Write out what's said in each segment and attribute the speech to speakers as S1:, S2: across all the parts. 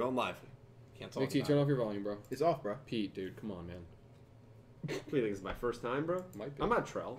S1: on live. Can't talk.
S2: Nick T,
S1: About
S2: turn
S1: it.
S2: off your volume, bro.
S3: It's off, bro.
S2: Pete, dude, come on, man.
S1: What do you think it's my first time, bro?
S2: Might be.
S1: I'm not Trell.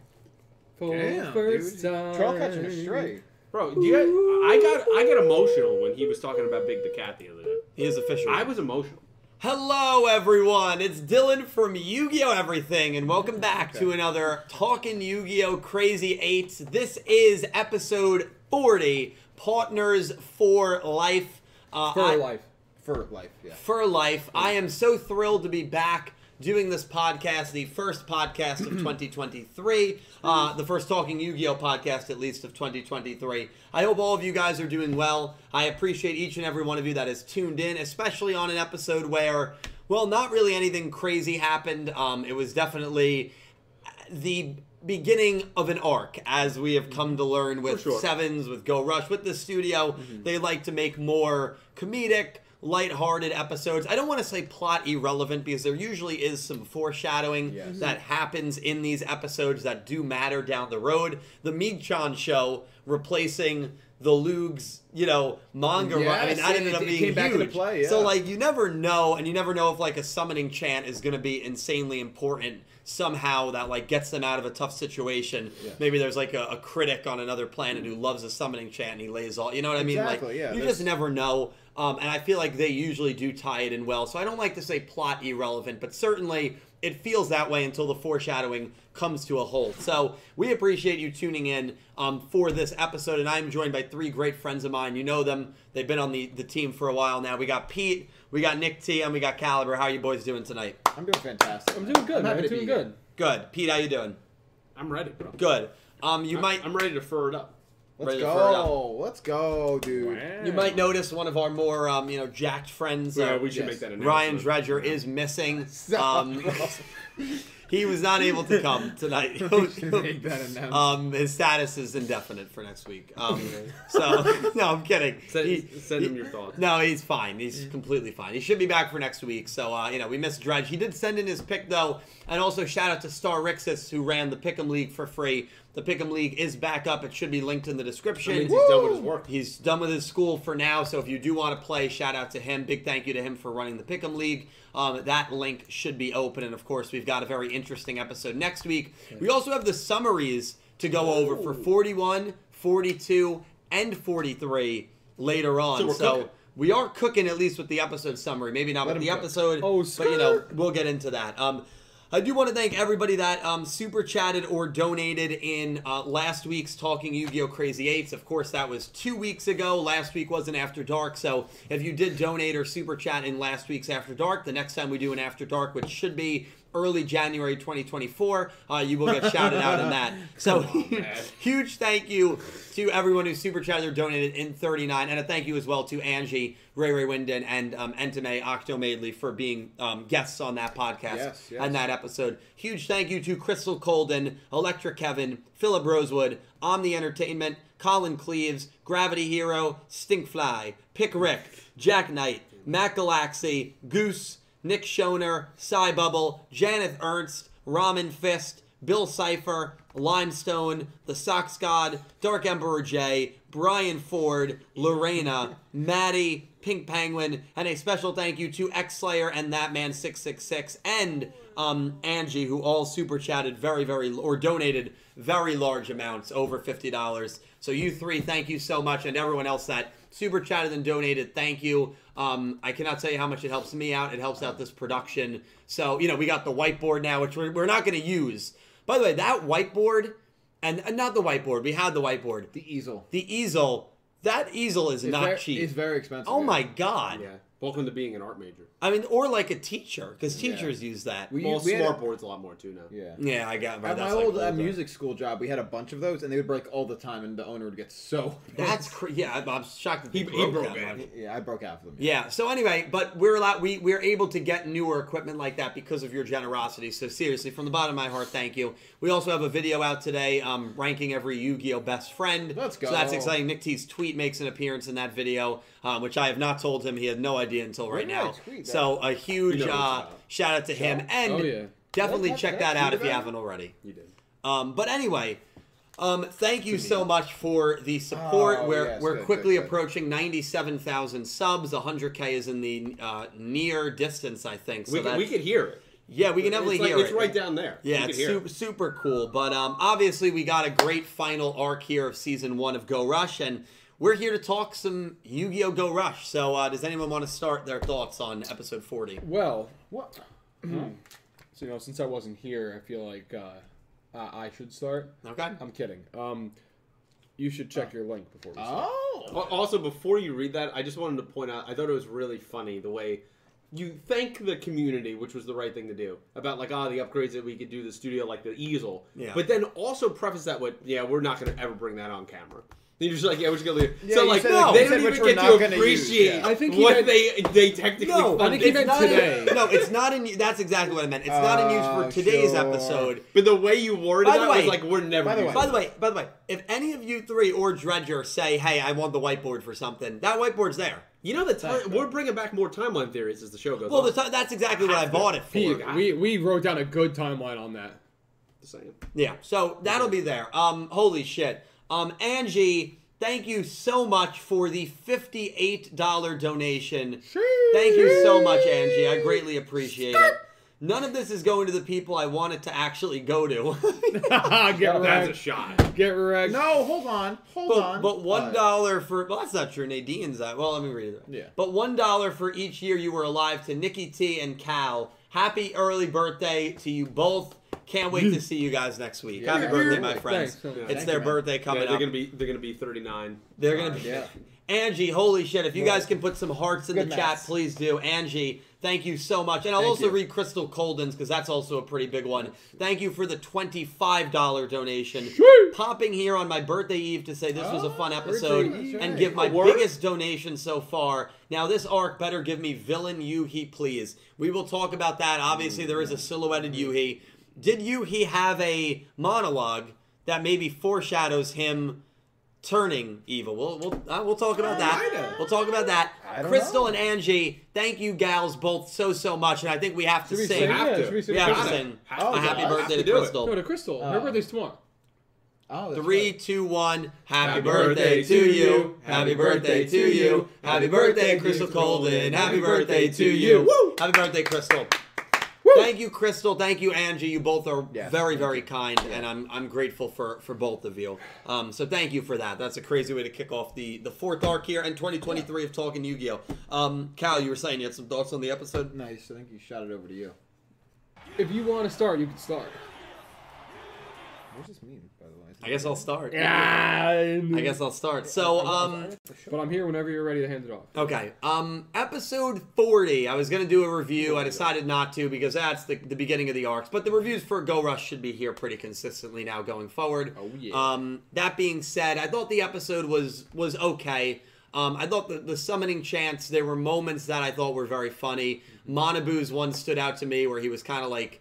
S2: For
S3: Damn,
S2: first
S3: dude.
S2: time.
S3: Troll catching a stray.
S1: Bro, do you guys, I got I got emotional when he was talking about Big the Cat the other day.
S4: He is official.
S1: I was emotional.
S4: Hello, everyone. It's Dylan from Yu Gi Oh! Everything, and welcome back to another Talking Yu Gi Oh! Crazy Eights. This is episode 40 Partners for Life. Uh,
S2: For
S4: I-
S2: life.
S3: For life, yeah.
S4: for life. I am so thrilled to be back doing this podcast, the first podcast of 2023, uh, the first Talking Yu Gi Oh podcast, at least, of 2023. I hope all of you guys are doing well. I appreciate each and every one of you that is tuned in, especially on an episode where, well, not really anything crazy happened. Um, it was definitely the beginning of an arc as we have come to learn with
S1: sure.
S4: sevens with go rush with the studio
S3: Mm-hmm.
S4: they like to make more comedic lighthearted episodes i don't want to say plot irrelevant because there usually is some foreshadowing
S3: Yes. Mm-hmm.
S4: that happens in these episodes that do matter down the road the meeg-chan show replacing the lugs you know manga run- i mean
S3: Yes,
S4: that
S3: it-
S4: ended up
S3: it
S4: being
S3: came back into
S4: huge.
S3: play,
S4: so
S3: yeah.
S4: like like, you never know and you never know if like a summoning chant is going to be insanely important somehow that like gets them out of a tough situation
S3: Yeah.
S4: maybe there's like a, a critic on another planet who loves a summoning chant and he lays all you know what i mean like
S3: Exactly, yeah,
S4: you
S3: there's-
S4: just never know um, and i feel like they usually do tie it in well so i don't like to say plot irrelevant but certainly it feels that way until the foreshadowing comes to a halt so we appreciate you tuning in um, for this episode and i'm joined by three great friends of mine you know them they've been on the, the team for a while now we got pete we got nick t and we got caliber how are you boys doing tonight
S3: I'm doing fantastic.
S2: I'm
S3: man.
S2: doing good, man.
S3: happy to
S2: doing
S3: be here.
S2: good.
S4: good pete how you doing
S1: I'm ready, bro.
S4: good um, you might
S1: I'm ready to fur it up.
S3: Let's
S4: Ready to fur it up.
S3: go. Let's go, dude.
S4: you might notice one of our more um, you know jacked friends uh,
S1: yeah, we should
S3: yes.
S1: make that announcement.
S4: Ryan Dredger is missing.
S3: Stop,
S4: Um,
S3: bro.
S4: he was not able to come tonight.
S3: Make that announcement.
S4: um, his status is indefinite for next week. Um, so no, I'm kidding.
S1: Send,
S4: He-
S1: send him
S4: he-
S1: your thoughts.
S4: no, he's fine. He's completely fine. He should be back for next week. So uh, you know, we missed Dredge. He did send in his pick though, and also shout out to Star Rixus who ran the Pick'em League for free. The Pick'em League is back up. It should be linked in the description.
S1: That means he's done with his
S3: Woo!
S1: work.
S4: He's done with his school for now, so if you do want to play, shout out to him. Big thank you to him for running the Pick'em League. Um, that link should be open, and of course, we've got a very interesting episode next week. We also have the summaries to go over for 41, 42, and 43 later on.
S1: So
S4: So,
S1: we're cooking.
S4: we are cooking at least with the episode summary. Maybe not
S3: Let
S4: with
S3: him
S4: the
S3: cook.
S4: episode,
S2: Oh,
S4: but you know,
S2: skirt.
S4: we'll get into that. Um, I do want to thank everybody that um, super chatted or donated in uh, last week's Talking Yu Gi Oh! Crazy Eights. Of course, that was two weeks ago. Last week wasn't After Dark. So if you did donate or super chat in last week's After Dark, the next time we do an After Dark, which should be early January 2024, uh, you will get shouted out in that. So
S1: man.
S4: huge thank you to everyone who super chatted or donated in 39 and a thank you as well to angie ray ray winden and um, entame octomadely for being um, guests on that podcast
S3: Yes, yes.
S4: and that episode huge thank you to crystal colden electra kevin philip rosewood omni entertainment colin cleves gravity hero stinkfly pick rick jack knight matt galaxy goose nick schoner cy bubble janeth ernst ramen fist Bill Cipher, Limestone, The Sox God, Dark Emperor J, Brian Ford, Lorena, Maddie, Pink Penguin, and a special thank you to X Slayer and That Man Six Six Six and um, Angie, who all super chatted very, very or donated very large amounts, over fifty dollars. So you three, thank you so much, and everyone else that super chatted and donated. Thank you. Um, I cannot tell you how much it helps me out. It helps out this production. So you know, we got the whiteboard now, which we're, we're not going to use. By the way, that whiteboard, and, and not the whiteboard. We had the whiteboard.
S3: The easel.
S4: The easel. That easel is
S3: It's
S4: not
S3: very,
S4: cheap.
S3: It's very expensive.
S4: oh
S3: dude.
S4: my god.
S1: Yeah. Welcome to being an art major.
S4: I mean, or like a teacher, because teachers use that.
S3: We,
S1: Well,
S3: we had a-
S1: smartboard's a lot more too now.
S3: Yeah.
S4: yeah, I got
S3: At
S4: that's
S3: my
S4: like
S3: old uh,
S4: older.
S3: music school job, we had a bunch of those, and they would break all the time, and the owner would get so.
S4: That's cr- yeah. I'm, I'm shocked that
S1: He-
S4: they
S1: he
S4: broke
S1: broke
S4: that
S1: it.
S4: one.
S3: yeah, I broke half of them.
S4: Yeah. So anyway, but we're allowed. We we're able to get newer equipment like that because of your generosity. So seriously, from the bottom of my heart, thank you. We also have a video out today, um, ranking every Yu-Gi-Oh best friend.
S3: Let's go.
S4: So that's exciting. Nick T's tweet makes an appearance in that video, um, which I have not told him. He had no idea until right
S3: did
S4: now.
S3: I tweet that?
S4: So a huge
S1: You know
S4: uh,
S1: it's out.
S4: shout out to him, and
S2: Oh, yeah.
S4: definitely
S3: Did I-
S4: check
S3: did I
S4: that out if
S3: tweet
S4: you
S3: about it?
S4: haven't already.
S1: You did.
S4: Um, but anyway, Um, thank you so much for the support.
S3: Oh,
S4: we're
S3: yes,
S4: we're
S3: good,
S4: quickly
S3: good, good.
S4: approaching 97,000 subs. 100K is in the uh, near distance, I think. So
S1: we, can,
S4: that-
S1: we could hear it.
S4: yeah, we can definitely
S1: it's like-
S4: hear
S1: It's
S4: it.
S1: right down there.
S4: Yeah,
S1: we
S4: it's
S1: can hear
S4: super, super cool. But um, obviously, we got a great final arc here of season one of Go Rush, and we're here to talk some Yu Gi Oh! Go Rush. So, uh, does anyone want to start their thoughts on episode 40?
S2: Well, what? so you know, since I wasn't here, I feel like uh, I-, I should start.
S4: Okay.
S2: I'm kidding. Um, you should check your link before we start.
S1: Al-
S3: Oh.
S1: Also, before you read that, I just wanted to point out. I thought it was really funny the way you thank the community, which was the right thing to do, about like ah the upgrades that we could do to the studio, like the easel.
S4: Yeah.
S1: But then also preface that with yeah, we're not going to ever bring that on camera. Then you're just like yeah, we're just going to leave. it.
S3: Yeah,
S1: so
S3: you
S1: like
S3: said,
S4: like,
S1: they
S4: you
S3: said
S1: don't
S3: which
S1: even
S3: we're
S1: get
S3: not
S1: to
S3: gonna
S1: appreciate
S3: use, yeah.
S2: I think he
S1: what
S2: meant-
S1: they they technically
S4: No, I
S1: funded.
S2: think he meant
S4: not in-
S2: today.
S4: no, it's not in. That's exactly what I meant. It's not in use
S3: Oh,
S4: for today's
S3: sure.
S4: episode.
S1: But the way you worded
S4: By the
S1: that
S4: way-
S1: was like we're never.
S3: by the
S1: using
S4: By
S1: it.
S4: the way, by the way, if any of you three or Dredger say, "Hey, I want the whiteboard for something," that whiteboard's there.
S1: you know the time
S3: Thanks,
S1: we're bringing back more timeline theories as the show goes
S4: Well,
S1: on.
S4: the t- that's exactly what I bought it for.
S2: He-
S1: God.
S2: we we wrote down a good timeline on that.
S1: Just saying.
S4: Yeah, so that'll be there. Um, holy shit. Um, Angie, thank you so much for the fifty-eight dollar donation. Thank you so much, Angie. I greatly appreciate it. None of this is going to the people I want it to actually go to.
S2: get
S1: That's a
S2: wrecked.
S1: shot.
S2: Get wrecked.
S3: No, hold on, hold
S4: but,
S3: on.
S4: but one
S3: Uh,
S4: dollar for well, that's not true. Nadine's that. Well, let me read it.
S3: Yeah.
S4: But one dollar for each year you were alive to Nikki T and Cal. Happy early birthday to you both. Can't wait to see you guys next week. Happy
S3: Yeah.
S4: birthday, my friends.
S2: Thanks.
S4: It's
S3: Thank
S4: their
S3: you, man.
S4: birthday coming
S1: Yeah, they're
S4: up.
S1: gonna be they're gonna be 39.
S4: They're gonna be.
S3: Yeah.
S4: Angie, holy shit! If you guys can put some hearts in
S3: Good
S4: the
S3: maths.
S4: chat, please do. Angie, thank you so much, and I'll
S3: Thank
S4: also
S3: you.
S4: read Crystal Colden's because that's also a pretty big one. Thank you for the twenty-five dollar donation. Popping here on my birthday eve to say this was a fun
S3: Oh,
S4: episode
S3: birthday eve,
S4: and
S3: right.
S4: give my
S1: Work.
S4: biggest donation so far. Now this arc better give me villain Yuhi, please. We will talk about that. Obviously, there is a silhouetted
S3: Mm-hmm.
S4: Yuhi. Did Yuhi have a monologue that maybe foreshadows him? turning evil. We'll we'll, uh, we'll talk about that.
S3: Kinda.
S4: We'll talk about that.
S3: I don't
S4: Crystal
S3: know.
S4: and Angie, thank you gals both so so much, and I think we have to
S2: Should we
S4: sing.
S2: sing
S1: Have
S2: Yeah,
S1: to.
S2: should we sing
S4: we have to
S2: Gotta.
S4: sing
S1: Have
S4: a
S1: to.
S4: happy
S1: Have
S4: birthday to,
S1: to do it.
S4: Crystal.
S2: No, to Crystal. Her
S3: Oh.
S2: birthday's tomorrow.
S3: Oh, that's
S4: Three,
S3: right.
S4: two, one. Happy, birthday, to you. Happy birthday to you. Happy birthday, Crystal Colden. Happy birthday to you.
S1: Woo!
S4: Happy birthday, Crystal. Thank you, Crystal. Thank you, Angie. You both are
S3: Yeah,
S4: very,
S3: thank
S4: very kind, and I'm I'm grateful for for both of you. Um, so thank you for that. That's a crazy way to kick off the the fourth arc here and 2023 of Talking Yu-Gi-Oh. Um, Cal, you were saying you had some thoughts on the episode.
S3: Nice. I think you shot it over to you.
S2: If you want to start, you can start.
S3: What does this mean, by the way?
S4: I guess I'll start.
S2: I
S4: I guess I'll start. So um.
S2: But I'm here whenever you're ready to hand it off.
S4: Okay. Um, episode forty. I was gonna do a review. I decided not to because that's the, the beginning of the arcs. But the reviews for Go Rush should be here pretty consistently now going forward.
S2: Oh, yeah.
S4: Um, that being said, I thought the episode was was okay. Um, I thought the, the summoning chants. There were moments that I thought were very funny.
S2: Mm-hmm.
S4: Manabu's one stood out to me where he was kind of like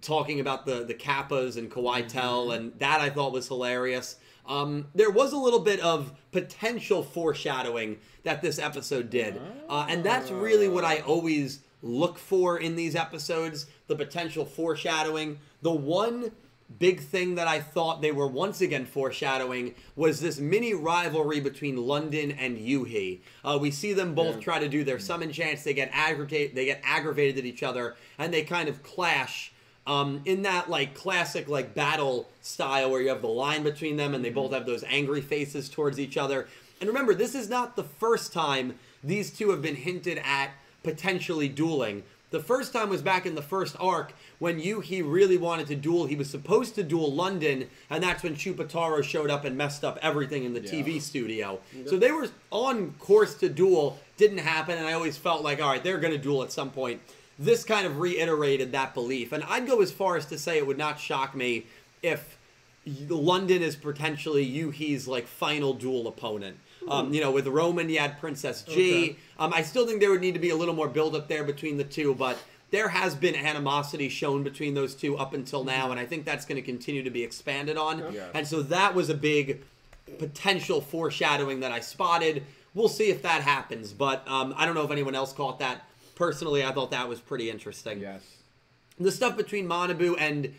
S4: talking about the the kappas and Kawhi Tell, and that I thought was hilarious. Um, there was a little bit of potential foreshadowing that this episode did, uh, and that's really what I always look for in these episodes: the potential foreshadowing. The one big thing that I thought they were once again foreshadowing was this mini rivalry between London and Yuhi. Uh, we see them both try to do their summon chants. They get aggravate, they get aggravated at each other, and they kind of clash um, in that like classic like battle style where you have the line between them and they both have those angry faces towards each other. And remember, this is not the first time these two have been hinted at potentially dueling. The first time was back in the first arc when Yuhi really wanted to duel. He was supposed to duel London, and that's when Chupataro showed up and messed up everything in the TV studio. So they were on course to duel, didn't happen, and I always felt like, all right, they're going to duel at some point. This kind of reiterated that belief, and I'd go as far as to say it would not shock me if London is potentially Yuhi's like final dual opponent. Um, you know, with Roman, you had Princess G.
S2: Okay.
S4: Um, I still think there would need to be a little more build up there between the two, but there has been animosity shown between those two up until now, and I think that's going to continue to be expanded on.
S3: Yeah.
S4: And so that was a big potential foreshadowing that I spotted. We'll see if that happens, but um, I don't know if anyone else caught that. Personally, I thought that was pretty interesting
S3: Yes.
S4: the stuff between Manabu and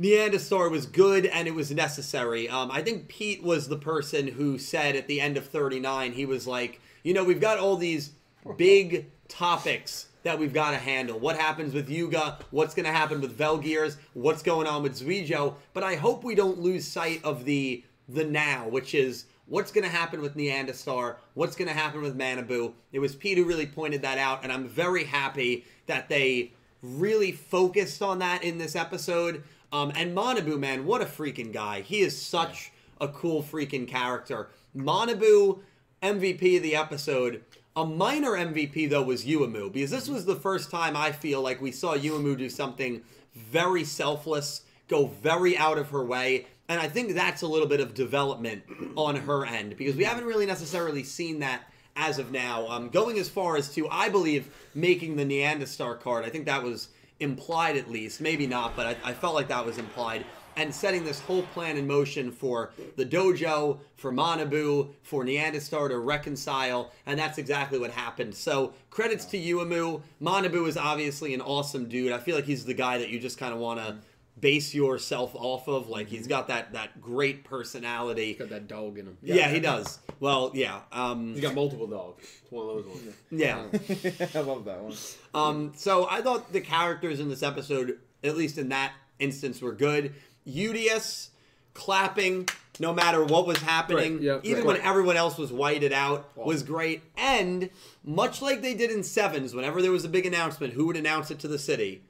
S4: Neanderstar was good and it was necessary. Um, I think Pete was the person who said at the end of 39, he was like, you know, we've got all these big topics that we've got to handle. What happens with Yuga? What's going to happen with Velgears? What's going on with Zuijo? But I hope we don't lose sight of the the now, which is what's going to happen with Neanderstar? What's going to happen with Manabu? It was Pete who really pointed that out, and I'm very happy that they really focused on that in this episode. Um, and Manabu, man, what a freaking guy. He is such a cool freaking character. Manabu, MVP of the episode. A minor MVP, though, was Uemu, because this was the first time I feel like we saw Uemu do something very selfless, go very out of her way. And I think that's a little bit of development on her end, because we haven't really necessarily seen that as of now. Um, going as far as to, I believe, making the Neanderstar card. I think that was implied at least, maybe not, but I, I felt like that was implied. And setting this whole plan in motion for the dojo, for Manabu, for Neanderstar to reconcile, and that's exactly what happened. So credits to Uemu. Manabu is obviously an awesome dude. I feel like he's the guy that you just kind of want to base yourself off of. Like he's got that that great personality.
S2: Got that dog in him.
S4: yeah, he does. Well, yeah, um,
S1: He's got multiple dogs. It's one of those ones.
S4: yeah.
S3: I love that one.
S4: Um, so I thought the characters in this episode, at least in that instance, were good. Udius clapping no matter what was happening,
S2: Right, yeah,
S4: even
S2: right.
S4: when everyone else was whited out, was great. And much like they did in Sevens, whenever there was a big announcement, who would announce it to the city?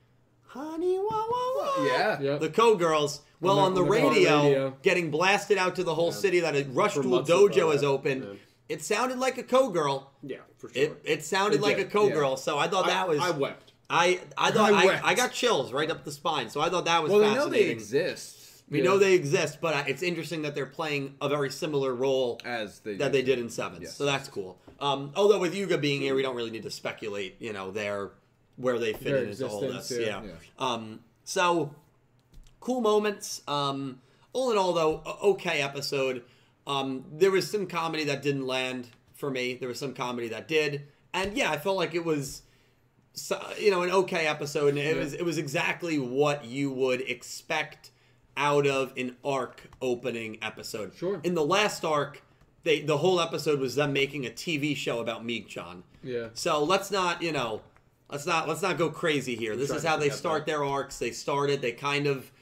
S4: Honey, wah, wah, wah.
S3: Yeah.
S2: Yep.
S4: The Co Girls, well,
S2: On
S4: on the,
S2: the- on the
S4: radio,
S2: radio.
S4: getting blasted out to the whole city that a Rush
S1: For
S4: Duel
S1: months
S4: Dojo
S1: before
S4: is
S1: that,
S4: open.
S1: yeah.
S4: It sounded like a Co Girl.
S1: Yeah, for sure.
S4: It, it sounded
S2: It
S4: like
S2: did,
S4: a Co Girl, so I thought
S1: I,
S4: that was.
S1: I wept.
S4: I I thought
S2: I
S4: I, I,
S2: wept.
S4: got chills right up the spine. So I thought that was
S2: Well, we know
S4: fascinating.
S2: they exist.
S4: We
S2: Yeah.
S4: know they exist, but I- it's interesting that they're playing a very similar role
S3: As they
S4: that they did in Sevens.
S3: Yes.
S4: So that's cool. Um, although with Yuga being here, we don't really need to speculate. You know, their where they fit
S2: Their
S4: in into all
S2: existence,
S4: this.
S2: yeah,
S4: Yeah.
S3: yeah.
S4: Um, so cool moments. Um, all in all, though, a- okay episode. Um, there was some comedy that didn't land for me. There was some comedy that did, and yeah, I felt like it was so, you know an okay episode and it was it was exactly what you would expect out of an arc opening episode
S2: Sure.
S4: in the last arc they the whole episode was them making a tv show about meek john
S2: Yeah.
S4: so let's not you know let's not let's not go crazy here this
S1: trying
S4: is
S1: to
S4: how they
S1: forget
S4: start their arcs they started they kind of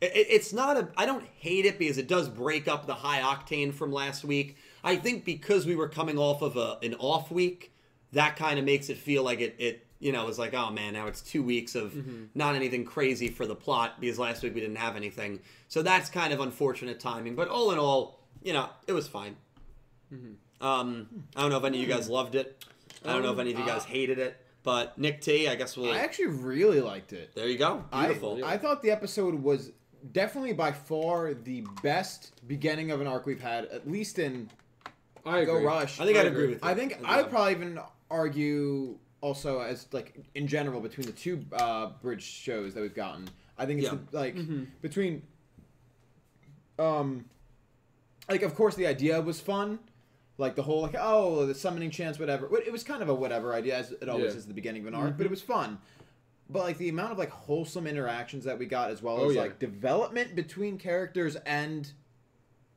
S4: it, it- it's not a i don't hate it because it does break up the high octane from last week i think because we were coming off of a, an off week that kind of makes it feel like it, it you know is like oh man now it's two weeks of not anything crazy for the plot because last week we didn't have anything so that's kind of unfortunate timing but all in all you know it was fine um, i don't know if any of you guys loved it i don't know if any of you guys hated it but nick t i guess we'll
S3: I actually really liked it.
S4: there you go beautiful
S3: I, I thought the episode was definitely by far the best beginning of an arc we've had, at least in
S2: I agree.
S3: Go Rush.
S4: I think I'd
S2: I
S4: agree
S2: agree.
S4: with you.
S3: I think I would probably even argue also as like in general between the two uh, bridge shows that we've gotten. I think it's
S4: Yeah.
S3: the, like
S2: Mm-hmm.
S3: between um like of course the idea was fun. Like the whole like oh the summoning chance whatever Wh- it was kind of a whatever idea as it always
S2: Yeah.
S3: is at the beginning of an arc but
S2: Mm-hmm.
S3: it was fun, but like the amount of like wholesome interactions that we got as well
S2: Oh,
S3: as
S2: yeah.
S3: like development between characters and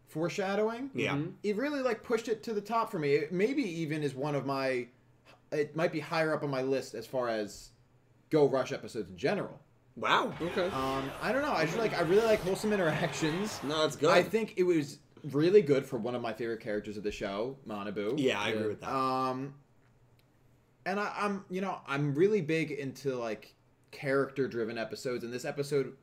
S3: foreshadowing
S4: yeah
S3: it really like pushed it to the top for me. It maybe even is one of my it might be higher up on my list as far as Go Rush episodes in general.
S4: wow
S2: Okay.
S3: Um, I don't know. I just like I really like wholesome interactions.
S4: no that's good
S3: I think it was really good for one of my favorite characters of the show, Manabu.
S4: yeah i agree
S2: Yeah.
S4: with that
S3: Um, and I, I'm you know I'm really big into like character driven episodes, and this episode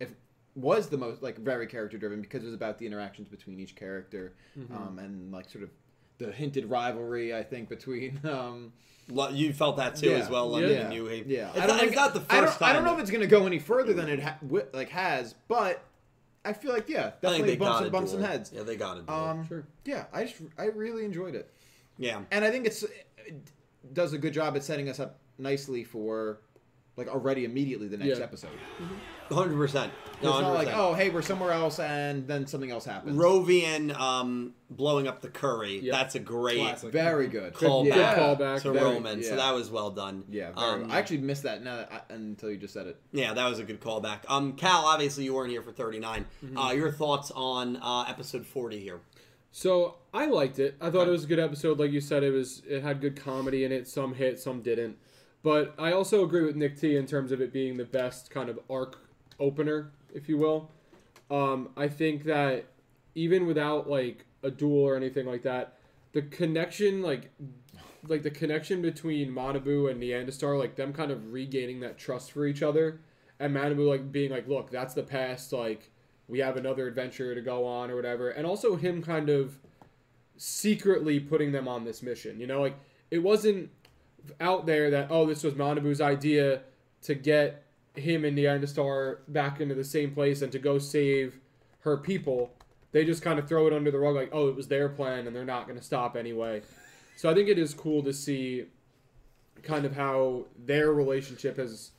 S3: if was the most like very character driven because it was about the interactions between each character, um, and like sort of the hinted rivalry I think between um,
S4: Lo- you felt that too
S3: Yeah.
S4: as well london
S2: Yeah.
S4: and you hate
S3: yeah.
S4: it's, not, it's not the first
S3: I don't,
S4: time
S3: I don't know
S4: that-
S3: if it's gonna go any further than it ha- wi- like has, but I feel like yeah,
S4: I think
S3: definitely
S4: they
S3: bumps
S4: gotta
S3: and bumps
S4: do
S3: some
S4: it.
S3: heads.
S4: yeah they got it
S3: Um,
S2: Sure.
S3: yeah, I just I really enjoyed it.
S4: yeah
S3: and I think it's it does a good job at setting us up nicely for like already immediately the next
S2: Yeah.
S3: episode.
S4: hundred percent. No,
S3: it's not like
S4: 100%.
S3: oh hey we're somewhere else and then something else happens.
S4: Rovian um, blowing up the curry.
S2: Yep.
S4: That's a great
S2: Classic.
S3: very good.
S4: callback,
S2: Good-
S3: yeah.
S2: callback.
S4: to
S3: Very-
S4: Roman. So
S3: yeah.
S4: that was well done.
S3: Yeah, very
S4: Um,
S3: I actually missed that now that I, until you just said it.
S4: yeah, that was a good callback. Um, Cal, obviously you weren't here for thirty
S3: Mm-hmm.
S4: Uh, your thoughts on uh, episode forty here?
S2: So I liked it. I thought it was a good episode. Like you said, it was it had good comedy in it. Some hit, some didn't. But I also agree with Nick T in terms of it being the best kind of arc opener, if you will. Um, I think that even without like a duel or anything like that, the connection like like the connection between Manabu and Neanderstar, like them kind of regaining that trust for each other, and Manabu like being like, "Look, that's the past. Like, we have another adventure to go on, or whatever." And also him kind of secretly putting them on this mission. You know, like it wasn't out there that oh, this was Manabu's idea to get him and Neanderstar back into the same place and to go save her people. They just kind of throw it under the rug, like, "Oh, it was their plan, and they're not going to stop anyway." So I think it is cool to see kind of how their relationship has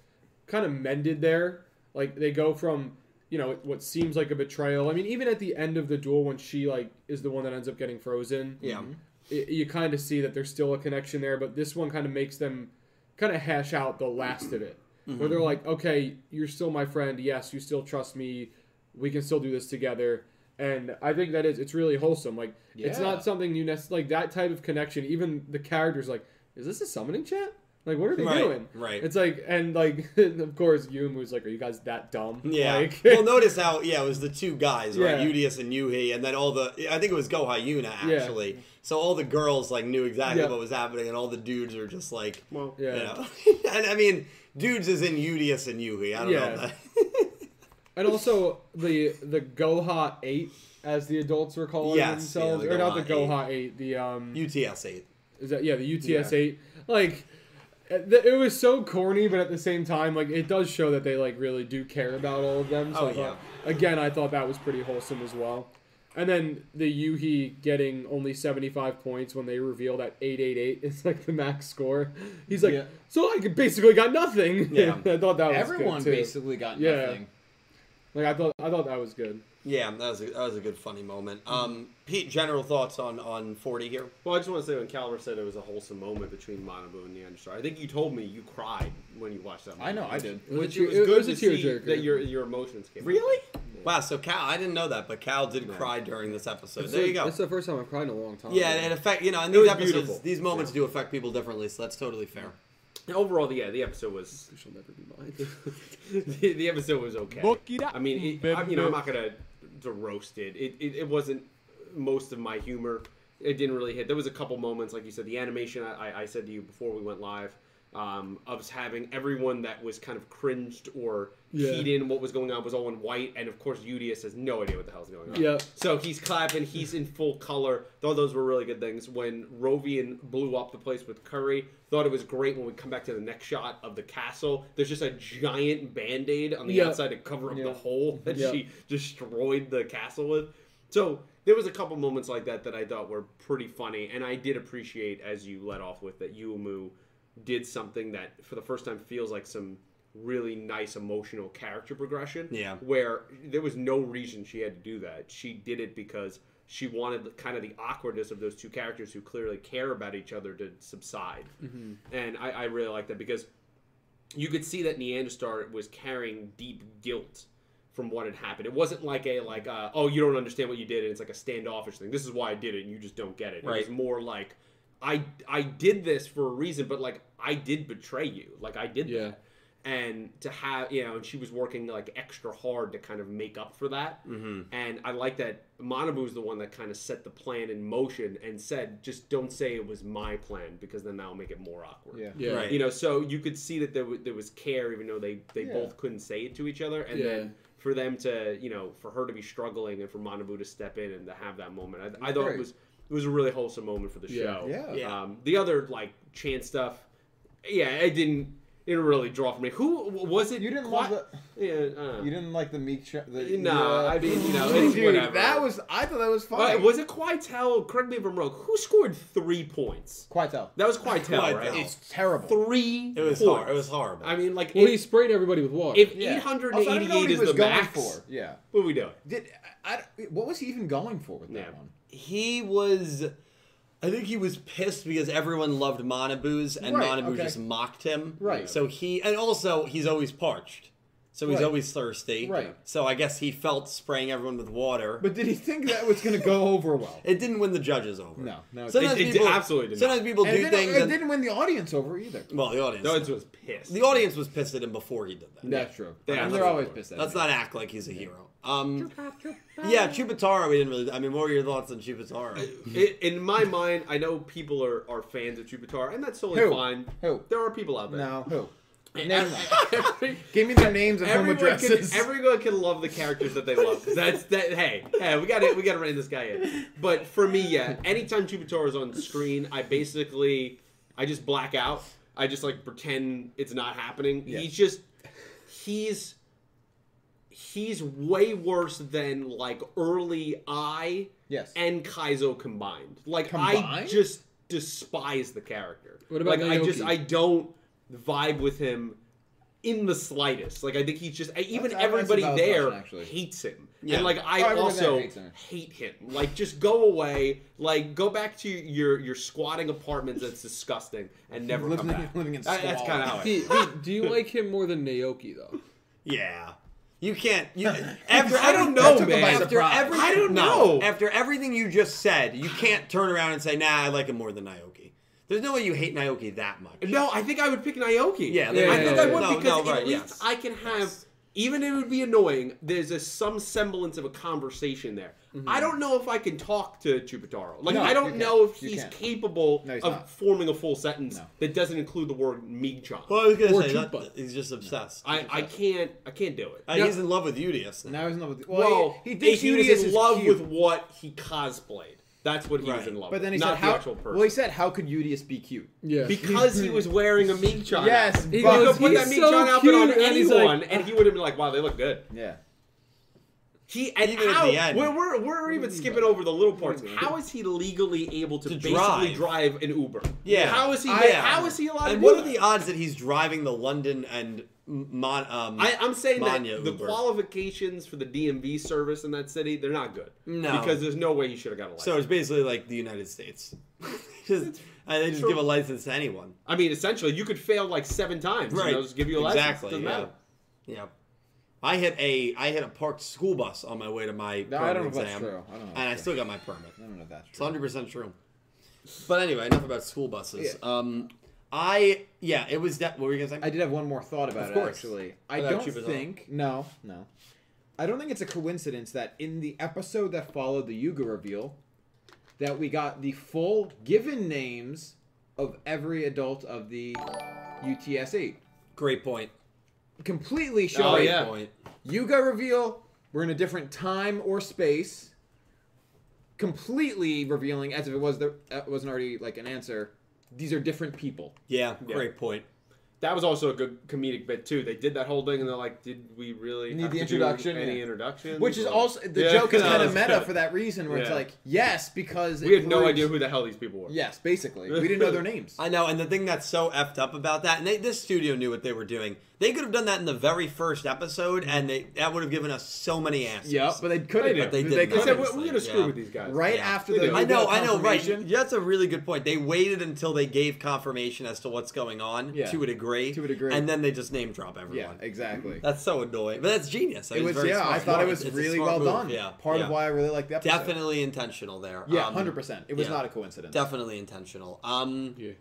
S2: kind of mended there. Like they go from, you know, what seems like a betrayal. I mean, even at the end of the duel when she like is the one that ends up getting frozen.
S4: Yeah.
S3: Mm-hmm.
S2: It, you kind of see that there's still a connection there, but this one kind of makes them kind of hash out the last of it.
S4: Mm-hmm.
S2: Where they're like, "Okay, you're still my friend. Yes, you still trust me. We can still do this together." And I think that is it's really wholesome. Like it's
S3: Yeah.
S2: not something you necessarily like that type of connection. Even the characters like, is this a summoning chat? Like, what are they
S4: Right,
S2: doing?
S4: right.
S2: It's like, and like, of course, Yum was like, "Are you guys that dumb?"
S4: Yeah.
S2: Like,
S4: well, notice how yeah, it was the two guys, right?
S2: Yeah.
S4: Udius and Yuhi, and then all the I think it was Gohayuna actually. So all the girls like knew exactly
S2: Yeah.
S4: what was happening, and all the dudes are just like,
S1: Well,
S2: yeah.
S4: you know. and I mean, dudes is in Udius and Yuhi. I don't know.
S2: Yeah.
S4: if that-
S2: And also the the Goha Eight, as the adults were calling
S4: Yes,
S2: themselves,
S4: yeah, the
S2: or not the
S4: Goha
S2: Goha Eight, the um,
S4: UTS eight.
S2: is that yeah, the UTS
S3: Yeah.
S2: Eight. Like, it th- it was so corny, but at the same time, like, it does show that they like really do care about all of them. So
S4: Oh,
S2: I thought- again, I thought that was pretty wholesome as well. And then the Yuhi getting only 75 points when they reveal that 888 is like the max score. He's like,
S3: Yeah.
S2: so I basically got nothing.
S4: Yeah.
S2: I thought that was
S3: Everyone
S2: good too.
S3: basically got
S2: Yeah.
S3: nothing.
S2: Like I thought, I thought that was good.
S4: Yeah, that was a, that was a good funny moment.
S2: Mm-hmm.
S4: Um, Pete, general thoughts on on forty here?
S1: Well, I just want to say when Caliber said it was a wholesome moment between Manabu and Neanderstar, I think you told me you cried when you watched that.
S3: I know,
S1: moment,
S3: I
S1: which-
S3: did.
S2: was
S1: Which
S2: a
S1: it was
S2: tear- it
S1: good
S2: was a
S1: to see
S2: tearjerker.
S1: that your your emotions came. out.
S4: Wow. So Cal, I didn't know that, but Cal did cry during this episode. There you go.
S2: That's the first time I've cried in a long time.
S4: Yeah, and affect you know, and
S1: It
S4: these
S1: was
S4: episodes,
S1: beautiful.
S4: these moments do affect people differently, so that's totally fair.
S1: And overall, the, yeah, the episode was
S2: she'll never be mine.
S1: the, the episode was okay.
S5: Book it up,
S1: I mean, it, I, you know, I'm not gonna to roast it. It, it. it wasn't most of my humor. It didn't really hit. There was a couple moments, like you said, the animation. I, I- I said to you before we went live, um, of us having everyone that was kind of cringed or
S2: Yeah.
S1: keyed in what was going on was all in white, and of course, Udius has no idea what the hell's going on.
S2: Yep.
S1: So he's clapping. He's in full color. Thought those were really good things. When Rovian blew up the place with Curry, thought it was great. When we come back to the next shot of the castle, there's just a giant band aid on the
S2: Yeah.
S1: outside to cover up the
S2: Yeah.
S1: hole that
S2: Yeah.
S1: she destroyed the castle with. So there was a couple moments like that that I thought were pretty funny, and I did appreciate as you let off with that Yuumu did something that for the first time feels like some really nice emotional character progression
S4: Yeah.
S1: where there was no reason she had to do that. She did it because she wanted the- kind of the awkwardness of those two characters who clearly care about each other to subside.
S2: Mm-hmm.
S1: And I, I really like that because you could see that Neanderstar was carrying deep guilt from what had happened. It wasn't like a like uh, oh you don't understand what you did and it's like a standoffish thing. This is why I did it and you just don't get it. It
S4: Right.
S1: was more like I I did this for a reason, but like I did betray you. Like I did
S2: Yeah.
S1: that. And to have you know, and she was working like extra hard to kind of make up for that. Mm-hmm. And I like that Manabu's the one that kind of set the plan in motion and said, just don't say it was my plan because then that'll make it more awkward.
S3: Yeah.
S2: Yeah.
S4: Right.
S1: You know, so you could see that there, w- there was care, even though they, they
S3: Yeah.
S1: both couldn't say it to each other. And
S2: Yeah.
S1: then for them to, you know, for her to be struggling and for Manabu to step in and to have that moment, I, I thought it
S3: Right.
S1: was it was a really wholesome moment for the
S2: Yeah.
S1: show.
S3: Yeah.
S4: Yeah.
S1: Um, the other like chant stuff, yeah, it didn't. It didn't really draw for me. Who was it?
S3: You didn't
S1: Qui-
S3: love
S1: Yeah, uh,
S3: You didn't like the meek. Sh- the, uh,
S1: Nah,
S3: yeah.
S1: I mean, you know, it's
S3: Dude,
S1: whatever.
S3: That was. I thought that was funny.
S1: uh, was it Quietel? Correct me if I'm wrong. Who scored three points?
S3: Quietel.
S1: That was Quietel,
S4: Quietel.
S1: right?
S3: It's terrible.
S1: three.
S4: It was
S1: points.
S4: hor- it was horrible.
S1: I mean, like
S2: Well, he
S1: if,
S2: sprayed everybody with water.
S1: if
S3: Yeah.
S1: 888
S3: Also, I don't know what he
S1: is
S3: was
S1: the
S3: going
S1: max,
S3: for. Yeah.
S1: what are we doing?
S3: Did I, I- What was he even going for with that
S1: Yeah.
S3: one?
S4: he was I think he was pissed because everyone loved Monabu's and
S3: Right,
S4: Monabu
S3: okay.
S4: just mocked him.
S3: Right.
S4: So he and also he's always parched. So he's
S3: Right.
S4: always thirsty.
S3: Right.
S4: So I guess he felt spraying everyone with water.
S3: But did he think that was going to go over well?
S4: it didn't win the judges over.
S3: No, no, it
S4: Sometimes
S1: didn't. It- it
S4: people,
S1: absolutely did not.
S4: Sometimes people
S3: And it
S4: do
S3: didn't,
S4: things.
S3: it
S4: and-
S3: didn't win the audience over either.
S4: well, the audience.
S1: No one was pissed.
S4: the audience was pissed at him before he did that.
S3: That's true.
S1: Yeah,
S3: and
S1: that's
S3: they're always
S1: true.
S3: pissed at
S4: Let's
S3: him.
S4: not act like he's a hero. Um, yeah, Chupataro. We didn't really. I mean, what were your thoughts on Chupataro?
S1: I- in my mind, I know people are, are fans of Jupiter, and that's totally
S3: Who?
S1: fine.
S3: Who?
S1: There are people out there.
S3: No, who?
S1: And-
S3: Name
S1: every-
S3: Give me their names and home
S1: everyone, can,
S3: addresses.
S1: everyone can love the characters that they love. That's that. Hey, hey, we got to we got to rein this guy in. But for me, yeah, anytime Jupiter is on screen, I basically I just black out. I just like pretend it's not happening.
S3: Yeah.
S1: He's just he's he's way worse than like early I
S3: Yes.
S1: and Kaizo combined. Like I
S3: Combined?
S1: just despise the character.
S2: What about
S1: like I just
S2: Naoki?
S1: I don't vibe with him in the slightest. Like I think he's just I-
S3: That's-
S1: even
S3: that's a
S1: everybody
S3: valid
S1: there
S3: question, actually.
S1: hates him.
S4: Yeah.
S1: And like I
S3: Oh, everyone
S1: also
S3: there hates him.
S1: hate him. Like just go away. Like go back to your your squatting apartments that's disgusting and never come
S3: Living-
S1: back.
S3: living in
S1: That- that's
S3: squalor.
S1: kind of how I
S2: Pete, Pete, do you like him more than Naoki though?
S4: Yeah, you can't. You, after
S1: I don't
S4: every-
S1: know,
S3: That took him
S1: man.
S3: by
S4: After
S3: surprise.
S4: every,
S1: I don't
S4: no,
S1: know.
S4: After everything you just said, you can't turn around and say, "Nah, I like him more than Naoki." There's no way you hate Naoki that much.
S1: No, I think I would pick Naoki.
S4: Yeah,
S2: yeah,
S1: I think
S2: yeah,
S1: I
S2: yeah.
S1: would
S4: No,
S1: because
S4: no, right,
S1: at least
S4: yes.
S1: I can have,
S4: Yes.
S1: even if it would be annoying, there's a, some semblance of a conversation there. I don't know if I can talk to Chupitaro.
S3: Mm-hmm.
S1: Like,
S3: No,
S1: I
S3: you
S1: don't
S3: can't.
S1: know if
S3: You
S1: he's
S3: can't.
S1: capable
S3: No, he's
S1: of
S3: not.
S1: forming a full sentence
S3: No.
S1: that doesn't include the word me-chan.
S4: Well, I was gonna
S2: Or
S4: say that-
S2: Chupa.
S4: he's just obsessed.
S1: I, I can't, I can't do it.
S4: Uh,
S2: Yeah.
S4: He's in love with Udius now.
S3: Now he's in love with. Well,
S1: Well,
S3: he, he
S1: if
S3: thinks
S1: he
S3: Udius
S1: was in
S3: is
S1: love
S3: cute.
S1: with what he cosplayed. That's what he was
S4: Right.
S1: in love
S3: But then he
S1: with,
S3: said,
S1: not the
S3: "How?"
S1: actual person.
S3: Well, he said, "How could Udius be cute?"
S2: Yeah.
S1: because he was wearing a me-chan.
S3: Yes,
S1: outfit.
S2: He
S3: but-
S1: You could
S2: goes,
S1: put
S2: "He's
S1: that
S2: so
S1: me-chan outfit on
S2: cute," and he's like,
S1: anyone, and he would have been like, wow, they look good.
S3: yeah.
S1: He and
S4: Even at
S1: how
S4: the end.
S1: we're we're, we're even skipping over the little parts. How is he legally able to,
S4: To
S1: basically drive. an Uber?
S4: Yeah.
S1: How is he?
S4: I-
S1: How is he allowed?
S4: And
S1: to
S4: what
S1: do
S4: are the
S1: that?
S4: odds that he's driving the London and Mon? Um,
S1: I, I'm saying
S4: Manya
S1: that the
S4: Uber.
S1: qualifications for the DMV service in that city they're not good.
S4: No.
S1: because there's no way he should have got a license.
S4: so it's basically like the United States. just, and they just give a license to anyone.
S1: I mean, essentially, you could fail like seven times.
S4: Right.
S1: and they'll just give you a license.
S4: Exactly.
S1: Doesn't
S4: yeah.
S1: matter.
S4: Yeah. I hit a I hit a parked school bus on my way to my
S3: No,
S4: permit
S3: I don't know if
S4: exam,
S3: that's true. I don't know if
S4: and I
S3: that's
S4: still got my permit.
S3: I don't know if that's
S4: It's
S3: true.
S4: hundred percent true. But anyway, enough about school buses.
S3: Yeah.
S4: Um, I yeah, it was that. What were you gonna say?
S3: I did have one more thought about
S4: Of
S3: it
S4: course.
S3: actually. I
S4: Without
S3: don't
S4: Cupid's arrow.
S3: think no, no. I don't think it's a coincidence that in the episode that followed the Yuga reveal, that we got the full given names of every adult of the UTS eight.
S4: Great point.
S3: Completely
S1: Oh,
S3: showing
S1: yeah.
S4: Point.
S3: Yuga reveal, we're in a different time or space. Completely revealing as if it was there uh, wasn't already like an answer. These are different people.
S4: Yeah,
S1: Yeah.
S4: great point.
S1: That was also a good comedic bit too. They did that whole thing, and they're like, "Did we really
S3: Need
S1: have
S3: the
S1: to do
S3: introduction,
S1: Any
S3: yeah.
S1: introduction?"
S3: Which is
S1: Or-
S3: also the
S1: Yeah,
S3: joke is
S1: no,
S3: kind of
S1: it's
S3: meta
S1: good.
S3: for that reason, where it's
S1: Yeah.
S3: like yes, because
S1: We had no idea who the hell these people were.
S3: Yes, basically, we didn't know their names.
S4: I know, and the thing that's so effed up about that, and they, this studio knew what they were doing. They could have done that in the very first episode, and they that would have given us so many answers.
S3: Yep, but they couldn't.
S1: did.
S4: They
S3: They
S4: didn't.
S1: They said,
S3: couldn't.
S1: "We're, we're gonna screw
S4: Yeah.
S1: with these guys."
S3: Right
S4: Yeah.
S3: after
S1: They
S3: the
S1: did.
S4: I know,
S3: Yuga
S4: I know, right?
S3: confirmation,
S4: That's a really good point. They waited until they gave confirmation as to what's going on
S3: Yeah.
S4: to a degree,
S3: To a degree.
S4: and then they just name drop everyone.
S3: Yeah, exactly.
S4: That's so annoying, but that's genius. That
S3: It was
S4: very
S3: yeah. I
S4: smart.
S3: thought it
S4: It's-
S3: was
S4: it's a
S3: really
S4: smart
S3: well
S4: move.
S3: done.
S4: Yeah,
S3: part
S4: yeah.
S3: of why I really liked the episode.
S4: definitely intentional there.
S3: Yeah,
S4: Um,
S3: hundred percent. It was
S4: yeah.
S3: not a coincidence.
S4: Definitely intentional. Um,
S2: Yeah.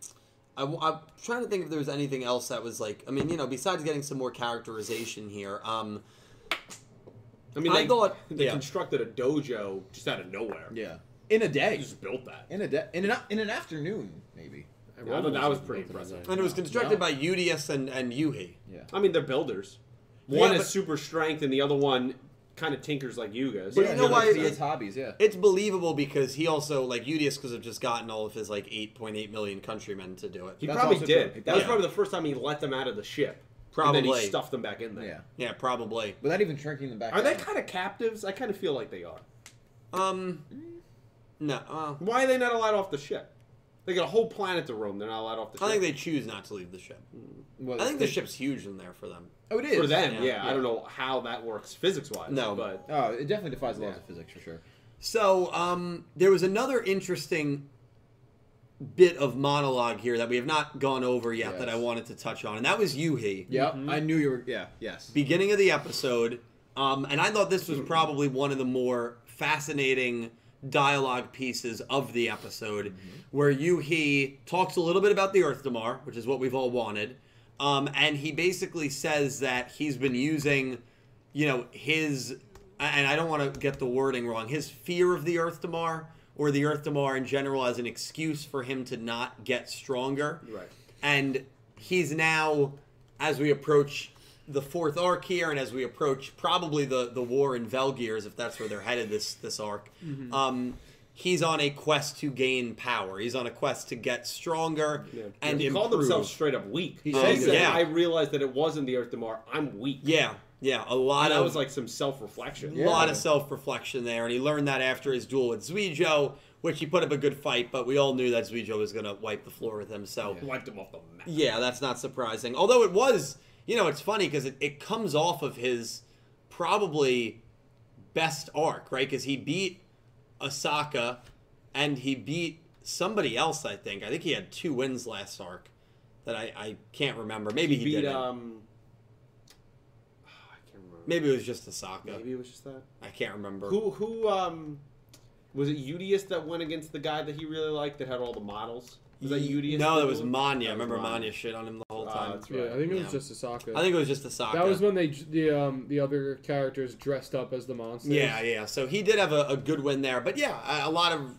S4: I, am trying to think if there was anything else that was like. I mean, you know, besides getting some more characterization here. Um,
S1: I mean,
S4: I
S1: they,
S4: thought-
S1: they
S4: yeah.
S1: constructed a dojo just out of nowhere.
S3: Yeah, in a
S1: They
S3: day,
S1: just built that.
S3: in a day, in an in an afternoon, maybe.
S1: I thought that was pretty impressive.
S4: and it was constructed
S3: No.
S4: by UDS and and Yuhi.
S3: Yeah.
S1: I mean, they're builders. One
S4: Yeah,
S1: is
S4: but-
S1: super strength, and the other one kind of tinkers like you guys.
S4: But
S3: yeah,
S4: you know
S3: no,
S4: why
S3: it's his
S4: it-
S3: hobbies, yeah.
S4: It's believable because he also like Udius because have just gotten all of his like 8.8 million countrymen to do it.
S1: He
S3: That's
S1: probably
S3: also
S1: did.
S3: true.
S1: That was
S4: Yeah.
S1: probably the first time he let them out of the ship. And then
S4: Probably.
S1: he stuffed them back in there.
S3: Yeah.
S4: yeah, probably.
S3: Without even shrinking them back.
S1: Are they
S3: down.
S1: kind of captives? I kind of feel like they are.
S4: Um, no, uh,
S1: Why are they not allowed off the ship? They got a whole planet to roam. They're not allowed off the ship.
S4: I think they choose not to leave the ship.
S3: Well,
S4: I think the
S3: they-
S4: ship's huge in there for them.
S3: Oh, it is.
S1: for them,
S4: Yeah,
S1: yeah,
S4: yeah.
S1: I don't know how that works physics wise.
S4: No.
S1: but
S3: Oh, it definitely defies the laws
S1: Yeah.
S3: of physics for sure.
S4: Mm-hmm. So um, there was another interesting bit of monologue here that we have not gone over yet that
S3: Yes.
S4: I wanted to touch on, and that was Yuhi.
S3: Yep. I knew you were. Yeah. Yes.
S4: beginning of the episode, um, and I thought this was probably one of the more fascinating dialogue pieces of the episode, where Yuhi talks a little bit about the Earthdamar, which is what we've all wanted, um, and he basically says that he's been using, you know, his, and I don't want to get the wording wrong, his fear of the Earthdamar or the Earthdamar in general as an excuse for him to not get stronger
S1: right.
S4: and he's now as we approach the fourth arc here and as we approach probably the the war in Velgears if that's where they're headed this this arc
S1: Mm-hmm.
S4: um he's on a quest to gain power he's on a quest to get stronger
S1: Yeah.
S4: and
S1: he
S4: improve.
S1: called himself straight up weak. He
S4: says
S1: said,
S4: it. Yeah.
S1: "I realized that it wasn't the Earth Demar. I'm weak."
S4: yeah yeah a lot
S1: and that
S4: of
S1: was like some self reflection.
S4: a lot
S3: Yeah.
S4: of self reflection there, and he learned that after his duel with Zuijo, which he put up a good fight, but we all knew that Zuijo was going to wipe the floor with him. So
S1: Wiped him off the map.
S4: Yeah, that's not surprising. Although it was, you know, it's funny because it, it comes off of his probably best arc, right? Because he beat Osaka and he beat somebody else, I think. I think he had two wins last arc that I, I can't remember. Maybe he,
S1: He beat
S4: didn't.
S1: um. I can't remember.
S4: Maybe it was just Osaka.
S1: Maybe it was just that.
S4: I can't remember.
S1: Who who um was it Udius that went against the guy that he really liked that had all the models? Was that Udius?
S4: No, that was
S1: people?
S4: Manya.
S1: That was
S4: remember Manya shit on him the whole
S1: Ah,
S4: time.
S1: that's
S2: Yeah, I think it was
S4: Yeah.
S2: just Asaka.
S4: I think it was just Osaka.
S2: that was when they j- the um the other characters dressed up as the monsters.
S4: Yeah, yeah. So he did have a, a good win there, but yeah, a, a lot of.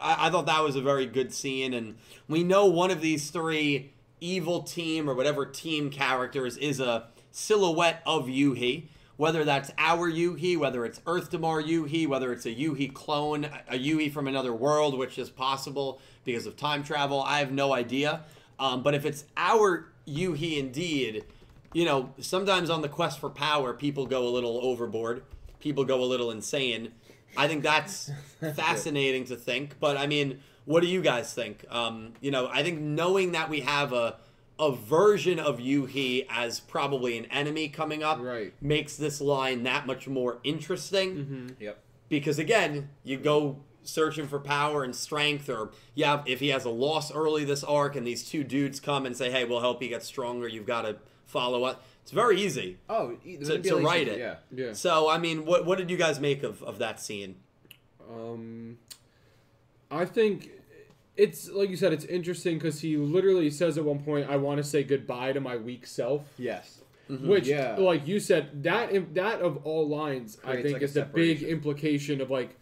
S4: I, I thought that was a very good scene, and we know one of these three evil team or whatever team characters is a silhouette of Yuhi. Whether that's our Yuhi, whether it's Earth Demar Yuhi, whether it's a Yuhi clone, a a Yuhi from another world, which is possible because of time travel, I have no idea. Um, but if it's our Yuhi indeed, you know, sometimes on the quest for power, people go a little overboard. People go a little insane. I think that's fascinating to think. But I mean, what do you guys think? Um, you know, I think knowing that we have a a version of Yuhi as probably an enemy coming up
S3: Right.
S4: makes this line that much more interesting
S3: Yep.
S4: because again, you go searching for power and strength, or yeah, if he has a loss early this arc, and these two dudes come and say, "Hey, we'll help you get stronger. You've got to follow up." It's very easy.
S3: Oh, e-
S4: To- to
S3: manipulation,
S4: write it.
S3: Yeah.
S2: yeah.
S4: So, I mean, what what did you guys make of, of that scene?
S2: Um, I think it's like you said, it's interesting because he literally says at one point, "I want to say goodbye to my weak self,"
S3: Yes.
S2: which,
S3: Yeah.
S2: like you said, that im- that of all lines, I
S3: Creates,
S2: think
S3: like, a
S2: is the big
S3: separation.
S2: implication of like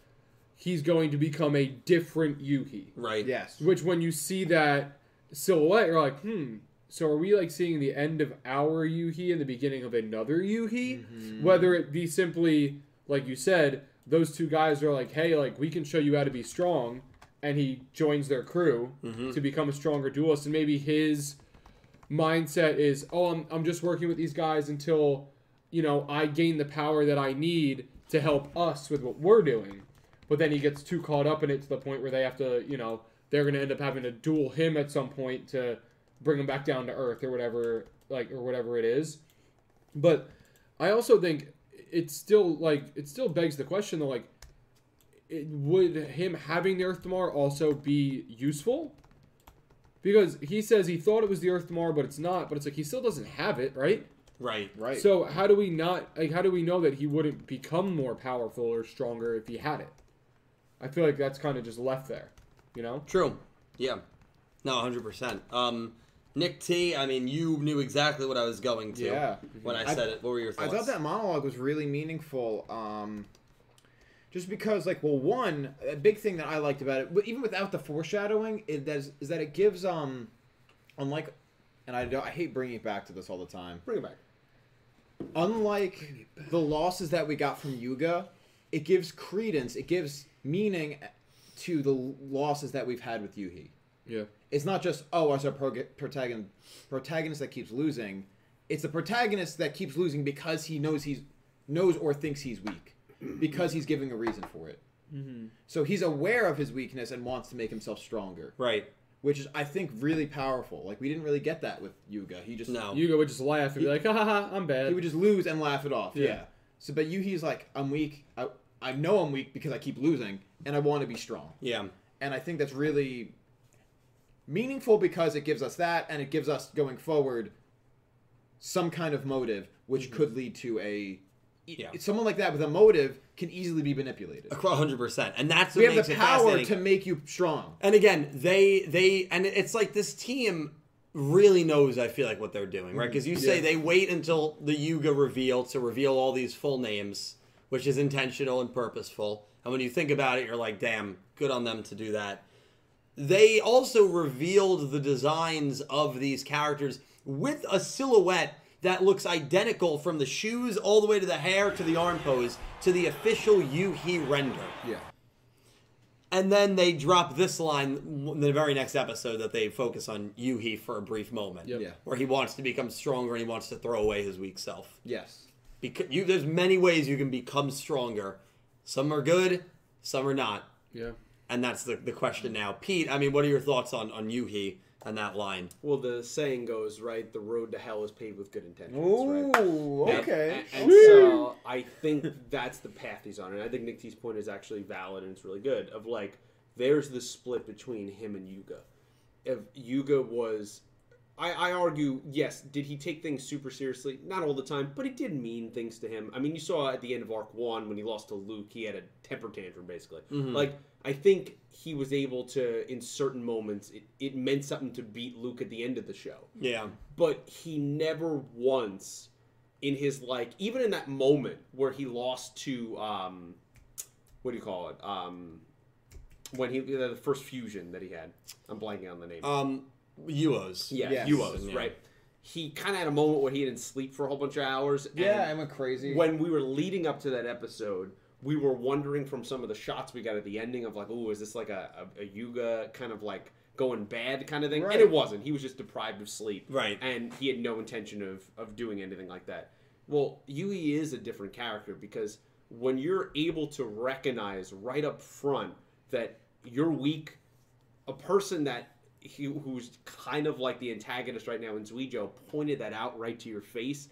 S2: he's going to become a different Yuhi.
S4: Right.
S3: Yes.
S2: Which, when you see that silhouette, you're like, "Hmm." So are we like seeing the end of our Yuhi and the beginning of another Yuhi? Whether it be simply, like you said, those two guys are like, hey, like we can show you how to be strong, and he joins their crew to become a stronger duelist, and maybe his mindset is, oh, I'm I'm just working with these guys until, you know, I gain the power that I need to help us with what we're doing. But then he gets too caught up in it to the point where they have to, you know, they're gonna end up having to duel him at some point to bring him back down to earth or whatever, like or whatever it is. But I also think it still like it still begs the question though, like, it, would him having the Earth Demar also be useful? Because he says he thought it was the Earth Demar, but it's not. But it's like he still doesn't have it, right?
S4: Right.
S3: Right.
S2: So how do we not like how do we know that he wouldn't become more powerful or stronger if he had it? I feel like that's kind of just left there, you know.
S4: True. Yeah. No, hundred percent. Um, Nick T. I mean, you knew exactly what I was going to.
S3: Yeah.
S4: When I
S3: I-
S4: said it, what were your
S3: I
S4: thoughts?
S3: thought that monologue was really meaningful. Um, just because, like, well, one a big thing that I liked about it, but even without the foreshadowing, it does is that it gives um, unlike, and I don't, I hate bringing it back to this all the time.
S1: Bring it back.
S3: unlike the losses that we got from Yuga, it gives credence, it gives meaning to the losses that we've had with Yuhi.
S2: Yeah.
S3: It's not just oh, it's our protagonist protagonist that keeps losing. It's the protagonist that keeps losing because he knows he's knows or thinks he's weak because he's giving a reason for it. So he's aware of his weakness and wants to make himself stronger,
S4: Right.
S3: which is I think really powerful. Like we didn't really get that with Yuga. He just
S4: No.
S2: Yuga would just laugh and be like, ha ha ha, I'm bad.
S3: he would just lose and laugh it off. Yeah.
S2: Yeah.
S3: So, but Yuhi's like, I'm weak. I, I know I'm weak because I keep losing, and I want to be strong.
S4: yeah.
S3: And I think that's really meaningful because it gives us that, and it gives us going forward some kind of motive, which could lead to a.
S4: Mm-hmm.
S3: e,
S4: Yeah.
S3: Someone like that with a motive can easily be manipulated.
S4: Acro- 100%. And that's what
S3: We have
S4: makes
S3: the
S4: it
S3: power
S4: fascinating.
S3: to make you strong.
S4: And again, they they and it's like this team really knows I feel like what they're doing, right? Because you say
S2: Yeah.
S4: they wait until the Yuga reveal to reveal all these full names, which is intentional and purposeful. And when you think about it, you're like, damn, good on them to do that. They also revealed the designs of these characters with a silhouette that looks identical from the shoes all the way to the hair to the arm pose to the official Yuhi render.
S3: Yeah.
S4: And then they drop this line in the very next episode that they focus on Yuhi for a brief moment.
S2: Yep.
S3: Yeah.
S4: Where he wants to become stronger and he wants to throw away his weak self.
S3: Yes.
S4: Because you, there's many ways you can become stronger. Some are good, some are not.
S2: yeah.
S4: And that's the, the question now. Pete, I mean, what are your thoughts on, on Yuhi and that line?
S1: Well, the saying goes, right? The road to hell is paved with good intentions. right?
S3: Ooh,
S1: And-
S3: okay.
S1: And, and so I think that's the path he's on. And I think Nick T's point is actually valid and it's really good of like, there's the split between him and Yuga. If Yuga was, I, I argue, yes, did he take things super seriously? Not all the time, but it did mean things to him. I mean, you saw at the end of Arc 1 when he lost to Luke, he had a temper tantrum basically. Like, I think he was able to, in certain moments, it, it meant something to beat Luke at the end of the show
S4: Yeah.
S1: but he never once in his like even in that moment where he lost to um what do you call it um when he the first fusion that he had i'm blanking on the name
S4: Um, Yuos.
S1: yeah
S3: Uh, yes.
S1: Yuos,
S4: Yeah.
S1: right he kind of had a moment where he didn't sleep for a whole bunch of hours and
S3: yeah, I went crazy.
S1: when we were leading up to that episode, we were wondering from some of the shots we got at the ending of like, oh, is this like a, a, a Yuga kind of like going bad kind of thing?
S3: Right.
S1: And it wasn't. He was just deprived of sleep.
S4: Right.
S1: And he had no intention of, of doing anything like that. Well, Yui is a different character because when you're able to recognize right up front that you're weak, a person that he, who's kind of like the antagonist right now in Zuijo pointed that out right to your face.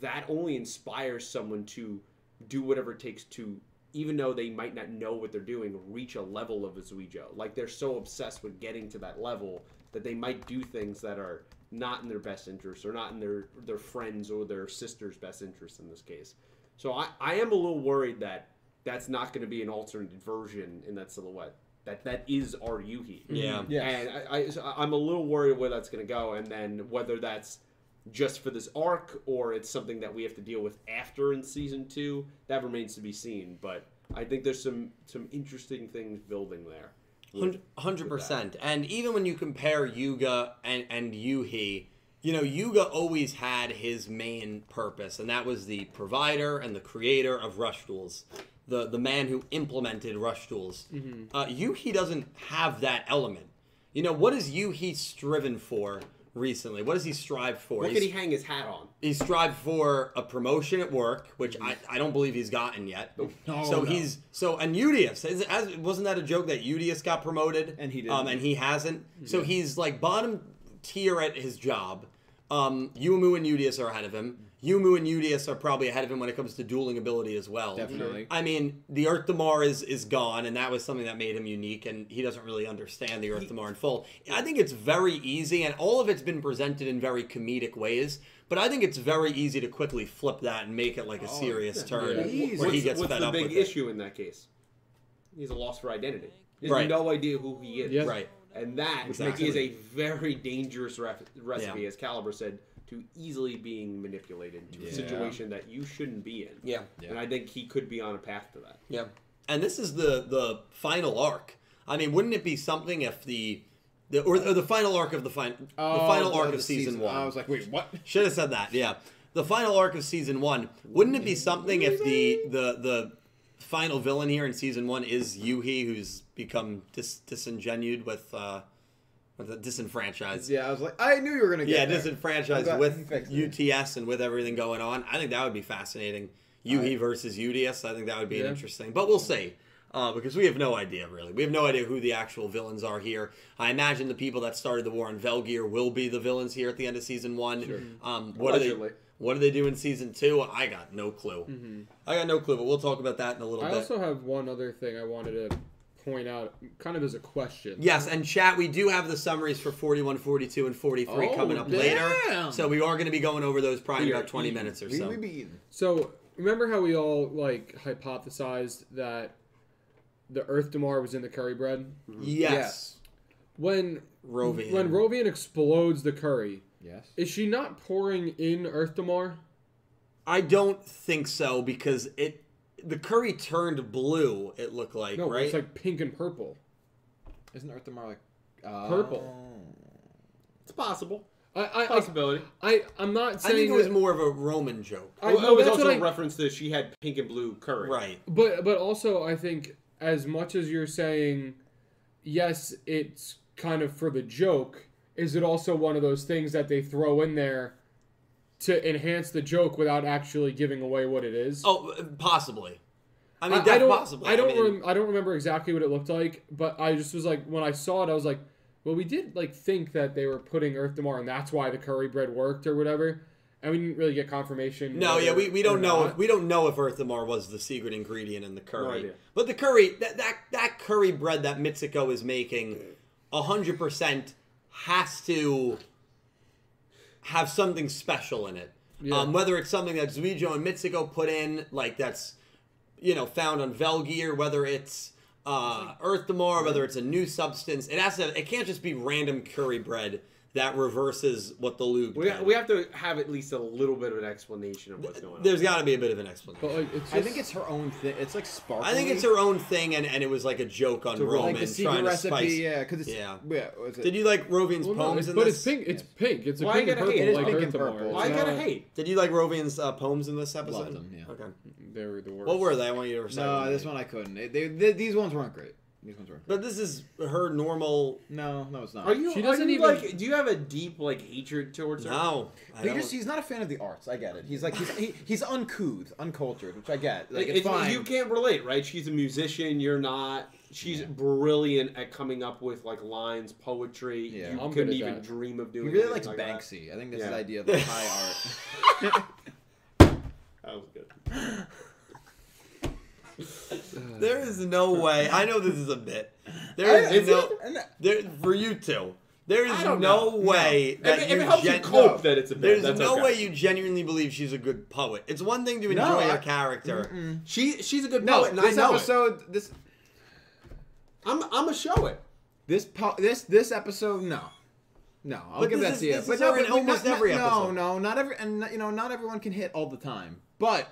S1: That only inspires someone to do whatever it takes to, even though they might not know what they're doing, reach a level of a Zuijo. Like they're so obsessed with getting to that level that they might do things that are not in their best interest or not in their their friends or their sister's best interest in this case. So I, I am a little worried that that's not going to be an alternate version in that silhouette. That that is our Yuhi.
S4: Yeah.
S3: Yes.
S1: E. And I, I, so I- I'm a little worried where that's going to go, and then whether that's just for this arc or it's something that we have to deal with after in season two, that remains to be seen. But I think there's some some interesting things building there.
S4: Hun- Hundred
S1: with
S4: percent. And even when you compare Yuga and and Yuhi, you know Yuga always had his main purpose, and that was the provider and the creator of Rush Tools, the the man who implemented Rush Tools.
S1: Mm-hmm.
S4: Uh, Yuhi doesn't have that element. You know what is Yuhi striven for recently? What does he strive for?
S1: What
S4: He's-
S1: could he hang his hat on?
S4: he strived for a promotion at work, which I, I don't believe he's gotten yet.
S3: No,
S4: so
S3: no.
S4: he's so and Udius is, as, wasn't that a joke that Udius got promoted
S3: And he
S4: um,
S3: didn't.
S4: and he hasn't. So he's like bottom tier at his job. Um, Yumu and Udius are ahead of him. Yumu and Udius are probably ahead of him when it comes to dueling ability as well.
S3: Definitely.
S4: I mean, the Earth Damar is is gone, and that was something that made him unique, and he doesn't really understand the Earth Damar in full. I think it's very easy, and all of it's been presented in very comedic ways. But I think it's very easy to quickly flip that and make it like a serious turn
S3: easy.
S4: where he
S1: What's,
S4: gets
S1: what's
S4: fed
S1: the
S4: up
S1: big
S4: with it.
S1: issue in that case? He's a loss for identity. He has
S4: Right.
S1: no idea who he is.
S2: Yeah.
S4: Right.
S1: And that is
S4: Exactly.
S1: a very dangerous ref- recipe, as Caliber said, to easily being manipulated to
S4: Yeah.
S1: a situation that you shouldn't be in.
S4: Yeah.
S1: And I think he could be on a path to that.
S4: Yeah. And this is the the final arc. I mean, wouldn't it be something if the the or, or the final arc of the final the final
S3: Oh,
S4: arc
S3: the
S4: of season, one?
S3: I was like, wait, what?
S4: Should have said that. Yeah. the final arc of season one. Wouldn't it be something if the the the final villain here in season one is Yuhi, who's become dis- disingenued with uh, with a disenfranchised.
S3: Yeah, I was like, I knew you were gonna
S4: Yeah,
S3: get. there.
S4: disenfranchised
S3: I'm glad you
S4: with
S3: fixed it.
S4: UTS and with everything going on. I think that would be fascinating. Yuhi
S3: Right.
S4: versus UDS. I think that would be
S2: Yeah.
S4: interesting, but we'll see. Uh, because we have no idea, really. We have no idea who the actual villains are here. I imagine the people that started the war on Velgear will be the villains here at the end of season one. Um, what are they?
S3: Allegedly. Mm-hmm.
S4: What do they do in season two? I got no clue. I got no clue, but we'll talk about that in a little
S2: I
S4: bit.
S2: also have one other thing I wanted to point out, kind of as a question.
S4: Yes, and chat, we do have the summaries for 41, 42, and 43
S2: Oh,
S4: coming up
S2: damn.
S4: later. So we are going to be going over those probably in
S2: We
S4: about
S2: are
S4: 20
S2: eating.
S4: minutes or
S3: We,
S4: so.
S3: we be eating.
S2: So remember how we all like hypothesized that the Earth Damar was in the curry bread
S3: Mm-hmm.
S4: Yes.
S2: when
S4: Rovian.
S2: when Rovian explodes the curry.
S3: Yes.
S2: Is she not pouring in Earth Damar?
S4: I don't think so because it the curry turned blue, it looked like,
S2: No,
S4: right?
S2: it's like pink and purple.
S3: Isn't Earth Mar like oh. uh,
S2: Purple.
S1: It's possible.
S2: I I, I,
S1: Possibility.
S2: I I'm not
S4: I
S2: saying
S4: think it was
S2: that-
S4: more of a Roman joke.
S2: I,
S1: Well,
S2: no,
S1: it was
S2: that's
S1: also
S2: what
S1: a
S2: I-
S1: reference to she had pink and blue curry.
S4: Right.
S2: But but also I think as much as you're saying yes, it's kind of for the joke, is it also one of those things that they throw in there to enhance the joke without actually giving away what it is?
S4: Oh, possibly. I mean,
S2: I,
S4: that's
S2: don't,
S4: possible.
S2: I don't
S4: mean,
S2: rem- I don't remember exactly what it looked like, but I just was like when I saw it I was like, well we did like think that they were putting Earth Damar and that's why the curry bread worked or whatever. And we didn't really get confirmation.
S4: No,
S2: whether
S4: yeah, we, we
S2: or
S4: don't know
S2: not.
S4: if we don't know if Earthamar was the secret ingredient in the curry.
S1: idea.
S4: but the curry that, that that curry bread that Mitsuko is making, hundred percent has to have something special in it.
S2: Yeah.
S4: Um, whether it's something that Zuijo and Mitsuko put in, like that's you know found on Velgear, whether it's uh, Earthamar, whether it's a new substance, it has to. It can't just be random curry bread that reverses what the lube.
S1: We,
S4: did.
S1: we have to have at least a little bit of an explanation of what's going on.
S4: There's got to be a bit of an explanation.
S2: But uh, like, it's
S3: I think
S2: just-
S3: it's her own thing. It's like sparkling.
S4: I think it's her own thing, and, and it was like a joke on Roman
S3: like the secret
S4: trying to
S3: recipe.
S4: spice.
S3: Yeah, because it's
S4: Yeah.
S3: yeah. was it?
S4: Did you like Rovian's
S2: Well, no,
S4: poems
S2: it's-
S4: in
S2: but
S4: this?
S2: it's pink. It's pink. It's a
S1: Why
S2: pink
S1: you
S2: and
S1: gotta
S2: purple.
S1: hate? It is
S2: like
S3: pink
S2: Earth
S3: and
S2: Damar.
S3: purple.
S2: It's
S1: Why you
S2: not-
S1: gotta hate?
S4: Did you like Rovian's uh, poems in this episode?
S3: Loved them, yeah.
S4: Okay.
S2: They were the worst.
S4: What were they? I want you to recite.
S3: no,
S4: them.
S3: this one I couldn't. They, they, they- these ones weren't great. These ones weren't. Great.
S4: But this is her normal.
S3: No, no, it's not.
S1: Are you?
S2: She
S1: She
S2: doesn't
S1: doesn't
S2: even-
S1: like. Do you have a deep like hatred towards her?
S4: No, I
S3: He
S4: don't-
S3: just—he's not a fan of the arts. I get it. He's like he's he, he's uncouth, uncultured, which I get. Like
S1: Like,
S3: it's,
S1: it's-
S3: fine.
S1: You can't relate, right? She's a musician. You're not. She's brilliant at coming up with like lines, poetry.
S3: Yeah.
S1: You
S2: I'm good
S1: couldn't
S2: at
S1: even
S2: that.
S1: dream of
S3: he
S1: doing.
S3: really
S1: anything
S3: likes
S1: like that.
S3: Banksy. I think that's
S1: Yeah.
S3: high his idea of like, high art.
S1: That was good.
S4: there is no way. I know this is a bit. There
S3: I-
S4: is
S3: is
S4: no.
S3: it? And that-
S4: There, for you two, there is
S1: I
S4: no
S1: don't know.
S4: way that
S1: If, it-
S4: you
S1: if it helps
S4: gen-
S1: you cope,
S3: no.
S1: that it's a bit.
S4: There's
S1: that's
S4: no
S1: okay.
S4: way you genuinely believe she's a good poet. It's one thing to enjoy
S3: No, I-
S4: her character.
S1: She she's a good
S3: No,
S1: poet, and I
S3: this
S1: know it.
S3: episode, this
S1: I'm I'm gonna show it.
S3: this po- this this episode, no, no, I'll
S4: But
S3: give
S4: this
S3: that
S4: is-
S3: to you.
S4: this
S3: But
S4: is
S3: no,
S4: her
S3: but
S4: in
S3: we-
S4: almost
S3: not-
S4: every
S3: no,
S4: episode.
S3: No, not every, and you know, not everyone can hit all the time. But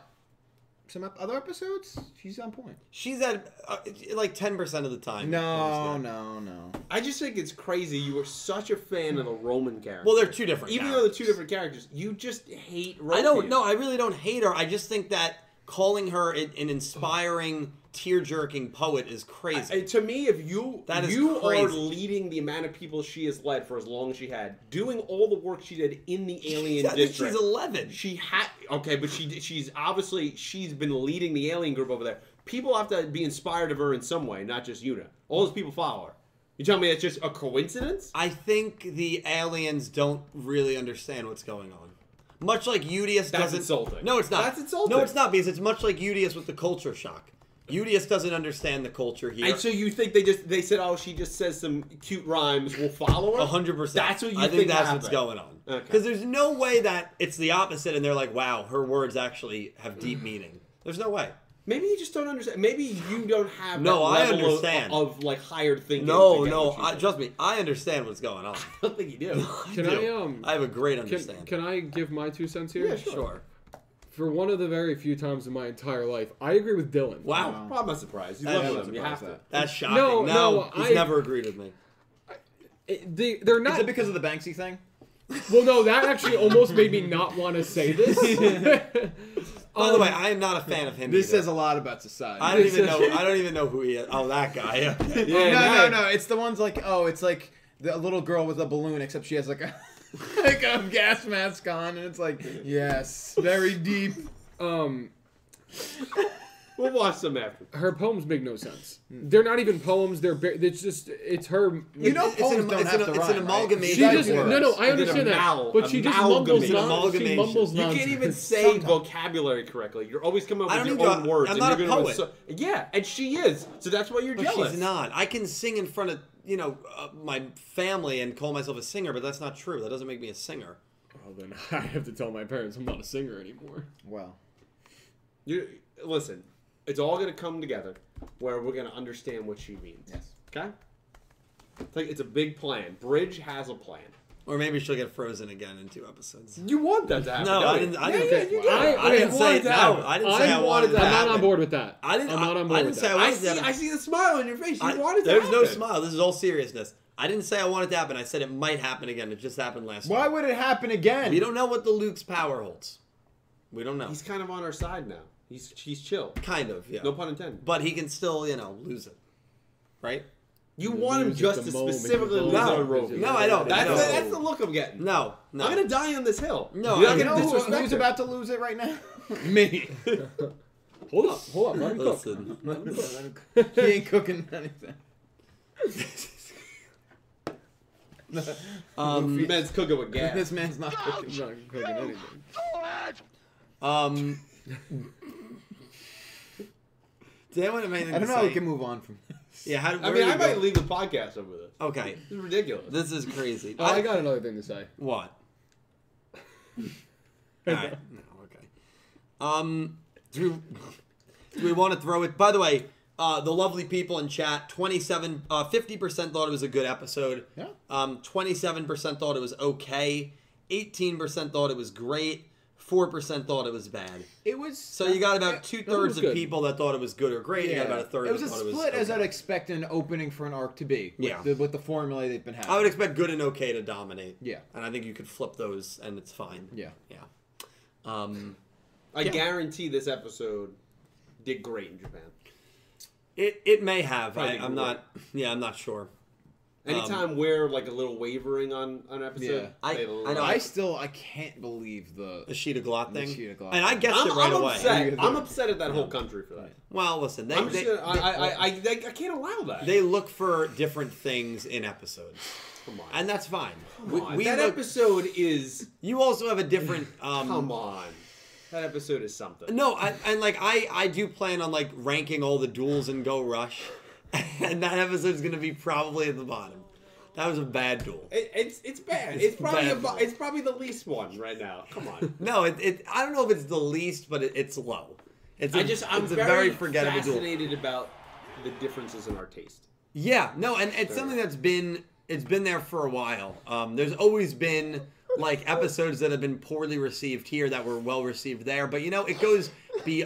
S3: some ep- other episodes, she's on point.
S4: She's at uh, like ten percent of the time.
S3: No, no, no.
S1: I just think it's crazy. You were such a fan of the Roman character.
S4: Well, they're two different.
S1: even though they're two different characters, you just hate. Roman.
S4: I don't. No, I really don't hate her. I just think that calling her an, an inspiring, tear-jerking poet is crazy.
S1: And to me, if you
S4: That is
S1: you are
S4: crazy.
S1: leading the amount of people she has led for as long as she had, doing all the work she did in the alien
S4: I think
S1: district.
S4: she's eleven.
S1: she had okay, but she did- she's obviously she's been leading the alien group over there. People have to be inspired of her in some way, not just Una. All those people follow her. You tell me that's just a coincidence?
S4: I think the aliens don't really understand what's going on. Much like Udius doesn't.
S1: insulting.
S4: No, it's not.
S1: That's insulting.
S4: No, it's not because it's much like Udius with the culture shock. Udius doesn't understand the culture here.
S1: And so you think they just they said, oh, she just says some cute rhymes, we'll follow her.
S4: A hundred percent.
S1: That's what you
S4: I think.
S1: think
S4: that's
S1: happened.
S4: what's going on.
S1: Okay.
S4: Because there's no way that it's the opposite, and they're like, "Wow, her words actually have deep meaning." There's no way.
S1: Maybe you just don't understand. Maybe you don't have
S4: No,
S1: that
S4: I
S1: level of-
S4: understand.
S1: of, like higher thinking.
S4: No,
S1: to get
S4: no.
S1: what you
S4: I,
S1: think.
S4: trust me, I understand what's going on.
S1: I don't think you do.
S2: Can
S4: do.
S2: I, um,
S4: I have a great
S2: Can,
S4: understanding.
S2: can I give my two cents here?
S1: Yeah, sure.
S4: sure.
S2: For one of the very few times in my entire life, I agree with Dylan.
S4: Wow,
S3: Wow.
S1: Probably not surprised. You
S4: That
S1: love
S4: doesn't
S1: them. You
S3: surprise
S1: have to.
S3: that.
S4: that's shocking. No,
S2: No, no,
S4: he's
S2: I-
S4: never agreed with me.
S2: It- they, they're
S3: Is
S2: not.
S3: it because of the Banksy thing?
S2: Well, no, that actually almost made me not want to say this.
S4: By
S2: Um,
S4: the way, I am not a fan of him.
S3: This
S4: either.
S3: says a lot about society.
S4: I don't even know. I don't even know who he is. Oh, that guy. Okay.
S3: no, no,
S1: Yeah, nice.
S3: no. It's the ones like, oh, it's like the little girl with a balloon, except she has like a like a gas mask on, and it's like, yes, very deep.
S2: um,
S1: We'll watch them after.
S2: her poems make no sense. They're not even poems. They're ba- it's just it's her.
S3: You know,
S4: It's an-
S3: poems
S4: it's
S3: don't
S4: an-
S3: have
S4: it's
S3: to
S4: an
S3: rhyme, right?
S4: amalgamation
S2: she
S4: that
S2: just
S4: works.
S2: no, no. I
S1: It's an
S2: understand that,
S1: amal-
S2: but she just mumbles.
S1: amalgamation.
S2: Non- she
S4: Amalgamation.
S2: mumbles.
S1: You can't
S2: nonsense.
S1: even say vocabulary correctly. You're always coming up
S4: I don't
S1: with your
S4: even
S1: own
S4: know-
S1: words.
S4: I'm
S1: and
S4: not a
S1: you're gonna
S4: poet.
S1: assu- yeah, and she is. So that's why you're
S4: But
S1: jealous.
S4: she's not. I can sing in front of you know uh, my family and call myself a singer, but that's not true. That doesn't make me a singer.
S2: Well, then I have to tell my parents I'm not a singer anymore.
S3: Well,
S1: You listen. It's all gonna come together, where we're gonna understand what she means.
S3: yes.
S1: Okay. It's like it's a big plan. Bridge has a plan.
S4: Or maybe she'll get frozen again in two episodes.
S1: You want that to happen?
S4: No,
S1: don't
S4: I
S1: you?
S4: didn't. I
S1: Yeah,
S4: didn't.
S1: yeah,
S4: say-
S1: you do.
S2: I-
S4: I, didn't say
S1: wanted
S4: it.
S1: that.
S4: No, I didn't say I wanted
S1: that.
S4: that.
S2: I'm not on
S4: but-
S2: board with that.
S4: I didn't.
S2: I'm not
S4: I-
S2: on board
S4: I didn't
S2: with
S4: say
S2: that.
S4: I
S1: I
S4: wanted
S1: see.
S4: that.
S1: I see the smile on your face. You
S4: I-
S1: wanted that.
S4: There's no smile. This is all seriousness. I didn't say I wanted it to happen. I said it might happen again. It just happened last.
S3: Why
S4: time.
S3: would it happen again?
S4: we don't know what the Luke's power holds? We don't know.
S1: He's kind of on our side now. He's he's chill.
S4: kind of yeah.
S1: No pun intended.
S4: But he can still you know lose it, right?
S1: You want him
S2: lose at
S1: just
S2: the
S1: to
S2: moment, you
S1: specifically
S2: lose
S1: lose
S4: it.
S1: on Roby.
S4: No, I don't.
S1: That's,
S4: No.
S1: The, that's the look I'm getting.
S4: No, no.
S1: I'm gonna die on this hill.
S4: No, I
S1: You're not
S3: You
S1: gonna
S3: know who-
S1: disrespect
S3: who's
S1: her.
S3: about to lose it right now? Me.
S2: Hold up, hold up. Let me cook.
S4: Listen.
S3: he ain't cooking anything.
S4: Um,
S1: This man's cooking with gas.
S3: This man's not cooking.
S2: I'm not cooking anything.
S4: Um. Did anyone have anything
S3: I don't
S4: to
S3: know.
S4: say?
S3: We can move on from.
S4: Yeah, how,
S1: I
S4: where
S1: mean,
S4: do
S1: I
S4: we
S1: might
S4: go?
S1: leave the podcast over this.
S4: Okay,
S1: This is ridiculous.
S4: Uh, this is crazy.
S2: Oh, I got another thing to say.
S4: what? All right. No, okay. Um, do do we want to throw it? By the way, uh, the lovely people in chat, 27, uh, 50% thought it was a good episode.
S3: Yeah.
S4: Um, 27% thought it was okay. 18% thought it was great. 4% thought it was bad.
S3: It was.
S4: So you got about two thirds
S2: was
S4: of
S2: good.
S4: people that thought it was good or great. You got about a third.
S3: It was a
S4: that thought
S3: split as
S4: okay.
S3: I'd expect an opening for an arc to be. With
S4: Yeah.
S3: The, with the formula they've been having.
S4: I would expect good and okay to dominate.
S3: Yeah.
S4: And I think you could flip those and it's fine.
S3: Yeah.
S4: Yeah. Um,
S1: I guarantee this episode did great in Japan.
S4: it, it may have. I,
S1: Probably
S4: I'm
S1: will.
S4: not. Yeah, I'm not sure.
S1: Anytime we're like a little wavering on on an episode,
S3: Yeah.
S4: Um, I-
S1: they
S4: I know.
S1: love it.
S3: I still I can't believe the
S4: The sheet of glot
S3: The
S4: thing.
S3: sheet of glot.
S4: And I guessed
S1: I'm,
S4: it right
S1: I'm
S4: away.
S1: upset. I'm upset at that whole country for that.
S4: Well, listen, they,
S1: I'm just
S4: they,
S1: gonna, I,
S4: they-
S1: I, I, I, they- I can't allow that.
S4: they look for different things in episodes.
S1: Come on.
S4: And that's fine.
S1: Come on.
S4: We, we
S1: that
S4: look-
S1: episode is.
S4: you also have a different um,
S1: Come on. That episode is something.
S4: No, I, and like I, I do plan on like ranking all the duels in Go Rush, and that episode's gonna be probably at the bottom. That was a bad duel.
S1: It, it's it's bad. It's,
S4: It's
S1: probably
S4: bad.
S1: abo- it's probably the least one right now. Come on.
S4: No, it, it I don't know if it's the least, but it, it's low. It's a-
S1: I just I'm
S4: it's
S1: very,
S4: a very forgettable duel.
S1: fascinated about the differences in our taste.
S4: Yeah, no, and it's something that's been it's been there for a while. Um, there's always been like episodes that have been poorly received here that were well received there, but you know it goes be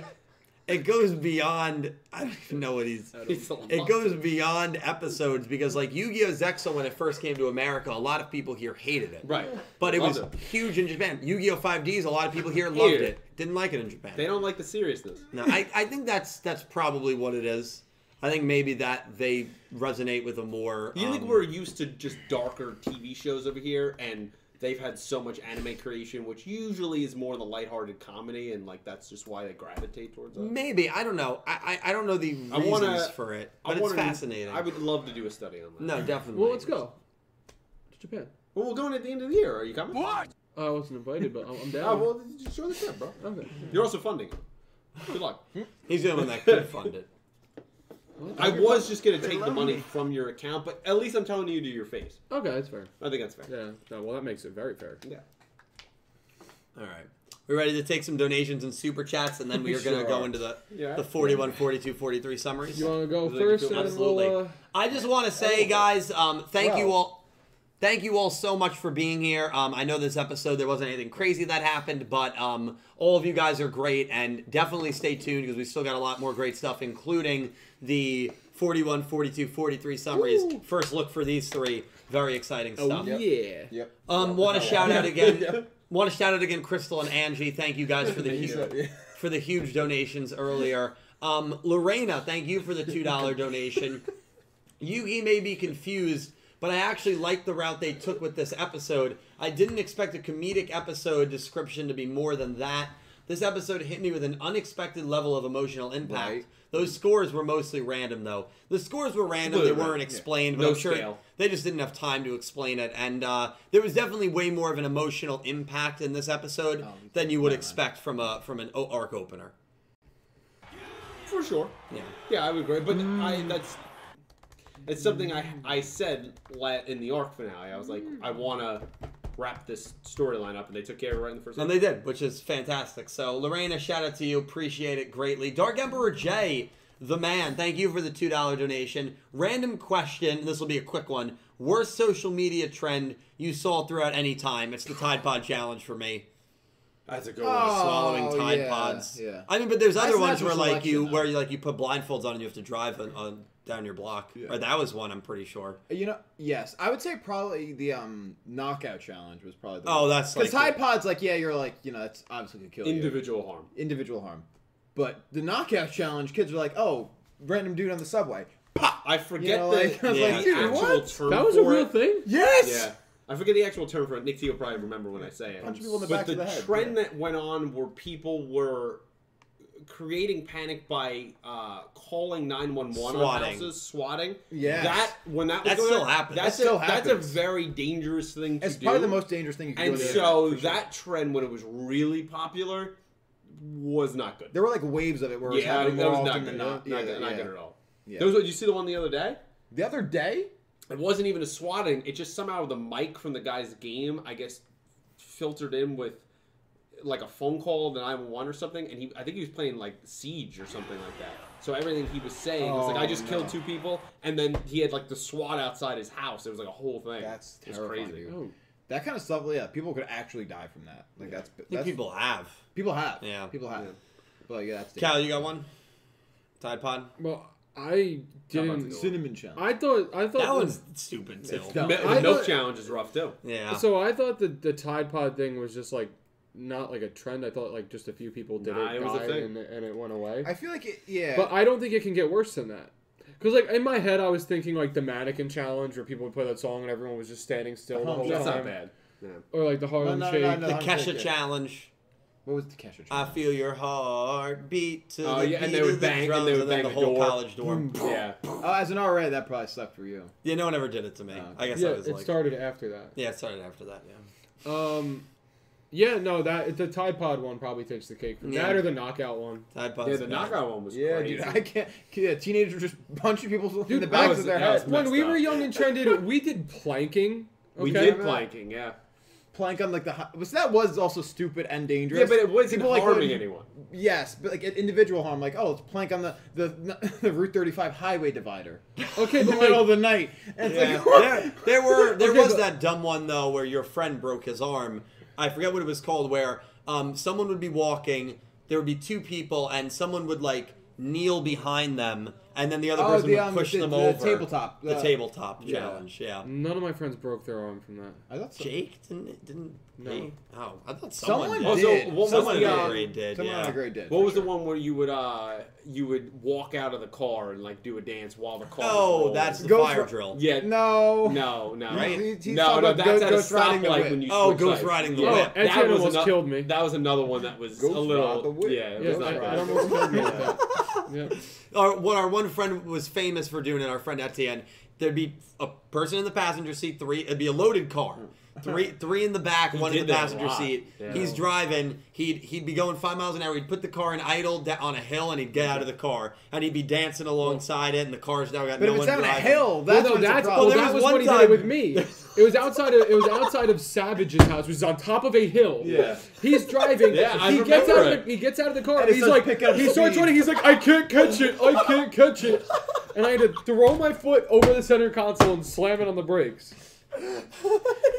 S4: it goes beyond. I don't even know what he's.
S1: It's a
S4: It
S1: lot.
S4: goes beyond episodes because, like Yu-Gi-Oh! Zexo, when it first came to America, a lot of people here hated it.
S1: Right.
S4: But it was
S1: Loved it.
S4: huge in Japan. Yu-Gi-Oh! 5Ds, a lot of people here loved
S1: Here.
S4: it. Didn't like it in Japan.
S1: They don't like the seriousness.
S4: No, I, I think that's that's probably what it is. I think maybe that they resonate with a more.
S1: You think
S4: um,
S1: we're used to just darker TV shows over here, and they've had so much anime creation, which usually is more the lighthearted comedy, and like that's just why they gravitate towards us.
S4: maybe I don't know. I I, I don't know the reasons
S1: I wanna-
S4: for it, but it's fascinating.
S1: I would love to do a study on that.
S4: no, definitely.
S2: Well, let's go to Japan. Oh,
S1: Well, we're going at the end of the year. Are you coming? What?
S2: I wasn't invited, but I'm I'm down.
S1: Oh, well, just show this up, bro.
S2: Okay.
S1: You're also funding it. Good luck.
S4: He's the only one that could fund it.
S1: I was just gonna take the money from your account, but at least I'm telling you to your face.
S2: Okay, that's fair.
S1: I think that's fair.
S2: Yeah. No, well, that makes it very fair.
S1: Yeah.
S4: All right. We're ready to take some donations and super chats, and then we are going to
S2: Sure.
S4: go into the
S1: Yeah.
S4: the 41, 42, 43 summaries.
S2: You want to go
S1: Would you
S2: first?
S1: do
S2: and
S1: it?
S2: then
S4: Absolutely.
S2: We'll, uh,
S4: I just want to say, guys, um, thank you
S3: Well.
S4: all. Thank you all so much for being here. Um, I know this episode there wasn't anything crazy that happened, but um, all of you guys are great, and definitely stay tuned because we still got a lot more great stuff, including the 41, 42, 43 summaries. First look for these three. Very exciting stuff.
S2: Oh yeah.
S3: Yep.
S4: Um, want to shout out again. Want to shout out again, Crystal and Angie. Thank you guys for the
S3: Thank you.
S4: huge, for the huge donations earlier. Um, Lorena, thank you for the two dollar donation. Yugi may be confused, but I actually like the route they took with this episode. I didn't expect a comedic episode description to be more than that. This episode hit me with an unexpected level of emotional impact.
S3: Right.
S4: Those scores were mostly random, though. The scores were random; they
S1: Completely
S4: weren't
S1: random, yeah.
S4: explained, but
S1: No
S4: I'm sure
S1: scale.
S4: they just didn't have time to explain it and uh, there was definitely way more of an emotional impact in this episode
S3: Oh, you
S4: than you would
S3: yeah.
S4: expect from a from an o- arc opener
S1: for sure.
S4: yeah
S1: Yeah, I would agree. But I that's it's something I I said la- in the arc finale. I was like, I want to wrap this storyline up, and they took care of it right in the first.
S4: and they did which is fantastic so lorena shout out to you appreciate it greatly dark emperor j the man thank you for the $2 donation random question this will be a quick one worst social media trend you saw throughout any time it's the tide pod challenge for me
S1: That's a good
S3: Oh,
S4: swallowing Tide
S3: yeah,
S4: Pods.
S3: yeah.
S4: I mean, but there's other
S3: That's
S4: ones where
S3: natural
S4: like you
S3: selection, though.
S4: where you like you put blindfolds on and you have to drive on, on down your block.
S3: Yeah.
S4: Or that was one I'm pretty sure.
S3: You know, yes, I would say probably the um knockout challenge was probably the
S4: Oh, that's like
S3: because Tide Pods like yeah, you're like you know that's obviously gonna kill
S1: Individual harm.
S3: you. individual harm, but the knockout challenge kids were like oh random dude on the subway pop
S1: I forget
S3: know,
S1: the,
S3: like, I
S4: was
S1: the
S4: like,
S3: dude,
S1: actual
S3: what?
S1: term.
S2: That was a
S1: for
S2: real
S1: it.
S2: thing.
S3: yes
S1: Yeah. I forget the actual term for it. Nick T will probably remember when I say it.
S3: Punch people in the
S1: but
S3: back
S1: the
S3: of the head,
S1: trend
S3: yeah.
S1: that went on where people were creating panic by uh, calling 911 on
S4: Swatting.
S1: houses, swatting.
S3: Yes.
S1: That when that was
S4: That
S1: going
S4: still
S1: on,
S4: happens.
S1: That's
S3: That still
S1: a, That's
S3: happens.
S1: a very dangerous thing to
S3: it's
S1: do.
S3: probably the most dangerous thing you can
S1: and
S3: do. on the
S1: so
S3: internet, for sure.
S1: that trend when it was really popular was not good.
S3: there were like waves of it where it was
S1: yeah,
S3: happening
S1: that
S3: more
S1: was
S3: often
S1: not
S3: than
S1: good.
S3: not.
S1: Not,
S3: Yeah,
S1: good, not
S3: yeah.
S1: good at all.
S3: Yeah.
S1: There was, did you see the one the other day?
S3: the other day,
S1: It wasn't even a swatting. It just somehow the mic from the guy's game, I guess, filtered in with like a phone call to 911 or something. And he, I think he was playing like Siege or something like that. So everything he was saying was like,
S3: Oh,
S1: I just killed
S3: no.
S1: two people. And then he had like the SWAT outside his house. It was like a whole thing.
S3: That's
S1: It was
S3: terrifying,
S1: crazy.
S3: dude.
S2: Oh.
S3: that kind of stuff. Yeah, people could actually die from that. Like that's
S4: I think
S3: that's
S4: people have.
S3: people have.
S4: Yeah.
S3: people have.
S1: Yeah.
S3: But yeah, that's
S4: Cal, you got one? Tide Pod?
S2: Well, I
S1: go.
S2: didn't.
S3: cinnamon challenge.
S2: I thought. I thought
S4: That
S2: the-
S4: one's stupid too.
S3: It's dumb.
S1: Mi-
S2: I
S1: the milk
S2: thought-
S1: challenge is rough too.
S4: Yeah.
S2: So I thought the the Tide Pod thing was just like not like a trend. I thought like just a few people did
S1: Nah,
S2: it,
S1: it was a
S2: died,
S1: thing.
S2: and, and it went away.
S3: I feel like it, yeah.
S2: But I don't think it can get worse than that. Because like in my head, I was thinking like the mannequin challenge, where people would play that song and everyone was just standing still the
S3: Oh,
S2: whole
S1: Uh-huh. That's
S2: time.
S1: not bad. Yeah.
S2: Or like the Harlem
S3: No, no,
S2: Shake.
S3: no, no.
S4: the
S3: I'm
S4: Kesha
S3: thinking.
S4: challenge.
S3: what was the Kesha
S4: I
S3: challenge?
S4: feel your heart beat to
S1: Oh,
S4: the
S1: yeah, and
S4: beat
S1: they would
S4: of the
S1: bang- and
S4: drums,
S1: they would
S4: and then
S1: bang
S4: the
S1: the
S4: whole
S1: door.
S4: college dorm.
S1: Yeah.
S3: oh, as an RA, that probably sucked for you.
S4: yeah, no one ever did it to me.
S3: Oh, okay.
S4: I guess
S2: Yeah,
S4: I was
S2: it
S4: like,
S2: started after that.
S4: yeah, it started after that. Yeah.
S2: Um, yeah, no, that the Tide Pod one probably takes the cake.
S4: Yeah.
S2: That or the knockout one.
S4: Tide Pod's
S1: Yeah, the
S4: bad.
S1: knockout one was
S3: Yeah,
S1: crazy.
S3: dude, I can't. Yeah, teenagers were just punching people in
S2: Dude,
S3: the
S2: that
S3: backs
S1: was-
S3: of their
S1: that
S3: heads.
S1: was
S2: When we
S1: messed
S2: were
S1: up.
S2: young and trended, we did planking. Okay?
S1: We did planking, yeah.
S3: Plank on like the. hi- So that was also stupid and dangerous.
S1: Yeah, but it wasn't
S3: People, like,
S1: harming
S3: would-
S1: anyone.
S3: Yes, but like individual harm, like oh, it's plank on the the, the Route 35 highway divider
S2: Okay,
S3: in the
S2: but
S3: middle
S2: like,
S3: of the night. And it's
S4: Yeah.
S3: like, what?
S4: there, there were there
S2: Okay,
S4: was
S2: but-
S4: that dumb one though where your friend broke his arm. I forget what it was called. Where um, someone would be walking, there would be two people, and someone would like kneel behind them, and then the other
S3: Oh,
S4: person
S3: the,
S4: would
S3: um,
S4: push
S3: the-
S4: them
S3: the
S4: over.
S3: tabletop,
S4: the
S3: uh,
S4: tabletop
S3: yeah.
S4: challenge. Yeah,
S2: none of my friends broke their arm from that.
S3: I thought so.
S4: Jake didn't didn't.
S2: No.
S4: he? Oh, I thought someone.
S3: Someone
S1: Also,
S4: did.
S3: did.
S1: what was
S4: Someone
S1: the,
S4: in
S1: uh,
S4: my grade did.
S3: um, Someone
S4: yeah.
S3: in my grade did.
S1: What
S3: for
S1: was
S3: sure.
S1: the one where you would uh you would walk out of the car and like do a dance while the car? was
S4: Oh,
S1: rolling?
S4: that's the
S3: Go
S4: fire
S3: for-
S4: drill.
S1: yeah.
S3: No.
S1: no, no,
S4: Right?
S3: He's- he's
S1: no,
S3: talking
S1: no.
S3: about
S1: That's at a
S3: Ghost Riding the
S1: stoplight
S3: Whip.
S1: when you
S4: Oh,
S1: switch
S4: Ghost
S1: sides.
S4: Riding the
S1: yeah,
S4: Whip.
S1: That
S2: Etienne
S1: was
S2: almost
S1: ano-
S2: killed me.
S1: That was another one that was
S3: Ghost
S1: a
S3: Ride the
S1: little.
S3: Whip.
S1: Yeah, it
S2: Yeah,
S1: was
S2: I,
S1: not
S2: I
S1: good.
S2: almost killed me with that. Yeah.
S4: our, what our one friend was famous for doing, and our friend Etienne, there'd be a person in the passenger seat, three, it'd be a loaded car, three, three in the back, one in
S1: did
S4: the
S1: that a
S4: passenger
S1: lot.
S4: seat.
S1: Yeah.
S4: He's driving. He'd he'd be going five miles an hour. He'd put the car in idle da- on a hill, and he'd get out of the car, and he'd be dancing alongside it, and the car's now got
S3: But
S4: no
S3: if it's
S4: one
S3: down a
S4: driving.
S2: Well,
S3: hill, that's
S2: no,
S3: when it's a
S2: that's well,
S3: problem.
S4: there was
S2: that was
S4: one
S2: when he did it with
S4: time-
S2: me. It was outside of it was outside of Savage's house, which is on top of a hill.
S1: Yeah.
S2: he's driving.
S1: Yeah, I
S2: he gets out
S1: remember
S2: of the, he gets out of the car.
S3: And
S2: And
S3: it
S2: he's
S3: starts
S2: like,
S3: picking up
S2: he starts
S3: speed.
S2: running. He's like, I can't catch it. I can't catch it. And I had to throw my foot over the center console and slam it on the brakes.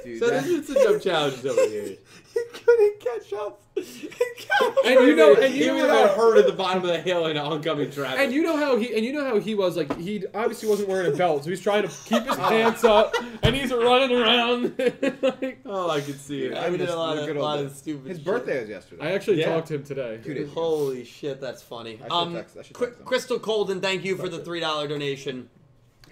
S3: Dude,
S1: So
S3: that-
S1: this is some dumb challenges over here.
S4: he couldn't catch up.
S2: and you know, and
S1: he
S2: you know
S1: was
S2: how-
S1: not hurt at the bottom of the hill in oncoming traffic.
S2: and you know how he and you know how he was like he obviously wasn't wearing a belt, so he's trying to keep his pants up, and he's running around. like,
S1: oh, I could see it.
S4: I
S3: I
S4: did
S3: missed
S4: a lot
S3: the
S4: of,
S3: good old
S4: lot
S3: days.
S4: of stupid.
S3: His
S4: shit.
S3: birthday was yesterday.
S2: I actually
S1: Yeah.
S2: talked to him today.
S3: Two days ago.
S4: Holy shit, that's funny.
S3: I should
S4: Um,
S3: text- I should
S4: Cri-
S3: text them.
S4: Crystal Colden, thank you for the three dollar donation.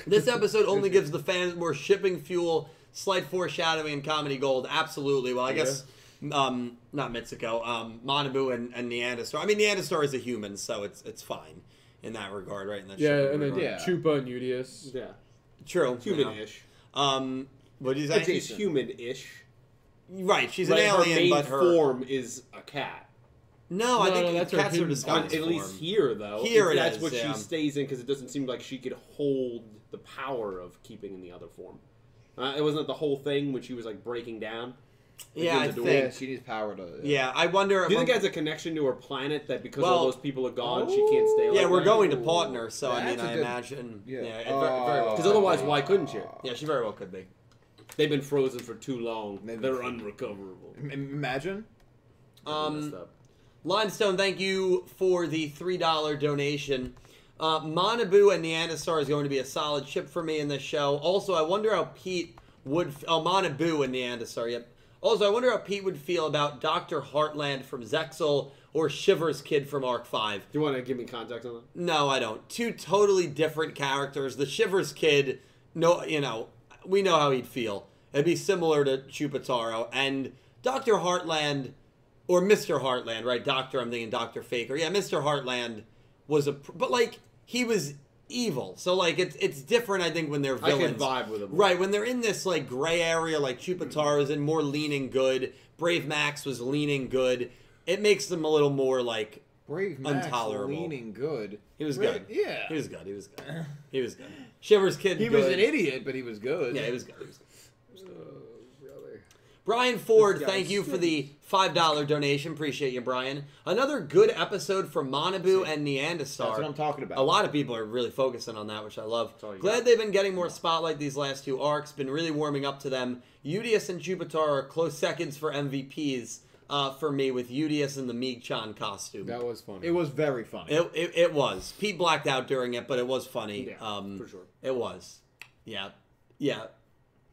S4: This episode only gives the fans more shipping fuel, slight foreshadowing, and comedy gold. Absolutely. Well, I guess um, not Mitsuko, um, Manabu and, and Neanderstar. I mean, Neanderstar is a human, so it's it's fine in that regard, right? In that
S2: Yeah,
S4: shipping
S2: and then
S4: regard.
S3: Yeah.
S2: Chupa and Udius.
S1: yeah,
S4: true, yeah.
S1: human-ish.
S4: Um, what do you
S1: It's, it's
S4: say?
S1: human-ish.
S4: Right, she's
S1: Right,
S4: an
S1: her
S4: alien,
S1: main
S4: but her
S1: form is a cat.
S4: no, I
S2: No,
S4: think
S2: no, that's her
S4: cats are
S2: human-
S1: On,
S4: disguised.
S1: at least
S4: form.
S1: here, though,
S4: Here it
S1: that's
S4: is,
S1: what
S4: yeah.
S1: she stays in because it doesn't seem like she could hold the power of keeping in the other form. Uh, it wasn't the whole thing when she was like breaking down.
S4: yeah, I
S1: begins to
S3: yeah,
S4: think.
S3: she needs power to.
S4: Yeah, I wonder.
S1: Do you
S4: if
S1: think that's a connection to her planet that because
S4: Well- oh,
S1: all those people are gone, she can't stay?
S4: Yeah,
S1: like
S4: we're
S1: that?
S4: going to partner, so I
S3: That's
S4: mean,
S3: a
S4: I
S3: good-
S4: imagine. Yeah,
S3: Yeah.
S4: it ver- very well.
S1: Because
S4: could
S1: otherwise,
S4: be.
S1: why couldn't you?
S4: Yeah, she very well could be.
S1: They've been frozen for too long.
S3: Maybe.
S1: They're unrecoverable.
S3: M- Imagine.
S1: Messed
S4: Um,
S1: up.
S4: Limestone, thank you for the three dollar donation. Uh, Monabu and Neanderstar is going to be a solid ship for me in this show. Also, I wonder how Pete would. F- oh, Monabu and Neanderstar. Yep. Also, I wonder how Pete would feel about Doctor Heartland from Zexel or Shivers Kid from Arc Five.
S1: Do you want to give me context on that?
S4: No, I don't. Two totally different characters. The Shivers kid, no, you know, we know how he'd feel. It'd be similar to Chupataro and Doctor Heartland, or Mister Heartland, right? Doctor, I'm thinking Doctor Faker. Yeah, Mister Heartland was a, pr- but like he was evil. So like it's it's different. I think when they're
S1: I can
S4: villains,
S1: vibe with him.
S4: Right when they're in this like gray area, like Chupataro is in more leaning good. Brave Max was leaning good. It makes them a little more like
S3: Brave Max
S4: Intolerable.
S3: leaning good.
S4: he was
S3: Right?
S4: good.
S3: Yeah.
S4: He was good. He was good. He was good. Shivers kid.
S3: He was an idiot, but he was good.
S4: Yeah, he was good. He was good.
S3: brother.
S4: Brian Ford,
S1: This guy
S4: thank
S1: is
S4: you for the five dollar donation. Appreciate you, Brian. Another good episode for Monabu and Neanderstar.
S3: That's what I'm talking about.
S4: A lot of people are really focusing on that, which I love.
S1: all you
S4: Glad
S1: got.
S4: they've been getting more spotlight these last two arcs. Been really warming up to them. Udius and Jupitar are close seconds for MVPs uh, for me, with Udius in the Meek-chan costume.
S2: That was funny.
S3: It was very funny.
S4: It, it, it was. Pete blacked out during it, but it was funny.
S1: Yeah,
S4: um,
S1: for sure.
S4: It was. Yeah. Yeah.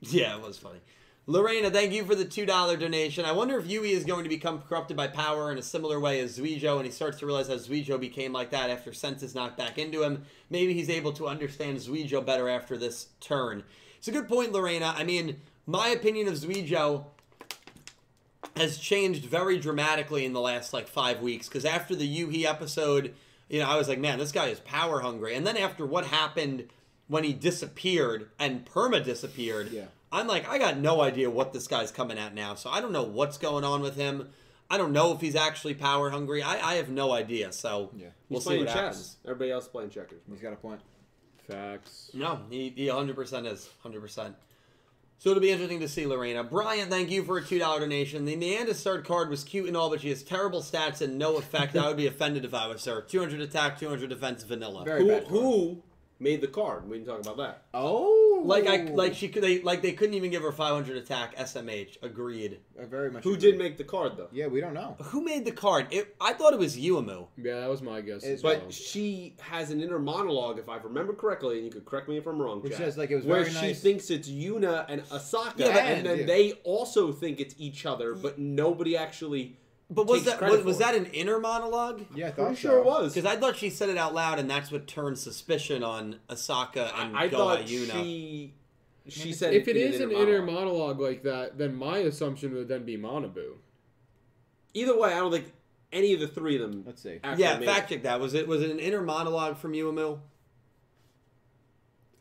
S4: Yeah, it was funny. Lorena, thank you for the $2 donation. I wonder if Yui is going to become corrupted by power in a similar way as Zuijo, and he starts to realize how Zuijo became like that after Sense is knocked back into him. Maybe he's able to understand Zuijo better after this turn. It's a good point, Lorena. I mean, my opinion of Zuijo has changed very dramatically in the last like five weeks. Because after the Yuhi episode, you know, I was like, man, this guy is power hungry. And then after what happened when he disappeared and Perma disappeared,
S3: Yeah.
S4: I'm like, I got no idea what this guy's coming at now. So I don't know what's going on with him. I don't know if he's actually power hungry. I, I have no idea. So
S3: Yeah. He's
S4: we'll see
S1: playing
S4: what
S1: chess.
S4: happens.
S1: Everybody else playing checkers.
S3: He's got a point.
S2: Facts.
S4: No, he, he 100% is. 100%. So it'll be interesting to see Lorena. Brian, thank you for a $2 donation. The Neanderthal card was cute and all, but she has terrible stats and no effect. I would be offended if I was her. 200 attack, 200 defense, vanilla.
S3: Very
S1: Who,
S3: bad. card.
S1: who made the card? We didn't talk about that.
S3: Oh.
S4: Like I like she could they like they couldn't even give her 500 attack SMH. Agreed.
S3: I very much.
S1: Who
S3: agree.
S1: did make the card though?
S3: Yeah, we don't know.
S4: Who made the card? It, I thought it was Uemu.
S2: Yeah, that was my guess.
S3: It-
S2: as
S1: But
S2: well.
S1: she has an inner monologue, if I remember correctly, and you could correct me if I'm wrong.
S3: Which
S1: Chad,
S3: says, like, it was
S1: where
S3: very
S1: she
S3: nice-
S1: thinks it's Yuna and Asaka,
S4: Yeah, but-
S1: and then
S3: Yeah.
S1: they also think it's each other, but nobody actually.
S4: But was
S1: takes
S4: that
S1: credit
S4: was, was
S1: for it.
S4: that an inner monologue?
S3: Yeah, I
S1: Pretty
S3: thought
S1: sure
S3: so.
S1: it was.
S4: Because I thought she said it out loud, and that's what turned suspicion on Asaka and
S1: I, I
S4: Goa
S1: thought
S4: Yuna.
S1: she she said
S2: if it
S1: in
S2: is an inner monologue like that, then my assumption would then be Monabu.
S1: Either way, I don't think any of the three of them.
S3: Let's see.
S1: actually
S4: Yeah,
S1: made
S4: fact check that. Was it was it an inner monologue from Uemu?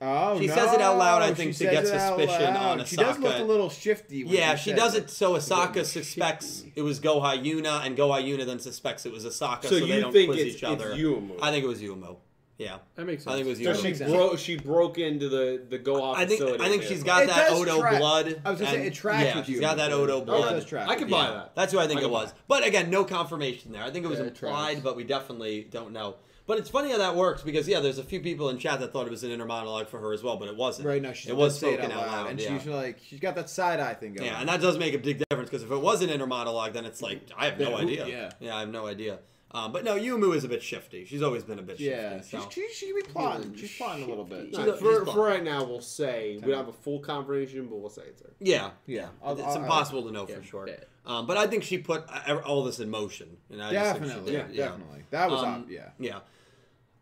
S3: Oh,
S4: She says it out loud, I
S3: no,
S4: think,
S3: she
S4: to get
S3: says it out
S4: suspicion
S3: loud.
S4: on
S3: She does look
S4: Asaka.
S3: a little shifty. When
S4: Yeah, she
S3: she,
S4: does
S3: says
S4: it so Asaka
S3: Goodness,
S4: suspects
S3: shit.
S4: it was Gohai Yuna, and Gohai Yuna then suspects it was Asaka, so,
S1: So
S4: they
S1: you
S4: don't
S1: think
S4: quiz
S1: it's-
S4: each other.
S1: it's Uemu.
S4: I think it was Uemu. Yeah,
S2: That makes sense.
S4: I think it was
S1: So
S4: Uemu.
S1: she
S3: Makes sense.
S1: broke she broke into the the go off.
S4: I think
S1: facility
S4: I think
S1: and
S4: she's
S1: everything.
S4: got
S3: It
S4: that
S3: does
S4: Odo
S3: track-
S4: blood.
S3: I was gonna say,
S4: and-
S3: it tracks
S4: yeah,
S3: with
S4: She's
S3: you. Oh,
S4: got that Odo
S3: It
S4: blood.
S3: does track.
S1: I can
S4: Yeah,
S1: buy that.
S4: That's who I think
S1: I
S4: it
S1: can buy
S4: was. But again, no confirmation there. I think it was
S3: Yeah, it
S4: implied,
S3: tracks.
S4: but we definitely don't know. But it's funny how that works because yeah, there's a few people in chat that thought it was an inner monologue for her as well, but it wasn't.
S3: Right now, she's
S4: it was
S3: say it
S4: spoken out loud,
S3: and
S4: yeah.
S3: she's like, she's got that side eye thing going.
S4: Yeah, and that does make a big difference because if it was an inner monologue, then it's like I have no
S3: Yeah, who-
S4: idea.
S3: yeah.
S4: I have no idea. Um, but no, Yumu is a bit shifty. She's always been a bit
S3: yeah.
S4: shifty. So.
S3: She's, she she be plotting. She's plotting a little bit.
S4: She's
S1: Alright,
S4: a-
S1: for,
S4: she's
S1: for
S4: blonde.
S1: right now, we'll say we don't have a full confirmation, but we'll say it's her.
S4: yeah,
S3: Yeah.
S4: It's
S3: I'll- I'll-
S4: impossible to know
S3: yeah,
S4: for sure.
S3: yeah.
S4: Um, but I think she put uh, all this in motion. And I just think she
S3: Definitely.
S4: did, yeah.
S3: Definitely. That was
S4: Um,
S3: ob- yeah.
S4: Yeah.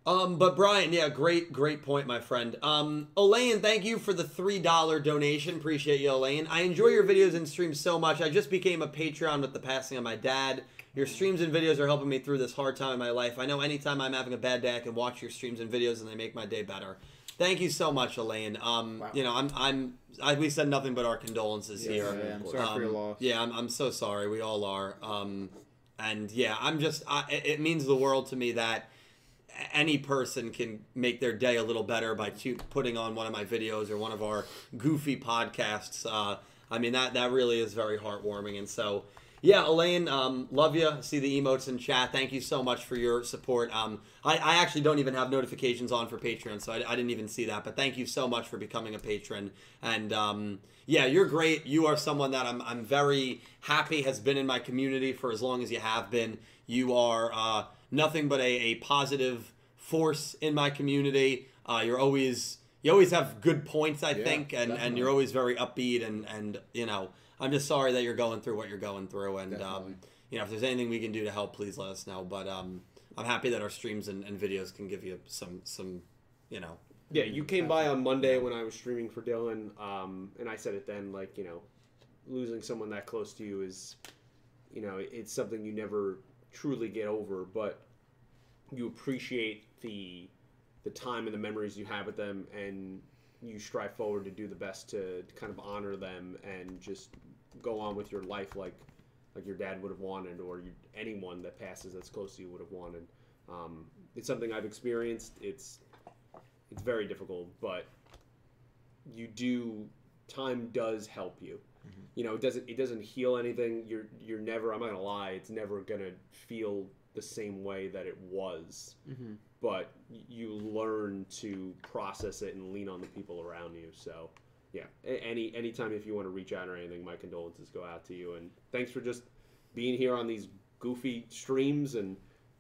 S4: Um, but Brian, yeah, great, great point, my friend. Um, Elaine, thank you for the three dollar donation. Appreciate you, Elaine. I enjoy your videos and streams so much. I just became a Patreon with the passing of my dad. Your streams and videos are helping me through this hard time in my life. I know anytime I'm having a bad day, I can watch your streams and videos, and they make my day better. Thank you so much, Elaine. Um,
S3: Wow.
S4: you know, I'm, I'm, I, we said nothing but our condolences
S3: Yeah,
S4: here.
S3: yeah, I'm sorry for your
S4: Um,
S3: loss.
S4: Yeah, I'm, I'm so sorry. We all are. Um, and yeah, I'm just, I, it it means the world to me that any person can make their day a little better by tu- putting on one of my videos or one of our goofy podcasts. Uh, I mean, that, that really is very heartwarming. And so, yeah, Elaine, um, love you. See the emotes in chat. Thank you so much for your support. Um, I, I actually don't even have notifications on for Patreon, so I, I didn't even see that. But thank you so much for becoming a patron. And um, yeah, you're great. You are someone that I'm, I'm very happy has been in my community for as long as you have been. You are uh, nothing but a, a positive force in my community. Uh, you're always you always have good points, I think, and, and
S3: definitely.
S4: you're always very upbeat and and you know I'm just sorry that you're going through what you're going through, and um,
S3: Definitely.
S4: you know if there's anything we can do to help, please let us know. But um, I'm happy that our streams and, and videos can give you some some you know
S1: Yeah, you came by on Monday when I was streaming for Dylan, um, and I said it then, like, you know, losing someone that close to you is, you know, it's something you never truly get over, but you appreciate the the time and the memories you have with them, and you strive forward to do the best to kind of honor them and just go on with your life like like your dad would have wanted or you, anyone that passes that's close to you would have wanted. Um, it's something I've experienced. It's it's very difficult, but you do time does help you.
S3: Mm-hmm.
S1: You know, it doesn't it doesn't heal anything. You're you're never I'm not gonna lie, it's never gonna feel the same way that it was.
S3: Mm-hmm.
S1: But y- you learn to process it and lean on the people around you. So yeah, a- any anytime if you want to reach out or anything, my condolences go out to you and thanks for just being here on these goofy streams and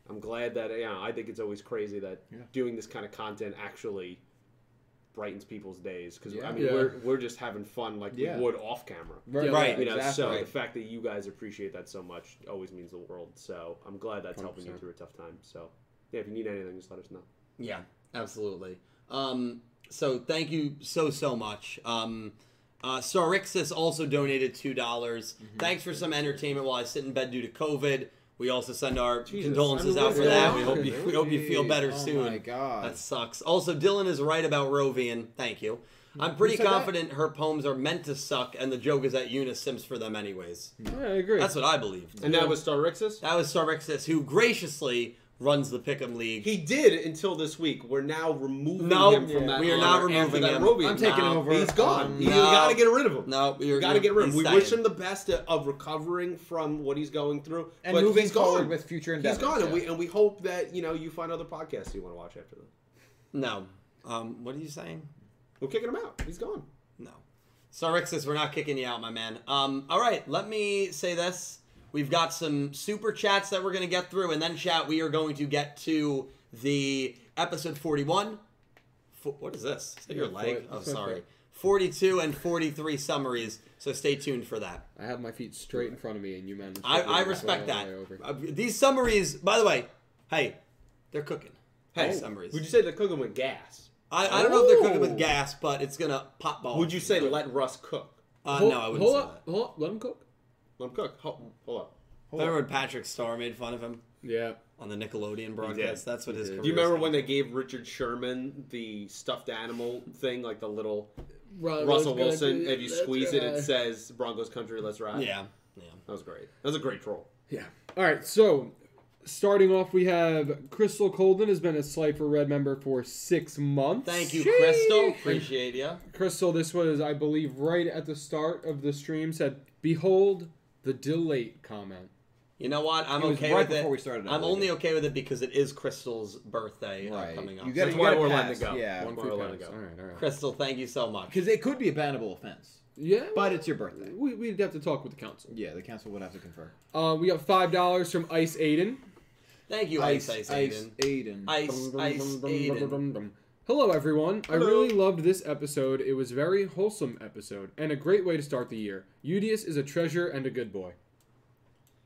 S1: I'm glad that yeah, I think it's always crazy that
S3: Yeah.
S1: doing this kind of content actually brightens people's days because I
S3: Yeah.
S1: mean
S2: Yeah.
S1: we're we're just having fun like
S3: Yeah.
S1: we would off camera.
S2: Yeah.
S3: Right.
S1: You know, so
S3: exactly.
S1: the fact that you guys appreciate that so much always means the world. So I'm glad that's helping you
S2: 100%.
S1: through a tough time. So yeah, if you need anything, just let us know.
S4: Yeah, absolutely. Um, so thank you so so much. Um, uh, Sarixis also donated two dollars.
S1: Mm-hmm.
S4: Thanks for some entertainment while I sit in bed due to COVID. We also send our
S1: Jesus,
S4: condolences
S1: I mean,
S4: out for
S1: what's
S4: that.
S1: going
S4: We hope
S1: on?
S4: you we hope you feel better
S3: Jeez,
S4: soon.
S3: Oh my god.
S4: That sucks. Also, Dylan is right about Rovian. Thank you. I'm pretty
S3: said that?
S4: confident her poems are meant to suck, and the joke is that Eunice sims for them anyways.
S2: Yeah, I agree.
S4: That's what I believe.
S1: And that was Starrixus.
S4: That was Sarixis, who graciously runs the Pick'em League.
S1: He did until this week. We're now removing
S4: No,
S1: him from that.
S4: we are not
S1: honor after
S4: removing
S1: that
S4: him.
S1: Robian.
S3: I'm taking
S4: No,
S3: over.
S1: He's gone.
S3: Um,
S1: You
S4: No.
S1: got to get rid of him.
S4: No, we are
S1: You got to get rid of him. We
S4: he's
S1: wish
S4: staying.
S1: him the best of recovering from what he's going through,
S3: and
S1: but
S3: moving
S1: he's gone.
S3: forward with future
S1: He's
S3: endeavors.
S1: gone, and
S3: yeah.
S1: we and we hope that you know you find other podcasts you want to watch after them.
S4: No. Um, what are you saying?
S1: We're kicking him out. He's gone.
S4: No. Sarixis, we're not kicking you out, my man. Um, all right, let me say this. We've got some super chats that we're going to get through, and then, chat, we are going to get to the episode 41. Fo- what is this? Is that your
S2: Yeah,
S4: leg?
S2: foot.
S4: Oh,
S2: It's my
S4: sorry.
S2: foot.
S4: 42 and 43 summaries, so stay tuned for that.
S2: I have my feet straight in front of me, and you managed. to
S4: I,
S2: get
S4: I
S2: it
S4: respect
S2: all
S4: that.
S2: the way over.
S4: Uh, These summaries, by the way, hey, they're cooking. Hey,
S1: Oh,
S4: summaries.
S1: Would you say they're cooking with gas?
S4: I, I don't know if they're cooking with
S3: Ooh.
S4: gas, but it's going to pop balls.
S1: Would you say let Russ cook?
S4: Uh,
S2: Hold-
S4: no, I wouldn't
S2: hold
S4: say
S2: up, Hold up, let him cook.
S1: Let him cook. Hold, hold up.
S4: that. Remember when Patrick Starr made fun of him?
S2: Yeah.
S4: on the Nickelodeon broadcast. That's what his.
S2: did.
S4: Career
S1: Do you remember
S4: is.
S1: when they gave Richard Sherman the stuffed animal thing, like the little
S2: Ru-
S1: Russell
S2: Russell's gonna
S1: Wilson?
S2: be-
S1: If you
S2: let's
S1: squeeze it,
S2: ride.
S1: it says Broncos country, let's ride.
S4: Yeah, yeah.
S1: that was great. That was a great troll.
S2: Yeah. All right. So, starting off, we have Crystal Colden has been a Slifer Red member for six months.
S4: Thank you,
S2: Sheesh.
S4: Crystal. Appreciate you.
S2: Crystal, this was, I believe, right at the start of the stream. Said, "Behold the delete comment."
S4: You know what? I'm
S3: It was
S4: okay
S3: right
S4: with it.
S3: before we started, I
S4: I'm
S3: believe
S4: only
S3: it.
S4: okay with it because it is Crystal's birthday uh,
S3: Right.
S4: coming up.
S3: You gotta-
S1: That's why
S3: gotta
S1: we're letting
S3: pass,
S1: it go.
S3: yeah.
S1: One
S2: One
S1: more
S2: free
S1: letting it
S2: pass.
S1: go.
S2: All right, all right.
S4: Crystal, thank you so much.
S3: Because it could be a bannable offense,
S2: Yeah,
S3: but it's your birthday.
S2: we we'd have to talk with the council.
S3: Yeah, the council would have to confer.
S2: Uh, we got five dollars from Ice Aiden.
S4: Thank you, Ice Ice Aiden.
S3: Aiden.
S4: Ice Ice Aiden.
S2: Hello everyone. I
S4: Hello.
S2: really loved this episode. It was a very wholesome episode and a great way to start the year. Udius is a treasure and a good boy.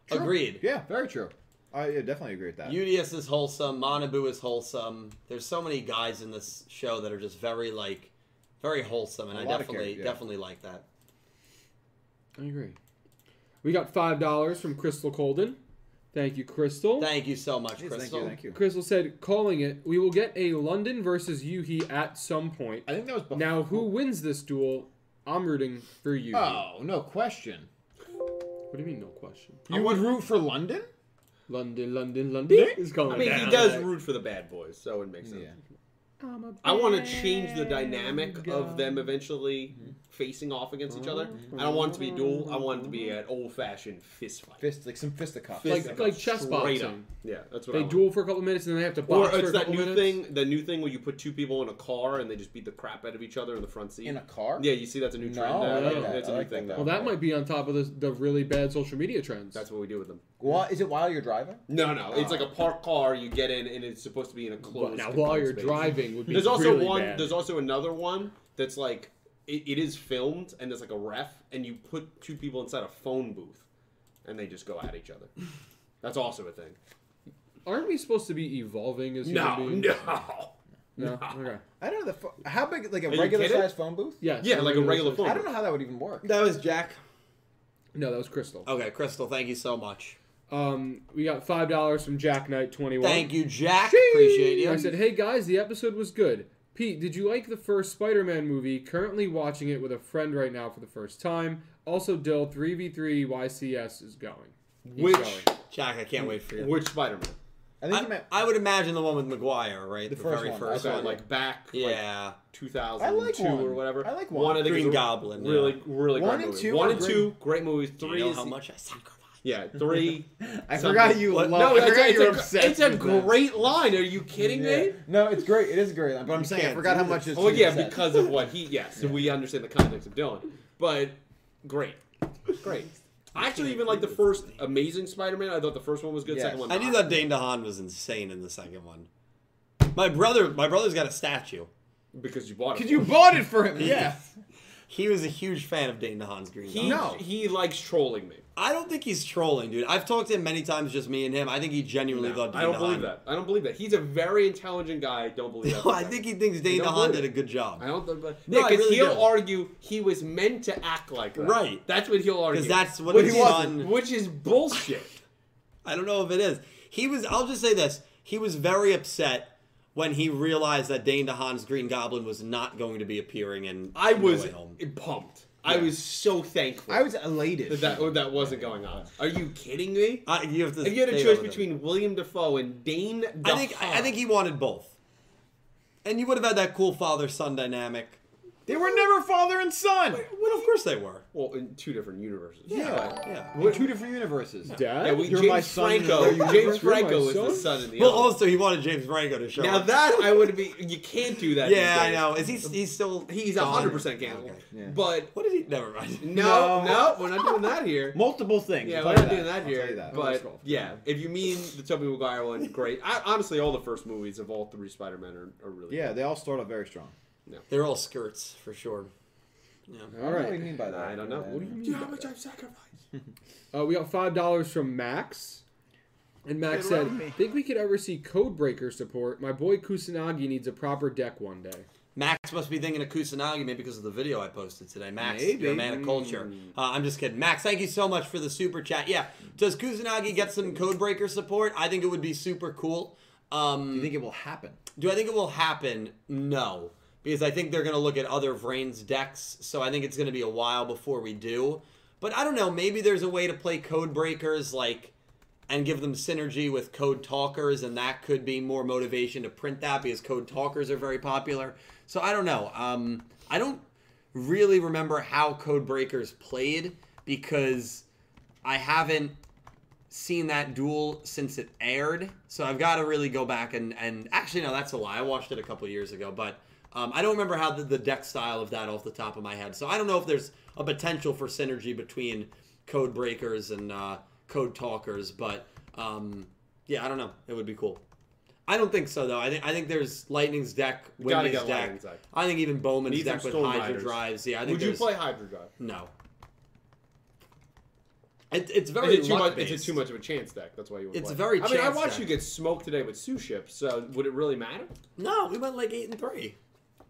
S3: True.
S4: Agreed.
S3: Yeah, very true. I yeah, definitely agree with that.
S4: UDS is wholesome. Manabu is wholesome. There's so many guys in this show that are just very like, very wholesome, and
S3: A
S4: I
S3: lot of
S4: definitely
S3: character, yeah.
S4: definitely like that.
S2: I agree. We got five dollars from Crystal Colden. Thank you, Crystal.
S4: Thank you so much,
S3: Yes, thank
S4: Crystal.
S3: you, thank you.
S2: Crystal said, calling it, we will get a London versus Yuhi at some point.
S3: I think that was before.
S2: Now, who wins this duel? I'm rooting for Yuhi.
S3: Oh, no question.
S2: What do you mean, no question?
S3: You would root for London?
S2: London, London, London is calling
S1: I mean,
S2: it down.
S1: he does root for the bad boys, so it makes sense.
S3: Yeah.
S1: I want to change the dynamic of them eventually facing off against each other. I don't want it to be a duel. I want it to be an old-fashioned fist fight.
S3: Fist, like some fisticuffs.
S1: Fist
S2: Like-
S1: fight.
S2: like chess
S1: Straight
S2: boxing.
S1: up. Yeah, that's what I
S2: They
S1: want.
S2: duel for a couple minutes and then they have to box
S1: Or
S2: for a
S1: it's that
S2: couple
S1: new
S2: minutes.
S1: thing, the new thing where you put two people in a car and they just beat the crap out of each other in the front seat.
S3: in a car?
S1: yeah, you see that's a new
S3: No,
S1: trend.
S3: I
S1: now.
S2: like
S1: Yeah,
S2: that.
S1: That's a
S3: I
S1: new
S3: like
S1: thing
S3: that.
S1: now.
S2: Well, that might be on top of the, the really bad social media trends.
S1: That's what we do with them.
S3: Why, is it while you're driving?
S1: No, no, it's like a parked car. You get in, and it's supposed to be in a
S2: Well,
S1: closed.
S2: now,
S1: confined
S2: while you're
S1: space.
S2: driving, would be
S1: There's also
S2: really
S1: one.
S2: bad.
S1: There's also another one that's like it, it is filmed, and there's like a ref, and you put two people inside a phone booth, and they just go at each other. That's also a thing.
S2: Aren't we supposed to be evolving as
S1: No,
S2: human beings?
S1: no.
S2: No. Okay.
S3: I don't know the pho- how big like a
S1: you
S3: regular
S1: kidding?
S3: sized phone booth.
S2: Yeah.
S1: Yeah,
S2: so
S1: like a regular
S2: size-
S1: phone.
S3: I don't know how that would even work.
S4: That was Jack.
S2: No, that was Crystal.
S4: Okay, Crystal, thank you so much.
S2: Um, we got five dollars from Jack Knight Twenty One.
S4: Thank you, Jack. Appreciate you.
S2: I said, "Hey guys, the episode was good. Pete, did you like the first Spider-Man movie? Currently watching it with a friend right now for the first time. Also, Dill three v three YCS is going. He's
S1: Which
S2: going.
S4: Jack, I can't wait for you.
S1: which Spider Man?
S3: I think you
S4: I,
S3: meant.
S4: I would imagine the one with McGuire, right?
S3: The first
S4: very
S3: one.
S4: first
S3: Okay.
S4: one.
S1: Like back, like
S4: Yeah.
S1: 2002
S3: I like one.
S1: or whatever.
S3: I like one.
S1: I think,
S4: Green
S1: is a
S4: Goblin,
S1: Really,
S4: yeah.
S1: really
S3: One
S1: great
S3: and
S1: movie.
S3: two
S1: One
S3: are
S1: and
S3: great.
S1: two, great movies. Three
S4: Do you know
S1: is
S4: how much I sacrificed?
S1: yeah, three.
S3: I
S1: something.
S3: forgot you
S1: What?
S3: love.
S1: No,
S3: I
S1: it's,
S3: forgot
S1: a-
S3: you were
S1: it's, a,
S3: obsessed
S1: it's a
S3: with that.
S1: great line. Are you kidding me?
S3: Yeah. No, it's great. It is a great line, but I'm saying I
S4: can't
S3: forgot
S4: do
S3: how
S4: this.
S3: much it's.
S1: Well, oh, yeah, because of what he. Yes, we understand the context of Dylan, but great, great. I actually even like the first Amazing Spider-Man. I thought the first one was good.
S3: Yes.
S1: Second one,
S4: I knew
S1: not.
S4: that Dane DeHaan was insane in the second one. My brother, my brother's got a statue.
S1: because you bought it.
S3: because
S1: for
S3: you
S1: him.
S3: bought it for him. Yeah.
S4: He was a huge fan of Dane DeHaan's Green
S1: He,
S4: Goblin.
S3: No.
S1: he likes trolling me.
S4: I don't think he's trolling, dude. I've talked to him many times, just me and him. I think he genuinely thought Dane
S1: I don't believe
S4: DeHaan-
S1: that. I don't believe that. He's a very intelligent guy. I don't believe that.
S4: No, I think he thinks Dane
S1: You don't
S4: DeHaan
S1: believe
S4: did a
S1: it.
S4: good job.
S1: I don't. Think, but,
S4: No,
S1: yeah,
S4: I
S1: because
S4: really
S1: he'll
S4: don't.
S1: argue he was meant to act like that.
S4: Right.
S1: That's what he'll argue.
S4: 'Cause that's what
S1: which
S4: he's
S1: is-
S4: on-
S1: Which is bullshit.
S4: I don't know if it is. He was. I'll just say this. He was very upset when he realized that Dane DeHaan's Green Goblin was not going to be appearing in.
S1: I
S4: No
S1: was
S4: Way Home.
S1: pumped. I was so thankful.
S3: I was elated.
S1: that that, that wasn't going on. Are you kidding me?
S4: I, you have to.
S1: If you had a
S4: stay
S1: choice
S4: over there.
S1: between William Defoe and Dane,
S4: I think. I
S1: DeHaan-
S4: think he wanted both. And you would have had that cool father-son dynamic.
S3: They were never father and son.
S4: Well, of course they were.
S1: well in two different universes.
S3: Yeah.
S4: Yeah.
S3: In two different universes.
S2: Dad.
S1: Yeah, we,
S3: You're
S1: James
S3: my son in
S1: Franco.
S3: another
S1: James
S3: universe.
S1: Franco
S2: You're my
S1: was the
S2: son?
S1: son in the.
S4: Well,
S1: other.
S4: also he wanted James Franco to show.
S1: now
S4: up.
S1: that I would be. You can't do that.
S4: Yeah, I
S1: these days.
S4: know. Is he? He's still.
S1: He's
S4: gone?
S1: hundred percent canceled.
S4: Okay.
S3: Yeah.
S1: But
S4: What did he? Never mind.
S1: no,
S3: No.
S1: no, we're not doing that here.
S3: Multiple things.
S1: Yeah,
S3: I'll
S1: we're
S3: tell
S1: not
S3: you
S1: doing that
S3: I'll tell
S1: here.
S3: you that.
S2: Let's
S1: But
S2: go.
S1: yeah, if you mean the Tobey Maguire one, great. I, honestly, all the first movies of all three Spider Men are, are really
S3: yeah, they all start off very strong.
S4: They're all skirts for sure.
S2: All
S3: What do you
S2: right.
S3: mean by
S1: Good.
S3: that?
S1: I don't know. What do you mean?
S2: by
S1: much I've sacrificed?
S2: Uh, we got five dollars from Max, and Max
S3: Get around
S2: said,
S3: me.
S2: "Think we could ever see Codebreaker support? My boy Kusanagi needs a proper deck one day."
S4: Max must be thinking of Kusanagi maybe because of the video I posted today. Max,
S3: Maybe.
S4: you're a man of culture. Uh, I'm just kidding. Max, thank you so much for the super chat. Yeah, does Kusanagi get some Codebreaker support? I think it would be super cool.
S3: You
S4: Um,
S3: think it will happen?
S4: do I think it will happen? No, because I think they're going to look at other Vrain's decks, so I think it's going to be a while before we do. But I don't know. Maybe there's a way to play Codebreakers like and give them synergy with code talkers and that could be more motivation to print that because code talkers are very popular so i don't know um, i don't really remember how code breakers played because i haven't seen that duel since it aired, so I've got to really go back and and actually no, that's a lie. I watched it a couple years ago, but um, I don't remember how the, the deck style of that off the top of my head. So I don't know if there's a potential for synergy between code breakers and uh, code talkers, but um, yeah, I don't know. It would be cool. I don't think so though. I think I think there's Lightning's deck,
S1: gotta
S4: Windy's
S1: get
S4: deck.
S1: Lightning's deck.
S4: I think even Bowman's
S1: Need
S4: deck
S1: some
S4: with
S1: Storm
S4: Hydra
S1: Riders.
S4: drives. Yeah, I think
S1: Would you
S4: there's-
S1: play Hydro Drive?
S4: no. It, it's very
S1: Is it, too much, is it
S4: luck-based.
S1: too much of a chance deck? That's why you. would
S4: It's
S1: play.
S4: very
S1: I mean, I
S4: chance
S1: watched
S4: deck.
S1: you get smoked today with sous ships. So would it really matter?
S4: No, we went like eight and three.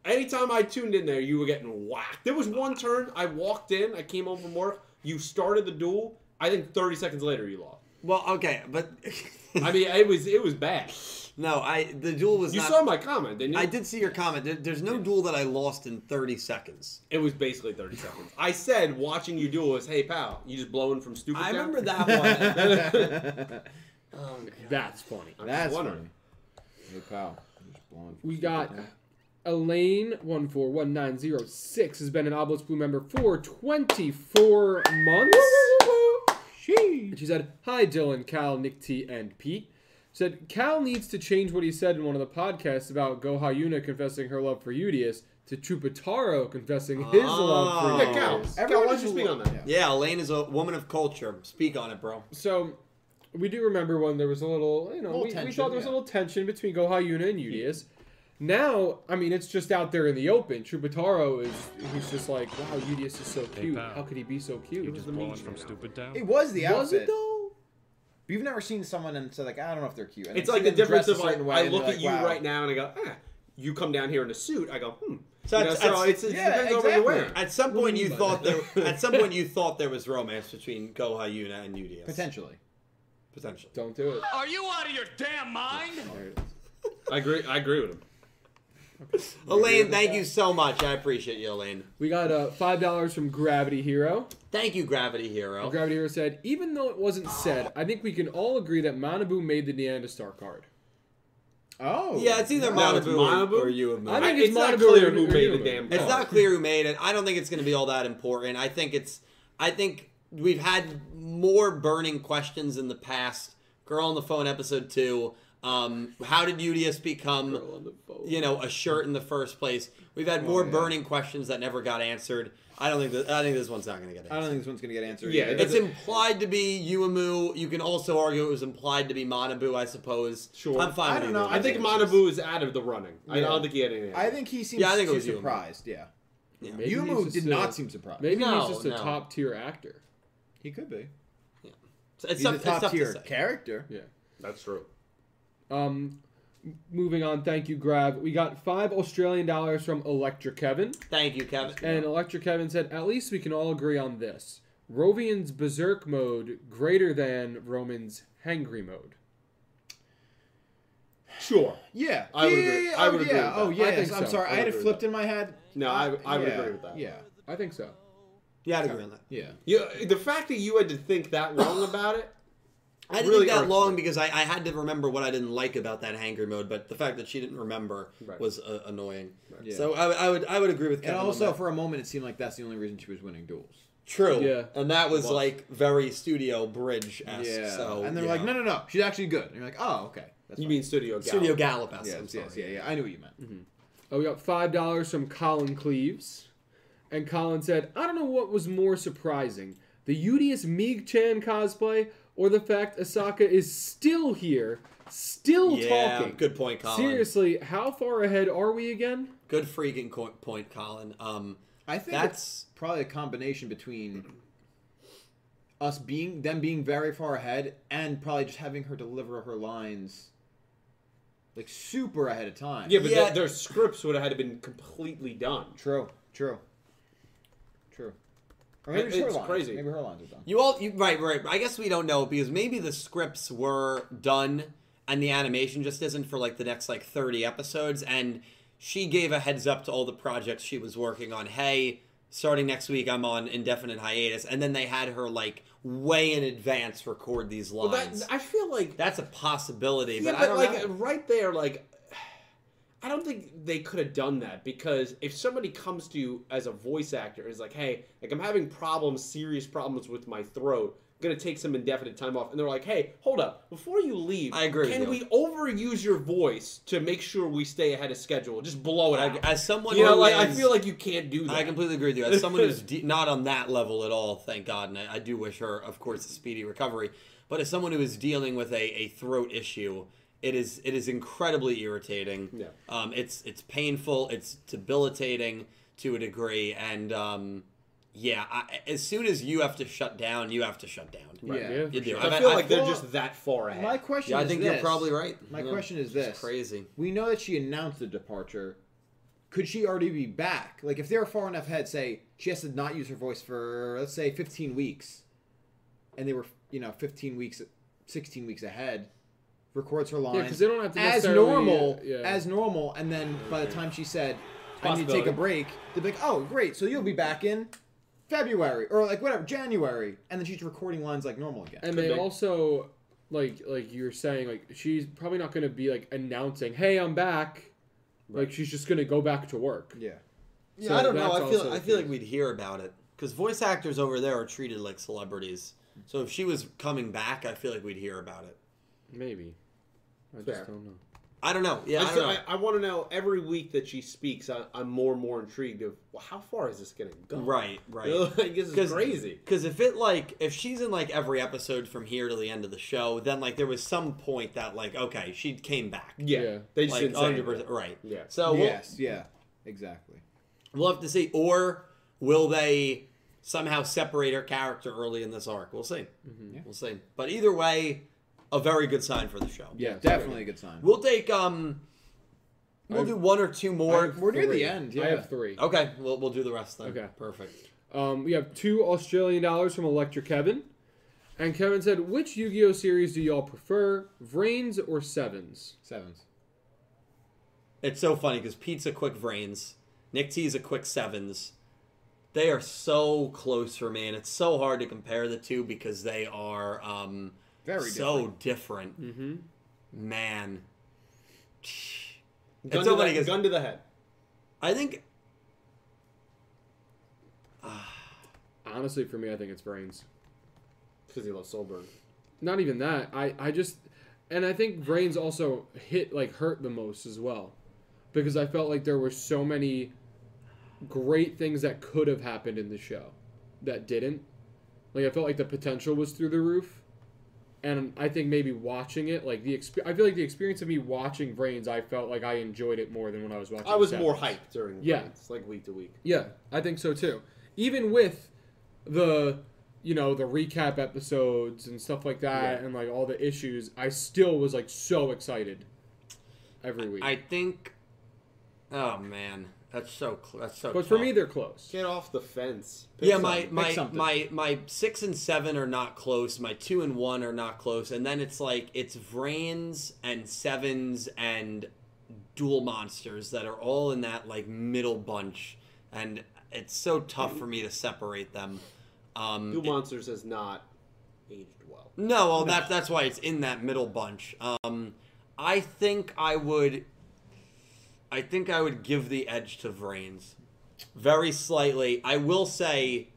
S1: Anytime I tuned in there, you were getting whacked. There was one turn I walked in. I came home from work. You started the duel. I think 30 seconds later you lost.
S4: Well, okay, but
S1: I mean, it was it was bad.
S4: no, I the duel was
S1: You
S4: not.
S1: saw my comment, didn't you?
S4: I did see your comment. There, there's no duel that I lost in 30 seconds.
S1: It was basically 30 seconds. I said watching you duel was, hey pal, you just blowing from stupid.
S4: I
S1: town?"
S4: remember that one. oh,
S2: That's funny.
S1: I'm just
S3: That's
S1: wondering.
S3: funny. Hey pal, You're just blowing from
S2: We
S3: super
S2: got
S3: down.
S2: Elaine one four one nine zero six has been an Obelisk Blue member for twenty four months. And she said, "Hi, Dylan, Cal, Nick T, and Pete." Said Cal needs to change what he said in one of the podcasts about Gohayuna confessing her love for Udius to Chupataro confessing his love for
S4: Oh.
S1: Yeah, Cal.
S2: Udius.
S1: Cal, why don't
S3: is
S1: you speak
S3: lo-
S1: on that?
S3: yeah.
S4: yeah, Elaine is a woman of culture. Speak on it, bro.
S2: So we do remember when there was a little, you know,
S3: Little
S2: we, we
S3: tension,
S2: thought there was
S3: yeah. Hmm.
S2: a little tension between Gohayuna and Udius. Now, I mean, it's just out there in the open. Chupataro is, he's just like, wow, Udius is so cute.
S5: pal.
S2: How could he be so cute?
S5: You're just
S1: the
S5: blowing
S1: meat
S5: from
S1: shootout?
S5: stupid town.
S3: It was the
S2: Was
S3: outfit.
S2: it though?
S3: You've never seen someone and said like I don't know if they're cute. And
S1: It's
S3: you
S1: like
S3: see
S1: the
S3: them dressed
S1: difference of
S3: a
S1: like
S3: certain way
S1: I
S3: and
S1: look
S3: you're
S1: at you
S3: like, wow.
S1: right now and I go, ah. You come down here in a suit. I go, hmm.
S4: So
S1: You know,
S4: it's-
S1: so
S4: it's-
S1: it's, it
S3: yeah,
S1: depends on what you're wearing.
S3: exactly.
S4: At some
S2: What
S4: point,
S2: do you
S4: you
S2: mean
S4: thought
S2: by
S4: there. At some point, you thought there was romance between Gohayuna and Udius.
S3: Potentially.
S4: Potentially.
S2: Don't do it.
S5: Are you out of your damn mind?
S1: I agree. I agree with him.
S4: Elaine, thank you so much. I appreciate you, Elaine.
S2: We got uh, $5 from Gravity Hero.
S4: Thank you, Gravity Hero.
S2: Gravity Hero said, even though it wasn't said, I think we can all agree that Manabu made the Neanderstar card.
S3: Oh.
S4: yeah, it's either
S1: No,
S4: Manabu,
S1: it's Manabu.
S4: or you of
S2: I
S4: Manabu.
S2: think
S1: It's,
S2: it's
S1: not
S2: Montevideo
S1: clear
S2: or-
S1: who
S2: or
S1: made the
S2: Unum.
S1: damn.
S4: It's
S1: call.
S4: not clear who made it. I don't think it's going to be all that important. I think it's. I think we've had more burning questions in the past. Girl on the phone, episode two. Um, how did UDS become, you know, a shirt in the first place? We've had more
S3: Oh, yeah.
S4: burning questions that never got answered. I don't think. That, I think this one's not going to get answered.
S3: I don't think this one's gonna get answered.
S1: Yeah,
S3: either.
S4: It's implied to be Uemu. You can also argue it was implied to be Manabu, I suppose.
S1: Sure.
S4: I'm fine
S3: I
S4: with
S3: don't
S4: either
S3: know.
S4: of
S1: I
S4: those
S1: think
S4: answers.
S1: Manabu is out of the running. I don't think he had any.
S3: I think he seems
S4: Yeah, I think it
S3: too
S4: was Yumu.
S3: surprised. Yeah.
S2: Maybe he's
S3: Yumu
S2: just
S3: did
S2: a-
S3: not seem surprised.
S2: Maybe
S4: No,
S2: he's just a
S4: no.
S2: top tier actor.
S3: He could be.
S4: It's, it's,
S3: He's a
S4: tough- it's tough
S3: top
S4: to
S3: tier
S4: say.
S3: character.
S2: Yeah.
S1: that's true.
S2: Um, m- moving on. Thank you, Grav. We got five Australian dollars from Electric Kevin,
S4: Thank you, Kevin.
S2: and Electric Kevin said, "At least we can all agree on this: Rovian's berserk mode greater than Roman's hangry mode."
S1: Sure.
S3: Yeah.
S1: I would agree-
S3: Yeah, yeah,
S1: I would agree
S3: yeah.
S1: with
S3: Oh
S1: that.
S2: I
S3: yeah.
S2: think
S3: I'm
S2: so.
S3: sorry.
S1: I
S3: I,
S1: would
S3: had it
S1: agree with
S3: flipped
S1: that.
S3: in my head.
S1: No, I, I would
S3: Yeah,
S1: agree with that.
S3: Yeah.
S2: I think so.
S4: Yeah, I'd agree on that.
S3: Yeah.
S1: You, the fact that you had to think that long about it.
S4: I didn't
S1: Really
S4: think that
S1: irks
S4: long
S1: me.
S4: because I, I had to remember what I didn't like about that hangry mode, but the fact that she didn't remember
S1: Right.
S4: was uh, annoying.
S3: Yeah.
S4: So I, would- I would I would agree with
S3: And
S4: Kevin. on
S3: also,
S4: that.
S3: for a moment, it seemed like that's the only reason she was winning duels.
S4: true,
S2: Yeah.
S4: and that was
S1: Was.
S4: like very studio bridge esque.
S3: Yeah.
S4: So
S3: and they're
S4: yeah.
S3: like, no, no, no, she's actually good. And you're like, oh, okay. That's
S1: You
S3: fine.
S1: mean Studio Gal?
S4: studio Gallop esque.
S3: Yes, yes, yeah, yeah. I knew what you meant.
S2: Oh, we got five dollars from Colin Cleves, and Colin said, "I don't know what was more surprising: the Udius Meeg Chan cosplay, or the fact Asaka is still here, still
S4: Yeah,
S2: talking."
S4: good point, Colin.
S2: Seriously, how far ahead are we again?
S4: Good freaking co- point, Colin. Um,
S3: I think
S4: That's-
S3: it's probably a combination between us being them being very far ahead and probably just having her deliver her lines like super ahead of time.
S1: Yeah, but
S4: Yeah.
S1: Their, their scripts would have had to been completely done.
S3: true, true, true. Or maybe
S1: It-
S3: just her
S1: it's
S3: lines.
S1: crazy.
S3: Maybe her lines are done.
S4: You all, you, right, right. I guess we don't know because maybe the scripts were done and the animation just isn't for like the next like 30 episodes. And she gave a heads up to all the projects she was working on. Hey, starting next week, I'm on indefinite hiatus. And then they had her like way in advance record these
S1: Well,
S4: lines.
S1: that, I feel like
S4: That's a possibility,
S1: yeah,
S4: but,
S1: but,
S4: I don't
S1: like
S4: know.
S1: right there, like I don't think they could have done that because if somebody comes to you as a voice actor and is like, "Hey, like I'm having problems, serious problems with my throat," going to take some indefinite time off, and they're like, "Hey, hold up! Before you leave,
S4: I agree with
S1: Can
S4: you.
S1: we overuse your voice to make sure we stay ahead of schedule? Just blow it
S4: I,
S1: out."
S4: as someone
S1: you know,
S4: who
S1: like I
S4: is-
S1: feel like you can't do that.
S4: I completely agree with you. As someone who's de- not on that level at all, thank God, and I, I do wish her, of course, a speedy recovery. But as someone who is dealing with a, a throat issue, it is it is incredibly irritating.
S1: Yeah.
S4: Um, it's it's painful. It's debilitating to a degree, and um, yeah, I, as soon as you have to shut down, you have to shut down.
S3: Yeah.
S2: Yeah,
S4: You
S2: for
S4: do.
S2: sure.
S1: I,
S4: I've-
S1: feel
S4: I've-
S1: like they're
S3: well,
S1: just that far ahead.
S3: My question
S4: Yeah, I
S3: is
S4: think
S3: this.
S4: you're probably right.
S3: My
S4: Yeah.
S3: question is
S4: It's
S3: this.
S4: crazy.
S3: We know that she announced the departure. Could she already be back? Like, if they're far enough ahead, say she has to not use her voice for let's say 15 weeks, and they were you know 15 weeks, 16 weeks ahead, records her lines
S2: 'cause they don't have to
S3: as
S2: necessarily-
S3: normal,
S2: yeah.
S3: as normal, and then by the time she said, "I need to take a
S1: Possibility.
S3: break," they're like, "Oh, great! So you'll be back in." February or like whatever January, and then she's recording lines like normal again.
S2: and they
S1: be.
S2: also like like you're saying like she's probably not going to be like announcing, "Hey, I'm back." Like she's just going to go back to work.
S3: yeah,
S4: Yeah,
S2: So
S4: I don't know.
S2: that's
S4: I feel
S2: also
S4: I
S2: the
S4: feel like
S2: case.
S4: we'd hear about it because voice actors over there are treated like celebrities. So if she was coming back, I feel like we'd hear about it.
S2: Maybe. I
S1: Fair.
S2: just don't know.
S4: I don't know. Yeah, I,
S1: I,
S4: don't know.
S1: want to know every week that she speaks. I, I'm more and more intrigued of well, how far is this going to go?
S4: right,
S1: You know,
S4: right.
S1: like, this is crazy.
S4: Because if it like if she's in like every episode from here to the end of the show, then like there was some point that like okay she came back.
S1: Yeah,
S2: Yeah.
S1: they just
S4: Like
S1: didn't say
S4: hundred
S1: anything.
S4: percent right.
S1: Yeah.
S2: Uh,
S4: So we'll,
S3: yes, yeah, exactly.
S4: we'll have to see. Or will they somehow separate her character early in this arc? We'll see.
S1: Mm-hmm.
S3: Yeah.
S4: We'll see. But either way, a very good sign for the show.
S3: Yeah,
S2: Yeah,
S3: definitely a good sign.
S4: We'll take um. We'll
S2: I've-
S4: do one or two more.
S3: We're near
S2: Three.
S3: the end. Yeah.
S2: I have 3.
S4: okay, we'll we'll do the rest then.
S2: Okay.
S4: perfect.
S2: Um, we have 2 Australian dollars from Electric Kevin. And Kevin said, "Which Yu-Gi-Oh series do y'all prefer, Vrains or Sevens?"
S3: Sevens.
S4: It's so funny because Pete's a quick Vrains, Nick T's a quick Sevens. They are so close for me, and it's so hard to compare the two because they are um
S3: Very
S4: so different. Mm-hmm. Man,
S1: Gun,
S4: It's
S1: to
S4: so
S1: the,
S4: funny 'cause-
S1: gun to the head.
S4: I think
S2: Honestly, for me, I think it's Vrains.
S1: Because he loves Soulburn.
S2: Not even that. I, I just, and I think Vrains also hit like hurt the most as well, because I felt like there were so many great things that could have happened in the show that didn't. Like I felt like the potential was through the roof, and I think maybe watching it, like the exp- I feel like the experience of me watching Vrains, I felt like I enjoyed it more than when I was watching.
S1: I was more
S2: Sevens.
S1: hyped during
S2: Yeah.
S1: It's like week to week.
S2: Yeah, I think so too. Even with the you know the recap episodes and stuff like that, and like all the issues, I still was like so excited every week.
S4: I think. Oh man, that's so cl- that's so.
S2: but for
S4: tough.
S3: Oh.
S2: me, they're close.
S1: Get off the fence. Pick
S4: Yeah, my
S1: something.
S4: my,
S3: something.
S4: my my six and seven are not close. My two and one are not close, and then it's like it's Vrains and sevens and dual monsters that are all in that like middle bunch, and it's so tough for me to separate them. Um,
S1: New Monsters has not aged well.
S4: no, well, that that's why it's in that middle bunch. Um, I think I would, I think I would give the edge to Vrains, very slightly. I will say,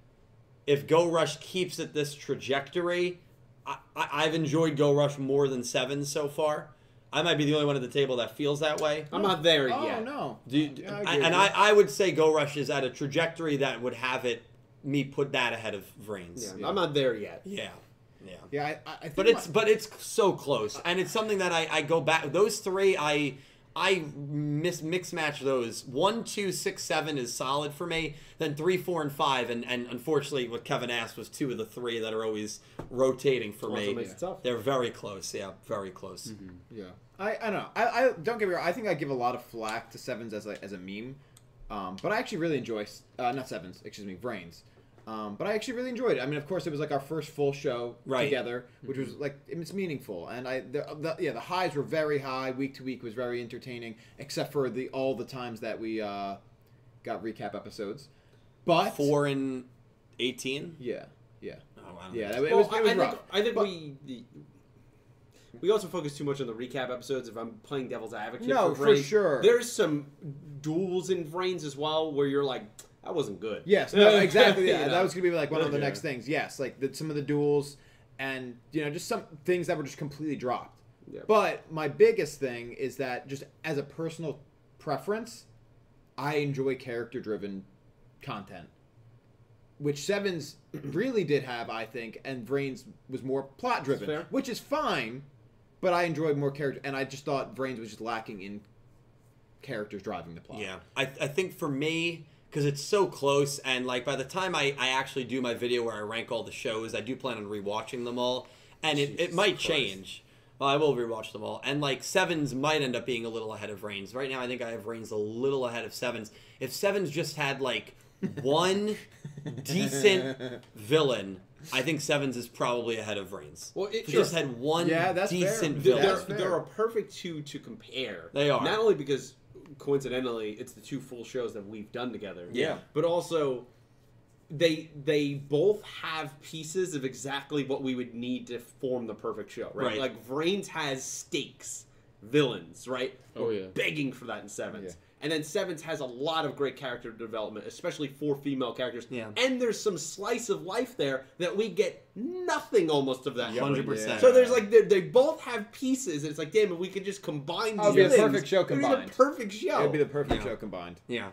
S4: if Go Rush keeps at this trajectory, I, I, I've enjoyed Go Rush more than Seven so far. I might be the only one at the table that feels that way.
S1: I'm not there
S3: Oh
S1: yet.
S3: no.
S4: Do you-
S3: Yeah, I
S4: I-
S3: agree with
S4: and
S3: you.
S4: I, I would say Go Rush is at a trajectory that would have it me put that ahead of
S1: Yeah,
S4: Vrains.
S1: I'm not there yet.
S4: yeah. yeah.
S3: Yeah, I, I I think
S4: But it's but it's so close, and it's something that I, I go back. Those three, I I mis mix match those. One, two, six, seven is solid for me. Then three, four, and five, and and unfortunately, what Kevin asked was two of the three that are always rotating for
S1: Also
S4: me.
S1: makes it tough. Mm-hmm.
S4: They're very close. Yeah, very close.
S3: yeah. I, I don't know. I, I don't get me wrong. I think I give a lot of flack to sevens as a, as a meme, um, but I actually really enjoy s- uh, not sevens, excuse me, brains. Um, but I actually really enjoyed it. I mean, of course, it was like our first full show
S4: Right. Mm-hmm.
S3: together, which was like it's meaningful. And I, the, the, yeah, the highs were very high. Week to week was very entertaining, except for the all the times that we uh, got recap episodes. But
S4: Four and eighteen.
S3: yeah, yeah,
S4: Oh, I don't
S3: yeah.
S4: know.
S3: It was,
S1: Well,
S3: it was
S1: I, I
S3: rough.
S1: think, I think
S3: But-
S1: we the- we also focus too much on the recap episodes. If I'm playing devil's advocate,
S3: No,
S1: for,
S3: for
S1: Vrains,
S3: sure.
S1: There's some duels in Vrains as well where you're like, that wasn't good.
S3: Yes, no, exactly. Yeah,
S1: You know?
S3: that was gonna be like one of the
S2: Yeah.
S3: next things. Yes, like the, some of the duels and you know just some things that were just completely dropped.
S1: Yeah.
S3: But my biggest thing is that just as a personal preference, I enjoy character driven content. Which Sevens really did have, I think, and Vrains was more plot driven,
S1: fair.
S3: which is fine, but I enjoyed more character, and I just thought Vrains was just lacking in characters driving the plot.
S4: Yeah, I, I think for me, because it's so close, and like by the time I, I actually do my video where I rank all the shows, I do plan on rewatching them all, and it, it
S1: Jesus
S4: might
S1: Christ.
S4: change. Well, I will rewatch them all, and like Sevens might end up being a little ahead of Reigns. Right now, I think I have Reigns a little ahead of Sevens. If Sevens just had like one decent villain, I think Sevens is probably ahead of Reigns.
S1: Well, it-
S4: If just
S1: sure.
S4: had one
S3: Yeah, that's fair.
S4: decent
S3: Th-
S4: villain.
S1: they're,
S3: That's fair.
S1: they're a perfect two to compare.
S4: They are.
S1: Not only because, coincidentally, it's the two full shows that we've done together.
S4: Yeah.
S1: But also, they they both have pieces of exactly what we would need to form the perfect show, right?
S4: Right.
S1: Like, Vrains has stakes, villains, right?
S2: Oh,
S1: We're
S2: yeah.
S1: Begging for that in Sevens.
S3: Yeah.
S1: And then Sevens has a lot of great character development, especially for female characters.
S4: Yeah.
S1: And there's some slice of life there that we get nothing almost of that.
S4: 100%.
S3: Yeah.
S1: So there's like they, they both have pieces. It's like damn, if we could just combine these
S3: That would be a
S1: things,
S3: perfect show
S1: it'd be the
S3: combined.
S1: perfect show.
S3: It would be the perfect
S4: Yeah.
S3: show combined.
S4: yeah,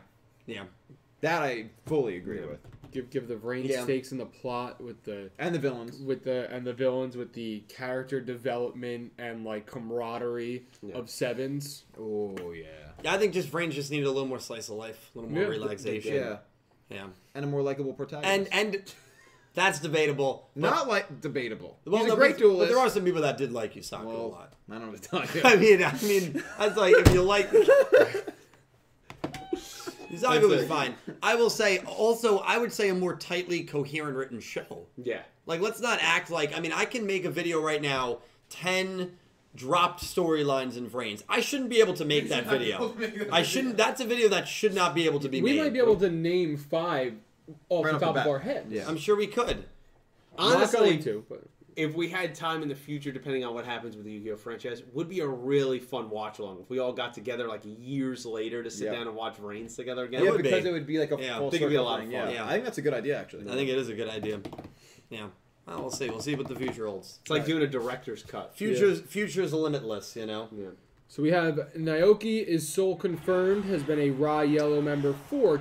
S4: yeah.
S3: That I fully agree with.
S2: Give give the brain
S4: Yeah.
S2: stakes in the plot with the
S3: And the villains.
S2: with the and the villains with the character development and like camaraderie of sevens.
S3: Oh, yeah.
S4: Yeah, I think just Reigns just needed a little more slice of life, a little more
S2: Yeah,
S4: relaxation.
S3: Yeah.
S4: Yeah.
S3: And a more likable protagonist.
S4: And and that's debatable. But-
S3: Not like debatable.
S4: well,
S3: He's
S4: no,
S3: a great
S4: but,
S3: duelist.
S4: But there are some people that did like Usaka a
S3: Well,
S4: lot.
S3: I don't know what to tell you.
S4: I mean, I mean, that's like if you like Usaka was
S1: it.
S4: fine. I will say also, I would say a more tightly coherent written show.
S1: yeah.
S4: Like, let's not act like. I mean, I can make a video right now, ten dropped storylines in Vrains. I shouldn't be able to make that video. I shouldn't. That's a video that should not be able to be
S2: We
S4: made.
S2: might be able to name five off
S3: Right
S2: the
S3: off the
S2: top
S3: bat.
S2: of our heads.
S3: Yeah.
S4: I'm sure we could.
S2: not
S1: Honestly,
S2: going to. But
S1: if we had time in the future, depending on what happens with the Yu-Gi-Oh franchise, would be a really fun watch along. If we all got together like years later to sit
S3: Yeah.
S1: down and watch Reigns together again,
S3: yeah,
S4: would
S3: because
S4: be.
S3: it would be like a
S4: Yeah.
S3: full
S1: Think it'd be a
S3: circle
S1: lot of
S3: thing,
S1: fun.
S3: Yeah.
S4: Yeah.
S3: I think that's a good idea, actually.
S4: I think it is a good idea. Yeah. Well, we'll see. We'll see what the future holds.
S1: it's like doing a director's cut.
S4: Futures, futures limitless. You know.
S1: Yeah.
S2: so we have Naoki is soul confirmed has been a Raw Yellow member for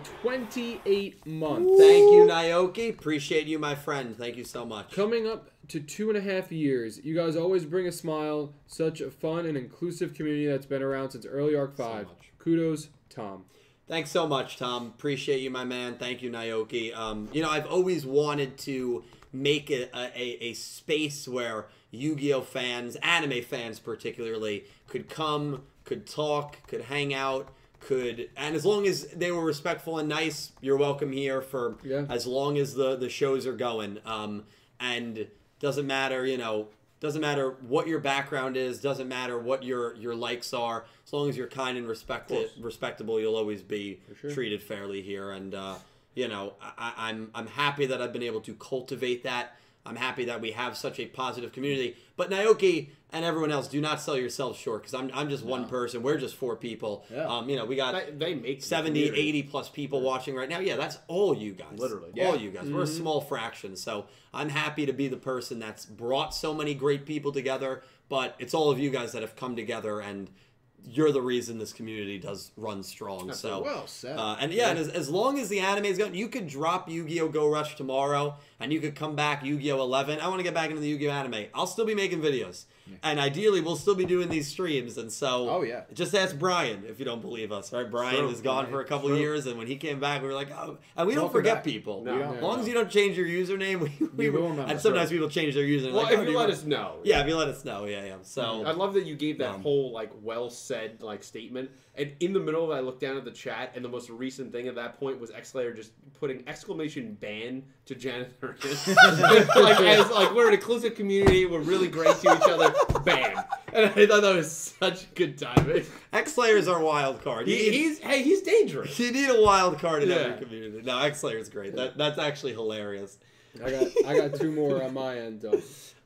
S2: 28 months.
S4: Thank you, Naoki. Appreciate you, my friend. Thank you so much.
S2: Coming up to two and a half years, you guys always bring a smile. Such a fun and inclusive community that's been around since early Arc 5.
S4: much.
S2: Kudos, Tom.
S4: Thanks so much, Tom. Appreciate you, my man. Thank you, Naoki. Um, you know, I've always wanted to make a, a, a space where Yu Gi Oh fans, anime fans particularly, could come, could talk, could hang out, could. And as long as they were respectful and nice, you're welcome here for
S2: Yeah.
S4: as long as the, the shows are going. Um, and doesn't matter, you know. Doesn't matter what your background is. Doesn't matter what your your likes are. As long as you're kind and respected, respectable, you'll always be treated fairly here. And uh, you know, I, I- I'm I'm happy that I've been able to cultivate that. I'm happy that we have such a positive community. But Naoki and everyone else, do not sell yourselves short because I'm I'm just one person. We're just four people.
S3: Yeah.
S4: Um, you know, we got
S1: They, they make
S4: 70,
S1: weird.
S4: 80 plus people watching right now. Yeah, that's all you guys.
S1: Literally.
S4: All
S3: Yeah.
S4: you guys. We're a small fraction. So I'm happy to be the person that's brought so many great people together, but it's all of you guys that have come together and you're the reason this community does run strong. So
S3: Well said.
S4: uh, and yeah, and as, as long as the anime is going, you could drop Yu-Gi-Oh! Go Rush tomorrow, and you could come back Yu-Gi-Oh! 11. I want to get back into the Yu-Gi-Oh! anime. I'll still be making videos, and ideally, we'll still be doing these streams. And so,
S3: Oh, yeah.
S4: just ask Brian if you don't believe us. Right, Brian
S1: True.
S4: was gone for a couple
S1: True.
S4: years, and when he came back, we were like, oh, and we don't
S3: Welcome
S4: forget
S3: back.
S4: people.
S1: No. We
S2: don't.
S4: As long as you don't change your username, we, we,
S3: You will remember.
S4: and sometimes people change their username.
S1: Well,
S4: like, oh,
S1: if
S4: do
S1: you let
S4: re-
S1: us Mm-hmm. know.
S4: yeah, if you let us know, yeah, yeah. So
S1: I love that you gave that
S4: Um,
S1: whole like well said like statement, and in the middle of it, I looked down at the chat, and the most recent thing at that point was Xlayer just putting exclamation ban to Janitor, like as like we're an inclusive community, we're really great to each other, ban, and I thought that was such good timing.
S4: X Slayer's our wild card.
S1: He,
S4: You-
S1: he's hey, he's dangerous.
S4: You need a wild card in
S1: Yeah.
S4: every community. No, X Slayer's great. That that's actually hilarious.
S2: I got I got two more on my end though.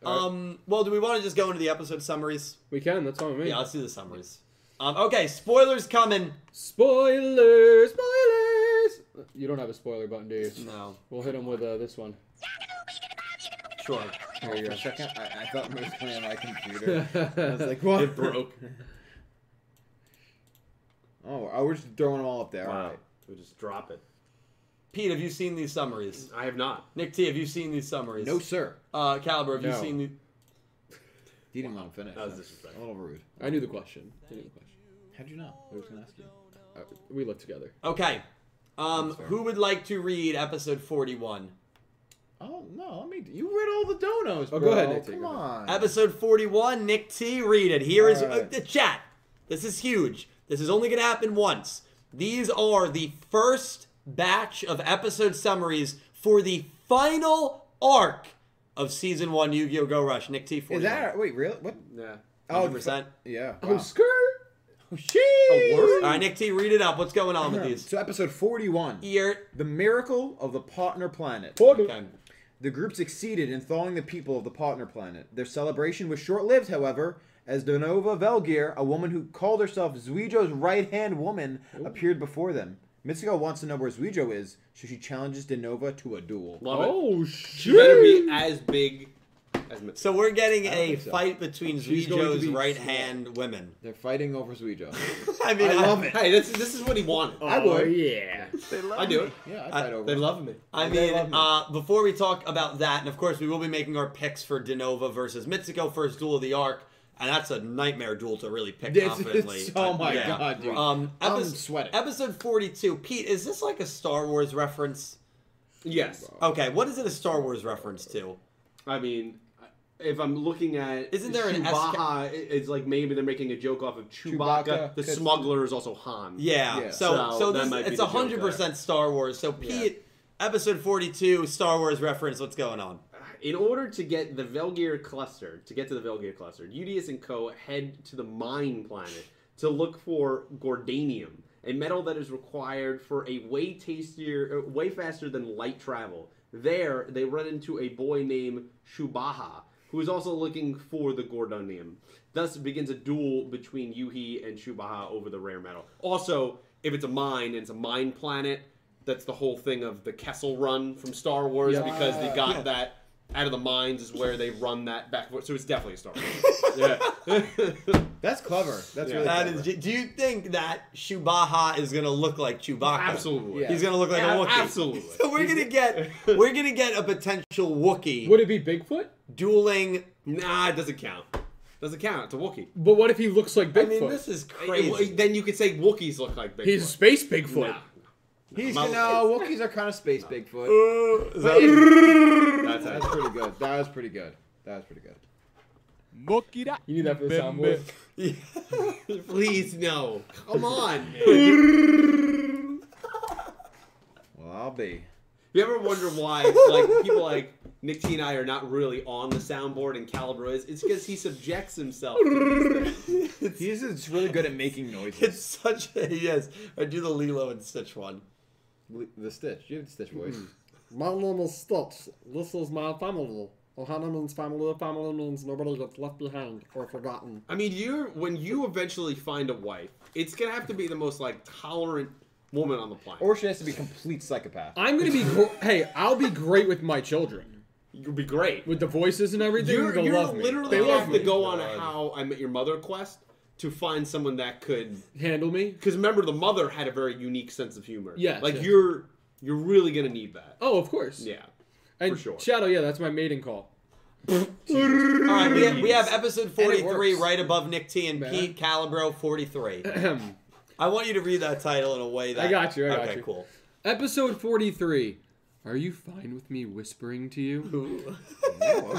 S2: All right.
S4: Um, well, do we want to just go into the episode summaries?
S2: we can, that's all I mean.
S4: Yeah, let's do the summaries. Um, okay, spoilers coming.
S2: Spoilers, spoilers. You don't have a spoiler button, do you?
S4: No,
S2: We'll hit him with uh, this one.
S4: sure.
S3: Here we go. Second, I, I thought it was playing my computer. I was like, what?
S1: It broke.
S3: Oh, I was just throwing them all up there. All
S1: Wow.
S3: right.
S1: We just drop it.
S4: Pete, have you seen these summaries?
S1: I have not.
S4: Nick T, have you seen these summaries?
S3: No, sir.
S4: Uh, Caliber, have you
S3: No.
S4: seen the?
S3: You didn't want to finish.
S1: That was
S3: That's A
S1: disrespectful.
S3: little rude.
S2: I knew the question. I knew the question.
S3: How'd you know? I was going to ask you.
S2: Uh, we looked together.
S4: Okay. Um,
S3: That's fair.
S4: who would like to read episode forty-one?
S3: Oh, no. Let me. You read all the donos,
S2: Oh,
S3: bro.
S2: go ahead, Nick, take
S3: Come
S2: it.
S3: on.
S4: Episode 41, Nick T. Read it. Here is
S3: Alright.
S4: uh, the chat. This is huge. This is only going to happen once. These are the first batch of episode summaries for the final arc of season one Yu Gi Oh! Go Rush. Nick T. 41.
S3: Is that. Wait, really? What?
S1: Yeah.
S3: Oh,
S4: 100%.
S3: Yeah.
S2: Oh,
S3: wow.
S2: skirt.
S3: Oh, shit.
S4: All right, Nick T, read it up. What's going on with these? E-
S3: So, episode 41
S4: Here.
S3: The Miracle of the Partner Planet.
S4: Okay.
S3: The group succeeded in thawing the people of the partner planet. Their celebration was short lived, however, as Donova Velgear, a woman who called herself Zuijo's right hand woman, appeared before them. Mitsuko wants to know where Zuijo is, so she challenges Donova to a duel.
S1: Love it.
S2: Oh
S1: She better be
S2: shit.
S1: as big as Mitsuko.
S4: So we're getting
S3: don't
S4: a
S3: think so.
S4: fight between
S2: She's going to
S4: Zuijo's
S2: be
S4: right hand women.
S3: They're fighting over Zuijo.
S4: I mean,
S3: I love it.
S1: Hey, this, this is what he wanted.
S2: Oh,
S3: I would.
S2: Yeah.
S3: They love
S1: I do it.
S3: Yeah, I fight over.
S1: They
S3: it.
S1: love me.
S4: I
S3: And they
S4: mean,
S3: love me.
S4: uh, before we talk about that, and of course, we will be making our picks for Denova versus Mitsuko, first duel of the arc, and that's a nightmare duel to really pick
S3: It's- it's-
S4: confidently.
S3: oh
S4: Uh,
S3: my God, dude.
S4: Um,
S3: I'm
S4: epis-
S3: sweating.
S4: Episode 42. Pete, is this like a Star Wars reference?
S1: Yes.
S4: Okay, what is it a Star Wars reference to?
S1: I mean, if I'm looking at
S4: Isn't there an
S1: Chewbacca? it- It's like maybe they're making a joke off of Chewbacca.
S3: Chewbacca,
S1: the
S3: 'cause-
S1: smuggler is also Han.
S4: Yeah,
S3: Yeah.
S4: so, so,
S1: So that
S4: this,
S1: might be
S4: it's
S1: the joke
S4: 100% Star Wars. So, Pete, episode 42, Star Wars reference, what's going on?
S1: In order to get the Velgear cluster, to get to the Velgear cluster, Udius and Co. head to the Mine Planet to look for Gordanium, a metal that is required for a way tastier, uh, way faster than light travel. There, they run into a boy named Shubaha, who is also looking for the Gordanium. Thus begins a duel between Yuhi and Shubaha over the rare metal. Also, if it's a mine and it's a mine planet, that's the whole thing of the Kessel Run from Star Wars
S2: Yeah.
S1: because they got
S4: Yeah.
S1: that out of the mines is where they run that back. So it's definitely a Star Wars. yeah.
S3: That's clever. That's
S1: Yeah.
S3: really
S4: That
S3: clever.
S4: is, do you think that Chewbacca is going to look like Chewbacca?
S1: Absolutely.
S3: Yeah.
S4: He's gonna look like a
S1: Yeah,
S4: Wookiee.
S1: absolutely.
S4: So we're gonna get we're gonna get a potential Wookiee
S2: Would it be Bigfoot?
S4: dueling.
S1: Nah, it doesn't count. Doesn't count. It's a Wookiee.
S2: But what if he looks like Bigfoot?
S4: I mean, this is
S1: It-
S4: crazy.
S1: it- then you could say Wookiees look like Bigfoot.
S2: He's space Bigfoot.
S1: Nah.
S3: He's
S1: Mouth-
S3: no Wookiees are kind of space Bigfoot.
S4: Uh, is that-
S1: That's
S3: That's
S1: it.
S3: pretty good. That was pretty good. That was pretty good.
S2: You need that for the soundboard.
S1: Please no. Come on. man.
S3: Well, I'll be.
S1: you ever wonder why like people like Nick T and I are not really on the soundboard and Calibro is? It's because he subjects himself. to these things.
S3: He's just really good at making noises.
S4: it's such a yes. I do the Lilo and Stitch one.
S3: The Stitch. You have the Stitch voice.
S2: My name is Stitch. This is my family. Ohana means family. Family means nobody gets left behind or forgotten.
S1: I mean, you're when you eventually find a wife, it's gonna have to be the most like tolerant woman on the planet.
S3: Or she has to be a complete psychopath.
S2: I'm gonna be. Gr- hey, I'll be great with my children,
S1: You'd be great.
S2: with the voices and everything.
S1: You're,
S2: they'll
S1: you're
S2: love me.
S1: literally
S2: they
S1: gonna
S2: love
S1: have
S2: me.
S1: to go on
S4: God.
S1: a How I Met Your Mother quest to find someone that could.
S2: handle me.
S1: Because remember, the mother had a very unique sense of humor.
S2: Yes,
S1: like
S2: yes.
S1: you're you're really gonna need that.
S2: Oh, of course.
S1: Yeah,
S2: and
S1: for sure.
S2: Shadow, yeah, that's my mating call.
S4: All right, we have, we have episode
S2: it
S4: 43
S2: works.
S4: right above Nick T and
S2: Man.
S4: Pete Calibro 43. I want you to read that title in a way that
S2: I got you, I got
S4: okay,
S2: you.
S4: cool.
S2: Episode 43. Are you fine with me whispering to you?
S4: Ooh.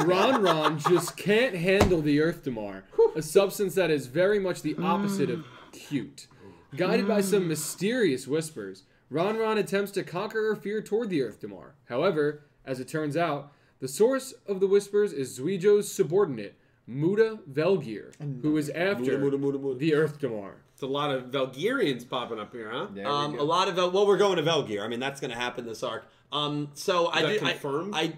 S2: Ron Ron just can't handle the Earth Damar, a substance that is very much the opposite of cute. Guided by
S1: Mm.
S2: some mysterious whispers, Ron Ron attempts to conquer her fear toward the Earth Damar. However, as it turns out, the source of the whispers is Zuijo's subordinate, Muda Velgear, who is after
S1: Muda, Muda, Muda.
S2: the Earth Damar.
S1: It's a lot of Valgirians popping up here, huh?
S3: There we
S4: Um, a
S3: go. Oh,
S4: lot of Vel- well, we're going to Velgear. I mean, that's going to happen this arc. Um, so I
S1: that
S4: did I-
S1: confirmed?
S4: I,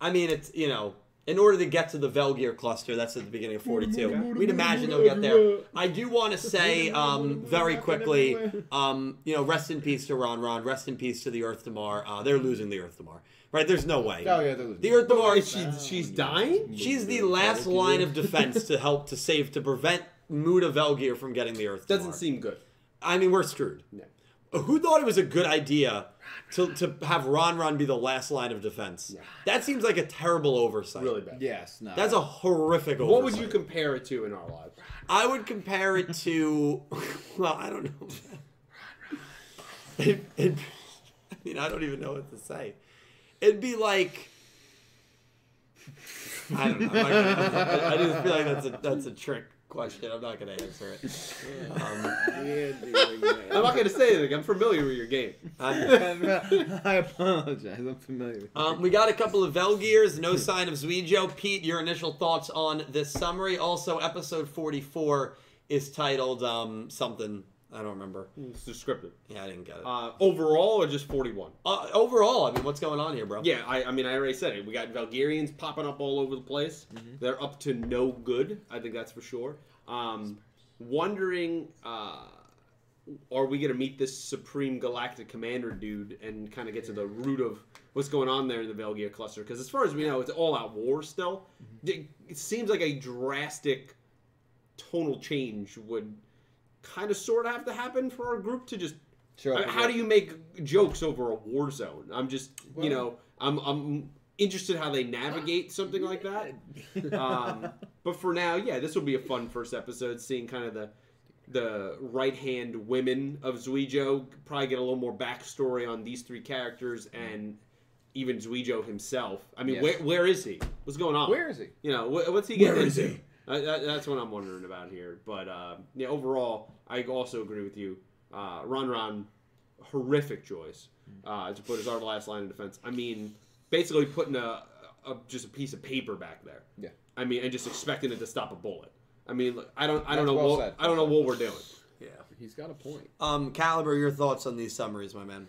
S4: I, mean, it's you know, in order to get to the Velgear cluster, that's at the beginning of 42. We'd imagine they'll get there. I do want to say um, very quickly, um, you know, rest in peace to Ron Ron, rest in peace to the Earth Damar. Uh, they're losing the Earth Damar, right? There's no way.
S3: Oh yeah, they're losing.
S4: The Earth Damar,
S1: Is she, she's dying?
S4: she's the last line of defense to help, to save, to prevent Muda Velgear from getting the Earth
S1: Doesn't
S4: Damar.
S1: seem good.
S4: I mean, we're screwed. Who thought it was a good idea to, to have Ron Ron be the last line of defense? That seems like a terrible oversight.
S1: Really bad.
S3: yes, no.
S4: That's a horrific oversight.
S1: What would you compare it to in our lives?
S4: I would compare it to. Well, I don't know. It, it, I mean, I don't even know what to say. It'd be like. I don't know. I'm not gonna- I just feel like that's a that's a trick question. I'm not going to answer it. Um,
S1: I'm not going to say anything. I'm familiar with your game.
S4: I'm-
S3: I apologize. I'm familiar. With
S4: Um, we got a couple of Velgears, no sign of Zuijo. Pete, your initial thoughts on this summary. Also, episode 44 is titled um, something. I don't remember.
S1: It's descriptive.
S4: Yeah, I didn't get it. Uh,
S1: Uh, overall, or just 41?
S4: overall, I mean, what's going on here, bro?
S1: Yeah, I, I mean, I already said it. We got Valgarians popping up all over the place. They're up to no good. I think that's for sure. Um, wondering, uh, are we going to meet this Supreme Galactic Commander dude and kind of get to the root of what's going on there in the Valgear cluster? Because as far as we know, it's all out war still. It, it seems like a drastic tonal change would kind of sort of have to happen for our group to just
S3: Sure.
S1: I mean, how do you make jokes over a war zone? I'm just, you know, I'm I'm interested how they navigate something like that. Um, but for now, yeah, this will be a fun first episode, seeing kind of the the right hand women of Zuijo. Probably get a little more backstory on these three characters and even Zuijo himself. I mean,
S3: Yes.
S1: where where is he? What's going on?
S3: Where is he?
S1: You know, wh- what's he getting into? Uh, that, that's what I'm wondering about here. But uh, yeah, overall, I also agree with you. Uh, Ron Ron, horrific choice uh, to put as our last line of defense. I mean, basically putting a, a just a piece of paper back there.
S3: Yeah.
S1: I mean, and just expecting it to stop a bullet. I mean, look, I don't, I don't
S3: That's
S1: know
S3: well
S1: what,
S3: said.
S1: I don't know what we're doing.
S4: Yeah.
S2: He's got a point.
S4: Um, Caliber, your thoughts on these summaries, my man?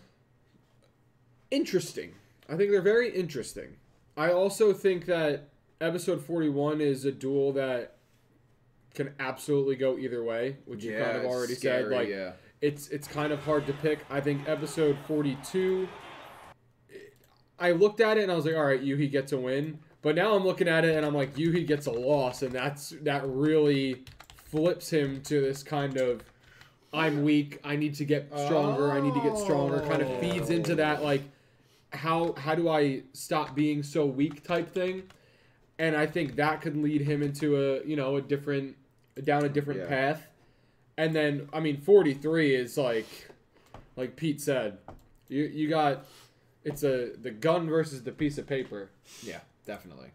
S2: Interesting. I think they're very interesting. I also think that episode 41 is a duel that can absolutely go either way, which you kind of
S3: it's
S2: already said.
S3: scary,
S2: Like,
S3: yeah.
S2: it's it's kind of hard to pick. I think episode 42. I looked at it and I was like, all right, Yuhi gets a win. But now I'm looking at it and I'm like, Yuhi gets a loss, and that's that really flips him to this kind of I'm weak, I need to get stronger, I need to get stronger. Kind of feeds into that like how how do I stop being so weak type thing. And I think that could lead him into a you know, a different down a different
S3: Yeah.
S2: path. And then I mean 43 is like like Pete said, you you got it's a the gun versus the piece of paper.
S3: Yeah, definitely.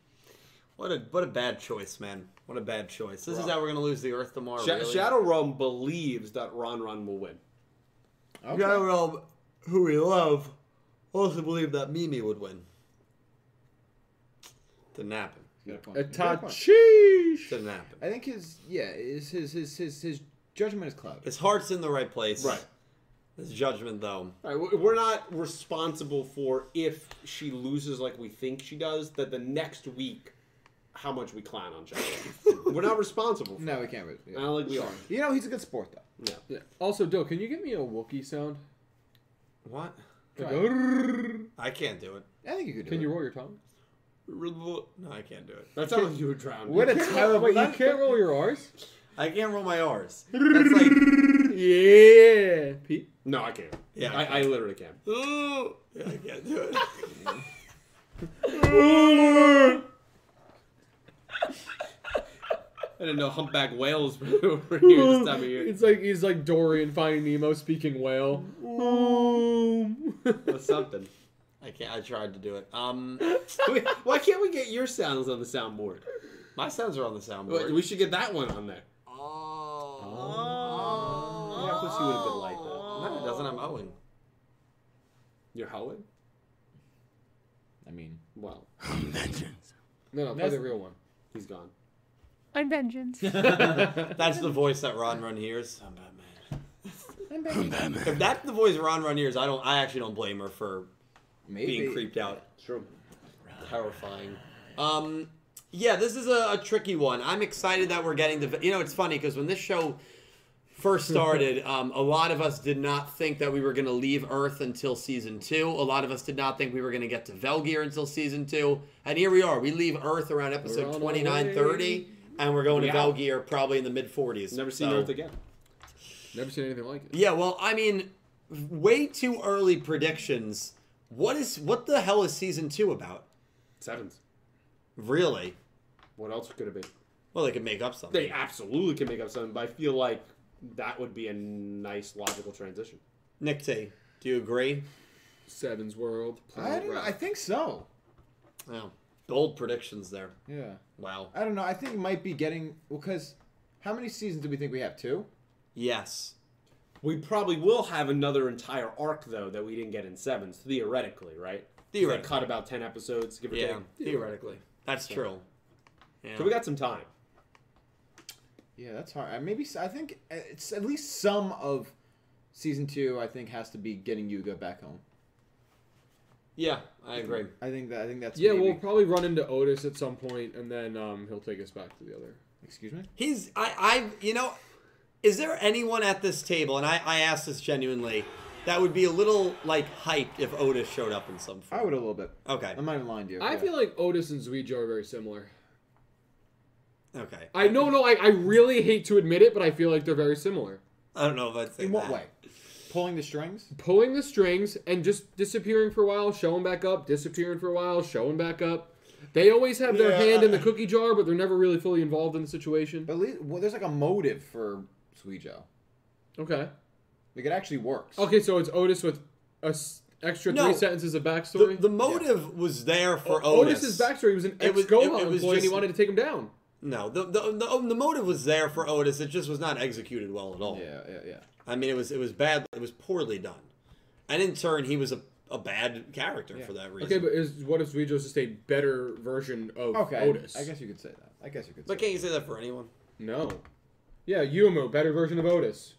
S4: What a what a bad choice, man. What a bad choice. This is how we're gonna lose the Earth tomorrow.
S1: Sh-
S4: Oh, really?
S1: Shadow Realm believes that Ron Ron will win.
S3: Okay.
S4: Shadow Realm, who we love, also believed that Mimi would win. Didn't happen.
S3: Good point. Good point.
S2: Atachish.
S4: Didn't happen.
S3: I think his yeah is his his his his judgment is clouded.
S4: His heart's in the right place.
S1: Right.
S4: His judgment, though.
S1: All right, we- we're not responsible for if she loses like we think she does. That the next week, how much we clown on Shadow. Realm. we're not responsible. For
S3: No, we can't.
S1: it. I
S3: Yeah.
S1: don't think we are.
S3: You know he's a good sport though.
S1: No.
S2: Also, Dill, can you give me a Wookiee sound?
S4: What?
S2: Like
S3: Try
S2: a-
S4: I can't do it.
S3: I think you could do
S2: can
S3: it.
S2: you roll your tongue?
S4: No, I can't do it.
S1: That sounds like you were drowned.
S3: What a terrible.
S2: Wait, you can't roll your R's?
S4: I can't roll my R's. That's like,
S2: Yeah, Pete.
S1: No, I can't.
S4: Yeah, I
S1: I, I literally can.
S4: ooh. Yeah, I can't do it.
S1: I didn't know humpback whales were were here this time of year.
S2: It's like he's like Dory in Finding Nemo speaking whale.
S1: That's something.
S4: I can't. I tried to do it. Um,
S1: Wait, Why can't we get your sounds on the soundboard?
S4: my sounds are on the soundboard.
S1: We should get that one on there.
S4: oh.
S1: Yeah, plus you would have been light though.
S4: No, it doesn't. I'm owing.
S1: You're howling?
S3: I mean,
S1: Well,
S2: No, no, play the real one.
S1: he's gone.
S6: I'm vengeance.
S4: That's the voice that Ron Run hears. I'm Batman. I'm Batman. If that's the voice Ron Run hears, I don't. I actually don't blame her for
S3: maybe
S4: being creeped out.
S1: True.
S4: Terrifying. Um, Yeah, this is a, a tricky one. I'm excited that we're getting the. You know, it's funny because when this show first started, um, a lot of us did not think that we were going to leave Earth until season two. A lot of us did not think we were going to get to Velgear until season two. And here we are. We leave Earth around
S2: We're on
S4: episode
S2: our
S4: 29,
S2: way.
S4: 30, and we're going
S1: Yeah.
S4: to Velgear probably in the mid 40s.
S1: Never seen
S4: So-
S1: Earth again.
S2: Never seen anything like it.
S4: Yeah, well, I mean, way too early predictions. What is what the hell is season two about?
S1: Sevens.
S4: Really?
S1: What else could it be?
S4: Well, they could make up something.
S1: They absolutely can make up something, but I feel like that would be a nice logical transition.
S4: Nick T, do you agree?
S2: Seven's World.
S3: I
S2: Planet
S3: don't know.
S2: Rock.
S3: I think so.
S4: Oh, bold predictions there.
S3: Yeah.
S4: Wow.
S3: I don't know. I think it might be getting because how many seasons do we think we have? Two.
S4: Yes.
S1: We probably will have another entire arc though that we didn't get in sevens, theoretically, right?
S4: Theoretically.
S1: They cut about ten episodes, give or
S4: Yeah.
S1: take.
S4: Theoretically, that's true. Yeah.
S1: So we got some time.
S3: Yeah, that's hard. I- Maybe s- I think uh, it's at least some of season two. I think has to be getting Yuga back home.
S4: yeah, I agree.
S3: I think that. I think that's.
S2: Yeah,
S3: maybe-
S2: we'll probably run into Otis at some point, and then um, he'll take us back to the other.
S3: Excuse me.
S4: He's I I you know, is there anyone at this table? And I I ask this genuinely. That would be a little like hyped if Otis showed up in some form.
S3: I would a little bit.
S4: Okay.
S3: I'm not even lying to you.
S2: I
S3: Yeah.
S2: feel like Otis and Zuijo are very similar.
S4: Okay.
S2: I no no I, I really hate to admit it, but I feel like they're very similar.
S4: I don't know if I'd say
S3: In what
S4: that.
S3: way? Pulling the strings.
S2: Pulling the strings and just disappearing for a while, showing back up, disappearing for a while, showing back up. They always have their
S3: Yeah,
S2: hand in the
S3: I-
S2: cookie jar, but they're never really fully involved in the situation.
S3: But at least, well, there's like a motive for Suijo.
S2: Okay.
S3: Like it actually works.
S2: Okay, so it's Otis with a s- extra
S4: No.
S2: three sentences of
S4: The,
S2: backstory.
S4: the motive was there for
S2: O-
S4: Otis.
S2: Otis's backstory was an
S4: It
S2: ex
S4: was-
S2: Gohan
S4: it- it was
S2: employee, and he
S4: just-
S2: wanted to take him down.
S4: No, the, the the the motive was there for Otis. It just was not executed well at all.
S3: Yeah, yeah, yeah.
S4: I mean, it was it was bad. It was poorly done, and in turn, he was a, a bad character for that reason.
S2: Okay, but is what if Zuijo's just a better version of
S3: Okay.
S2: Otis?
S3: I guess you could say that. I guess you could.
S4: But
S3: say
S4: can't you say that for anyone?
S2: No. Yeah, Yumu, better version of Otis.
S3: that.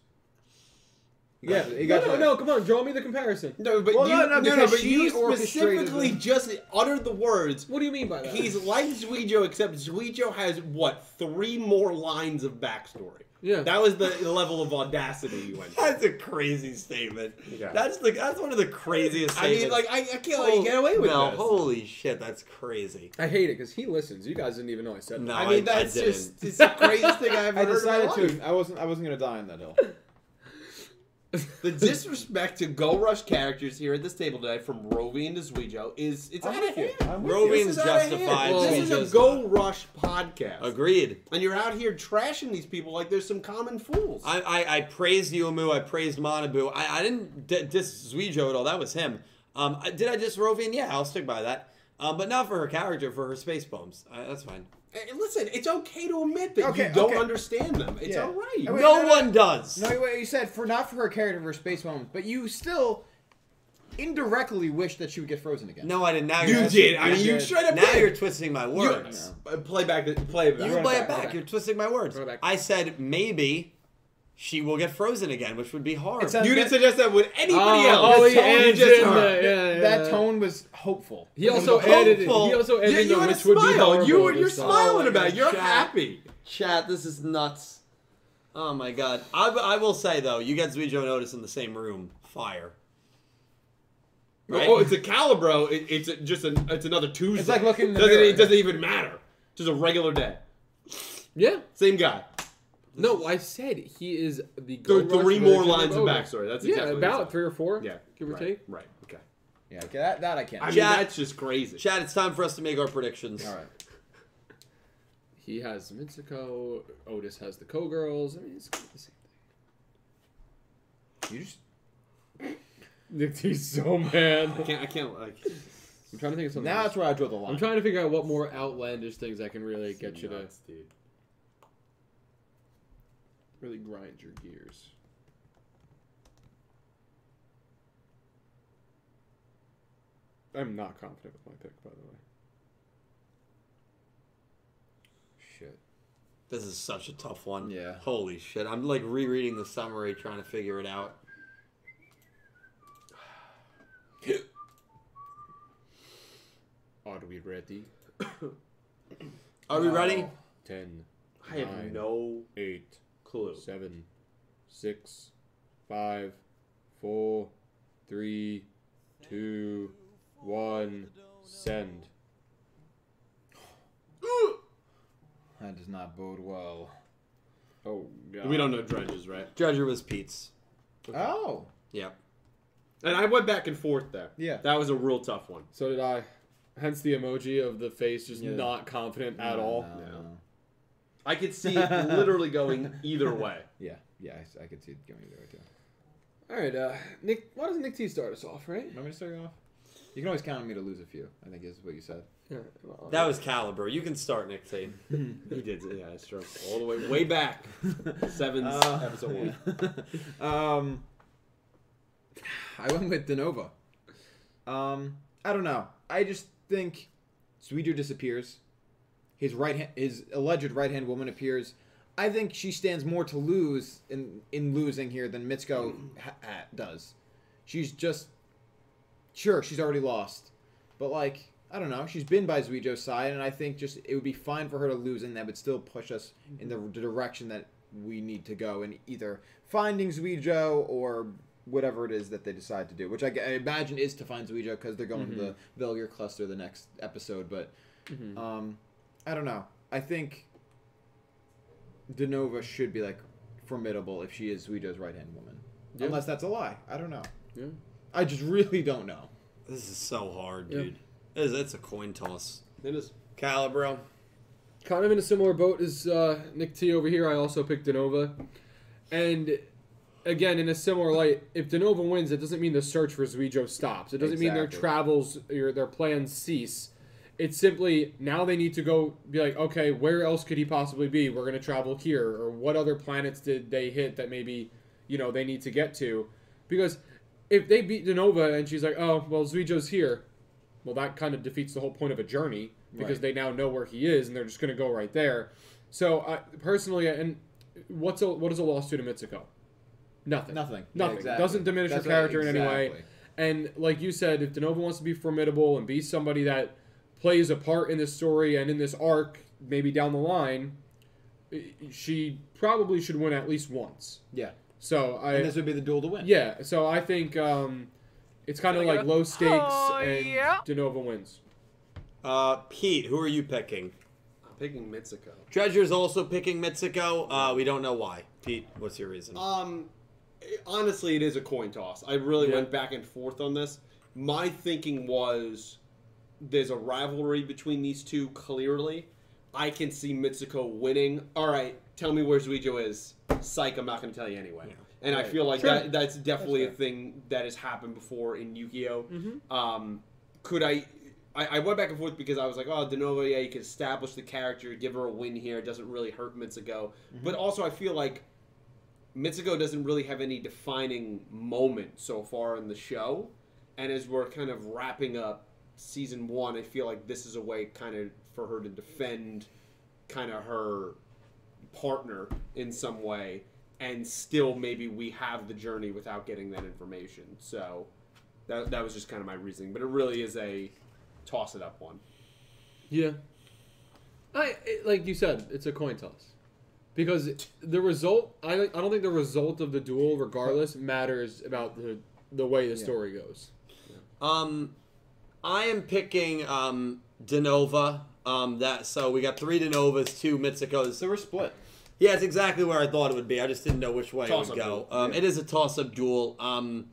S3: Yeah, you
S2: No,
S3: got
S2: no,
S3: that.
S2: no, come on, draw me the comparison.
S1: No, but
S3: Well,
S1: you,
S3: no, no,
S1: no, no,
S3: because
S1: but
S3: she
S1: you
S3: orchestrated
S1: specifically
S3: the-
S1: just uttered the words.
S2: What do you mean by that?
S1: He's like Zuijo, except Zuijo has what three more lines of backstory.
S2: Yeah.
S1: that was the level of audacity you went. To.
S4: That's a crazy statement.
S1: Yeah.
S4: That's the that's one of the craziest.
S1: I mean,
S4: Statements.
S1: like I, I can't let you get away with
S4: no,
S1: this.
S4: holy shit, that's crazy.
S2: I hate it because he listens. You guys didn't even know I said
S4: No,
S2: that.
S1: I mean,
S4: I- I
S1: that's
S4: didn't.
S1: just it's the craziest thing I ever
S3: I
S1: heard in my
S3: decided
S1: life.
S3: to. I wasn't. I wasn't gonna die on that hill.
S1: The disrespect to Go Rush characters here at this table today, from Rovi and to Zuijo, is it's
S3: I'm
S1: out of
S3: with you.
S1: hand.
S3: I'm with you.
S4: Rovian
S1: This is out of hand.
S4: justified.
S2: Well,
S1: this is
S4: Zuijo's
S1: a Go
S4: not.
S1: Rush podcast,
S4: Agreed.
S1: and you're out here trashing these people like there's some common fools.
S4: I, I, I praised Yumu. I praised Manabu. I, I didn't d- diss Zuijo at all. That was him. Um, I- did I diss Rovian? Yeah, I'll stick by that. Um, but not for her character, for her space bombs. I, that's fine.
S1: Hey, listen, it's okay to admit that
S3: Okay,
S1: you don't
S3: okay.
S1: understand them. It's
S3: Yeah.
S1: all right.
S3: Wait,
S4: no
S3: no, no,
S4: one does.
S3: No, wait, you said for not for her character for space moment, but you still indirectly wish that she would get frozen again.
S4: No, I didn't. Now
S1: You
S4: you're
S1: did. I
S4: you're
S1: mean, you
S4: good.
S1: straight up
S4: Now
S1: did.
S4: you're twisting my words.
S1: Uh, play back. The, play back.
S4: You
S3: Run
S4: play
S3: it
S4: it
S3: back, run
S4: back.
S3: it back.
S4: You're twisting my words.
S2: Run it back.
S4: I said maybe she will get frozen again, which would be hard.
S3: It's a-
S1: You didn't suggest that with anybody
S2: Oh,
S1: else.
S2: oh,
S1: That
S2: he
S1: tone you
S2: adds
S1: just
S2: in
S1: heard.
S2: the- yeah, yeah,
S3: that
S2: yeah.
S3: tone was hopeful.
S2: He also
S4: Hopeful.
S2: added. He also
S1: You,
S2: added
S1: you
S2: the
S1: had a
S2: which would be
S1: smile.
S2: horrible.
S1: You were
S2: to
S1: you're
S2: stop.
S1: smiling
S4: Oh,
S1: about. it.
S4: you're
S1: You're
S4: shy.
S1: happy.
S4: Chat, this is nuts. Oh my god. I, I will say though, you got Zuijo and Otis in the same room. Fire. Right?
S1: Oh, it's a Calibro. It, it's a, just an. It's another Tuesday.
S3: It's like looking in the
S1: doesn't,
S3: mirror.
S1: It doesn't even matter. Just a regular day.
S2: Yeah.
S1: Same guy.
S2: No, I said he is the.
S1: There
S2: Go
S1: are three
S2: Rush
S1: more
S2: version
S1: lines of
S2: Otis.
S1: backstory. That's
S2: yeah,
S1: exactly what you
S2: about
S1: said.
S2: three or four.
S1: Yeah,
S2: give or
S1: right,
S2: take.
S1: Right. Okay.
S3: Yeah, okay, that, that I can't.
S1: I mean,
S4: Jack-
S1: that's just crazy.
S4: Chad, it's time for us to make our predictions.
S3: All right.
S2: He has Mitsuko. Otis has the co girls. I mean, it's kind of the same thing.
S3: You just.
S2: Nick T's so mad.
S1: I can't. I can't. Like,
S2: I'm trying to think of something.
S3: Now
S2: else.
S3: that's where I draw the line.
S2: I'm trying to figure out what more outlandish things I can really get you to
S1: nuts, dude.
S2: really grind your gears. I'm not confident with my pick, by the way.
S3: Shit.
S4: This is such a tough one.
S3: Yeah.
S4: Holy shit. I'm like rereading the summary trying to figure it out.
S2: Are we ready?
S4: Are we ready?
S2: Ten,
S1: I have
S2: Nine.
S1: no
S2: eight,
S1: clue.
S2: seven, six, five, four, three, two, one. Send.
S3: That does not bode well.
S2: Oh god.
S1: We don't know dredges, right?
S4: Treasure was Pete's.
S3: Oh,
S4: Yep.
S1: And I went back and forth there.
S3: Yeah.
S1: That was a real tough one.
S2: So did I. Hence the emoji of the face just
S3: Yeah.
S2: not confident at all.
S1: No. I could see it literally going either way.
S3: Yeah, yeah, I s- I, could see it going either way too.
S2: All right, uh, Nick. Why does Nick T start us off, right?
S3: Want me to start you off? You can always count on me to lose a few. I think is what you said.
S2: Yeah, well,
S4: That was Caliber. You can start, Nick T.
S1: He did, yeah, that's true. All the way, way back. Seven,
S3: Uh,
S1: episode one.
S3: um, I went with Denova. Um, I don't know. I just think Sweeter disappears. His right hand, his alleged right hand woman appears. I think she stands more to lose in in losing here than Mitsuko ha- ha- does. She's just sure she's already lost, but like I don't know, she's been by Zuijo's side, and I think just it would be fine for her to lose, and that would still push us in the direction that we need to go in either finding Zuijo or whatever it is that they decide to do, which I, g- I imagine is to find Zuijo because they're going to
S2: Mm-hmm.
S3: the Velgear cluster the next episode. But um, I don't know. I think Denova should be like formidable if she is Zuijo's right hand woman,
S2: Yeah.
S3: unless that's a lie. I don't know.
S2: yeah.
S3: I just really don't know.
S4: This is so hard,
S2: Yeah.
S4: dude. It's, it's a coin toss.
S1: It is.
S4: Calibro.
S2: Kind of in a similar boat as uh, Nick T over here. I also picked Denova, and again in a similar light, if Denova wins, it doesn't mean the search for Zuijo stops. It doesn't mean their
S3: Exactly.
S2: travels or their plans cease. It's simply now they need to go be like, okay, where else could he possibly be? We're gonna travel here, or what other planets did they hit that maybe you know they need to get to? Because if they beat Denova and she's like, oh well, Zuijo's here, well that kind of defeats the whole point of a journey because
S3: Right.
S2: they now know where he is and they're just going to go right there so I, personally and what's a, what is a loss to to Mitsuko nothing
S3: Nothing. Yeah,
S2: nothing
S3: exactly.
S2: doesn't diminish
S3: That's
S2: her
S3: what-
S2: character in any way
S3: exactly.
S2: and like you said if Denova wants to be formidable and be somebody that plays a part in this story and in this arc maybe down the line i- she probably should win at least once
S3: Yeah.
S2: so I
S3: And this would be the duel to win.
S2: yeah, so I think um, it's kind of like low stakes
S6: Oh,
S2: and
S6: yeah.
S2: Denova wins.
S4: Uh, Pete, who are you picking?
S1: I'm picking Mitsuko.
S4: Treasure's also picking Mitsuko. Uh, we don't know why. Pete, what's your reason?
S1: Um, it- honestly, it is a coin toss. I really
S4: Yeah.
S1: went back and forth on this. My thinking was there's a rivalry between these two. Clearly, I can see Mitsuko winning. All right, tell me where Zuijo is. Psych, I'm not going to tell you anyway. And I feel like
S2: Sure.
S1: that that's definitely
S3: fair.
S1: a thing that has happened before in Yu-Gi-Oh. Um, could I? I, I went back and forth because I was like, oh, Denova, yeah, you can establish the character, give her a win here. It doesn't really hurt Mitsuko. But also, I feel like Mitsuko doesn't really have any defining moment so far in the show. And as we're kind of wrapping up season one, I feel like this is a way kind of for her to defend kind of her partner in some way. And still, maybe we have the journey without getting that information. So that, that was just kind of my reasoning. But it really is a toss it up one.
S2: Yeah, I it- like you said, it's a coin toss because the result. I don't- I don't think the result of the duel, regardless, matters about the the way the story goes.
S4: Um, I am picking um Denova. Um, that so we got three Denovas, two Mitsuko's.
S3: So we're split.
S4: Yeah, it's exactly where I thought it would be. I just didn't know which way
S1: Toss-up
S4: it would go.
S1: duel.
S4: Um, It is a toss-up duel. Um,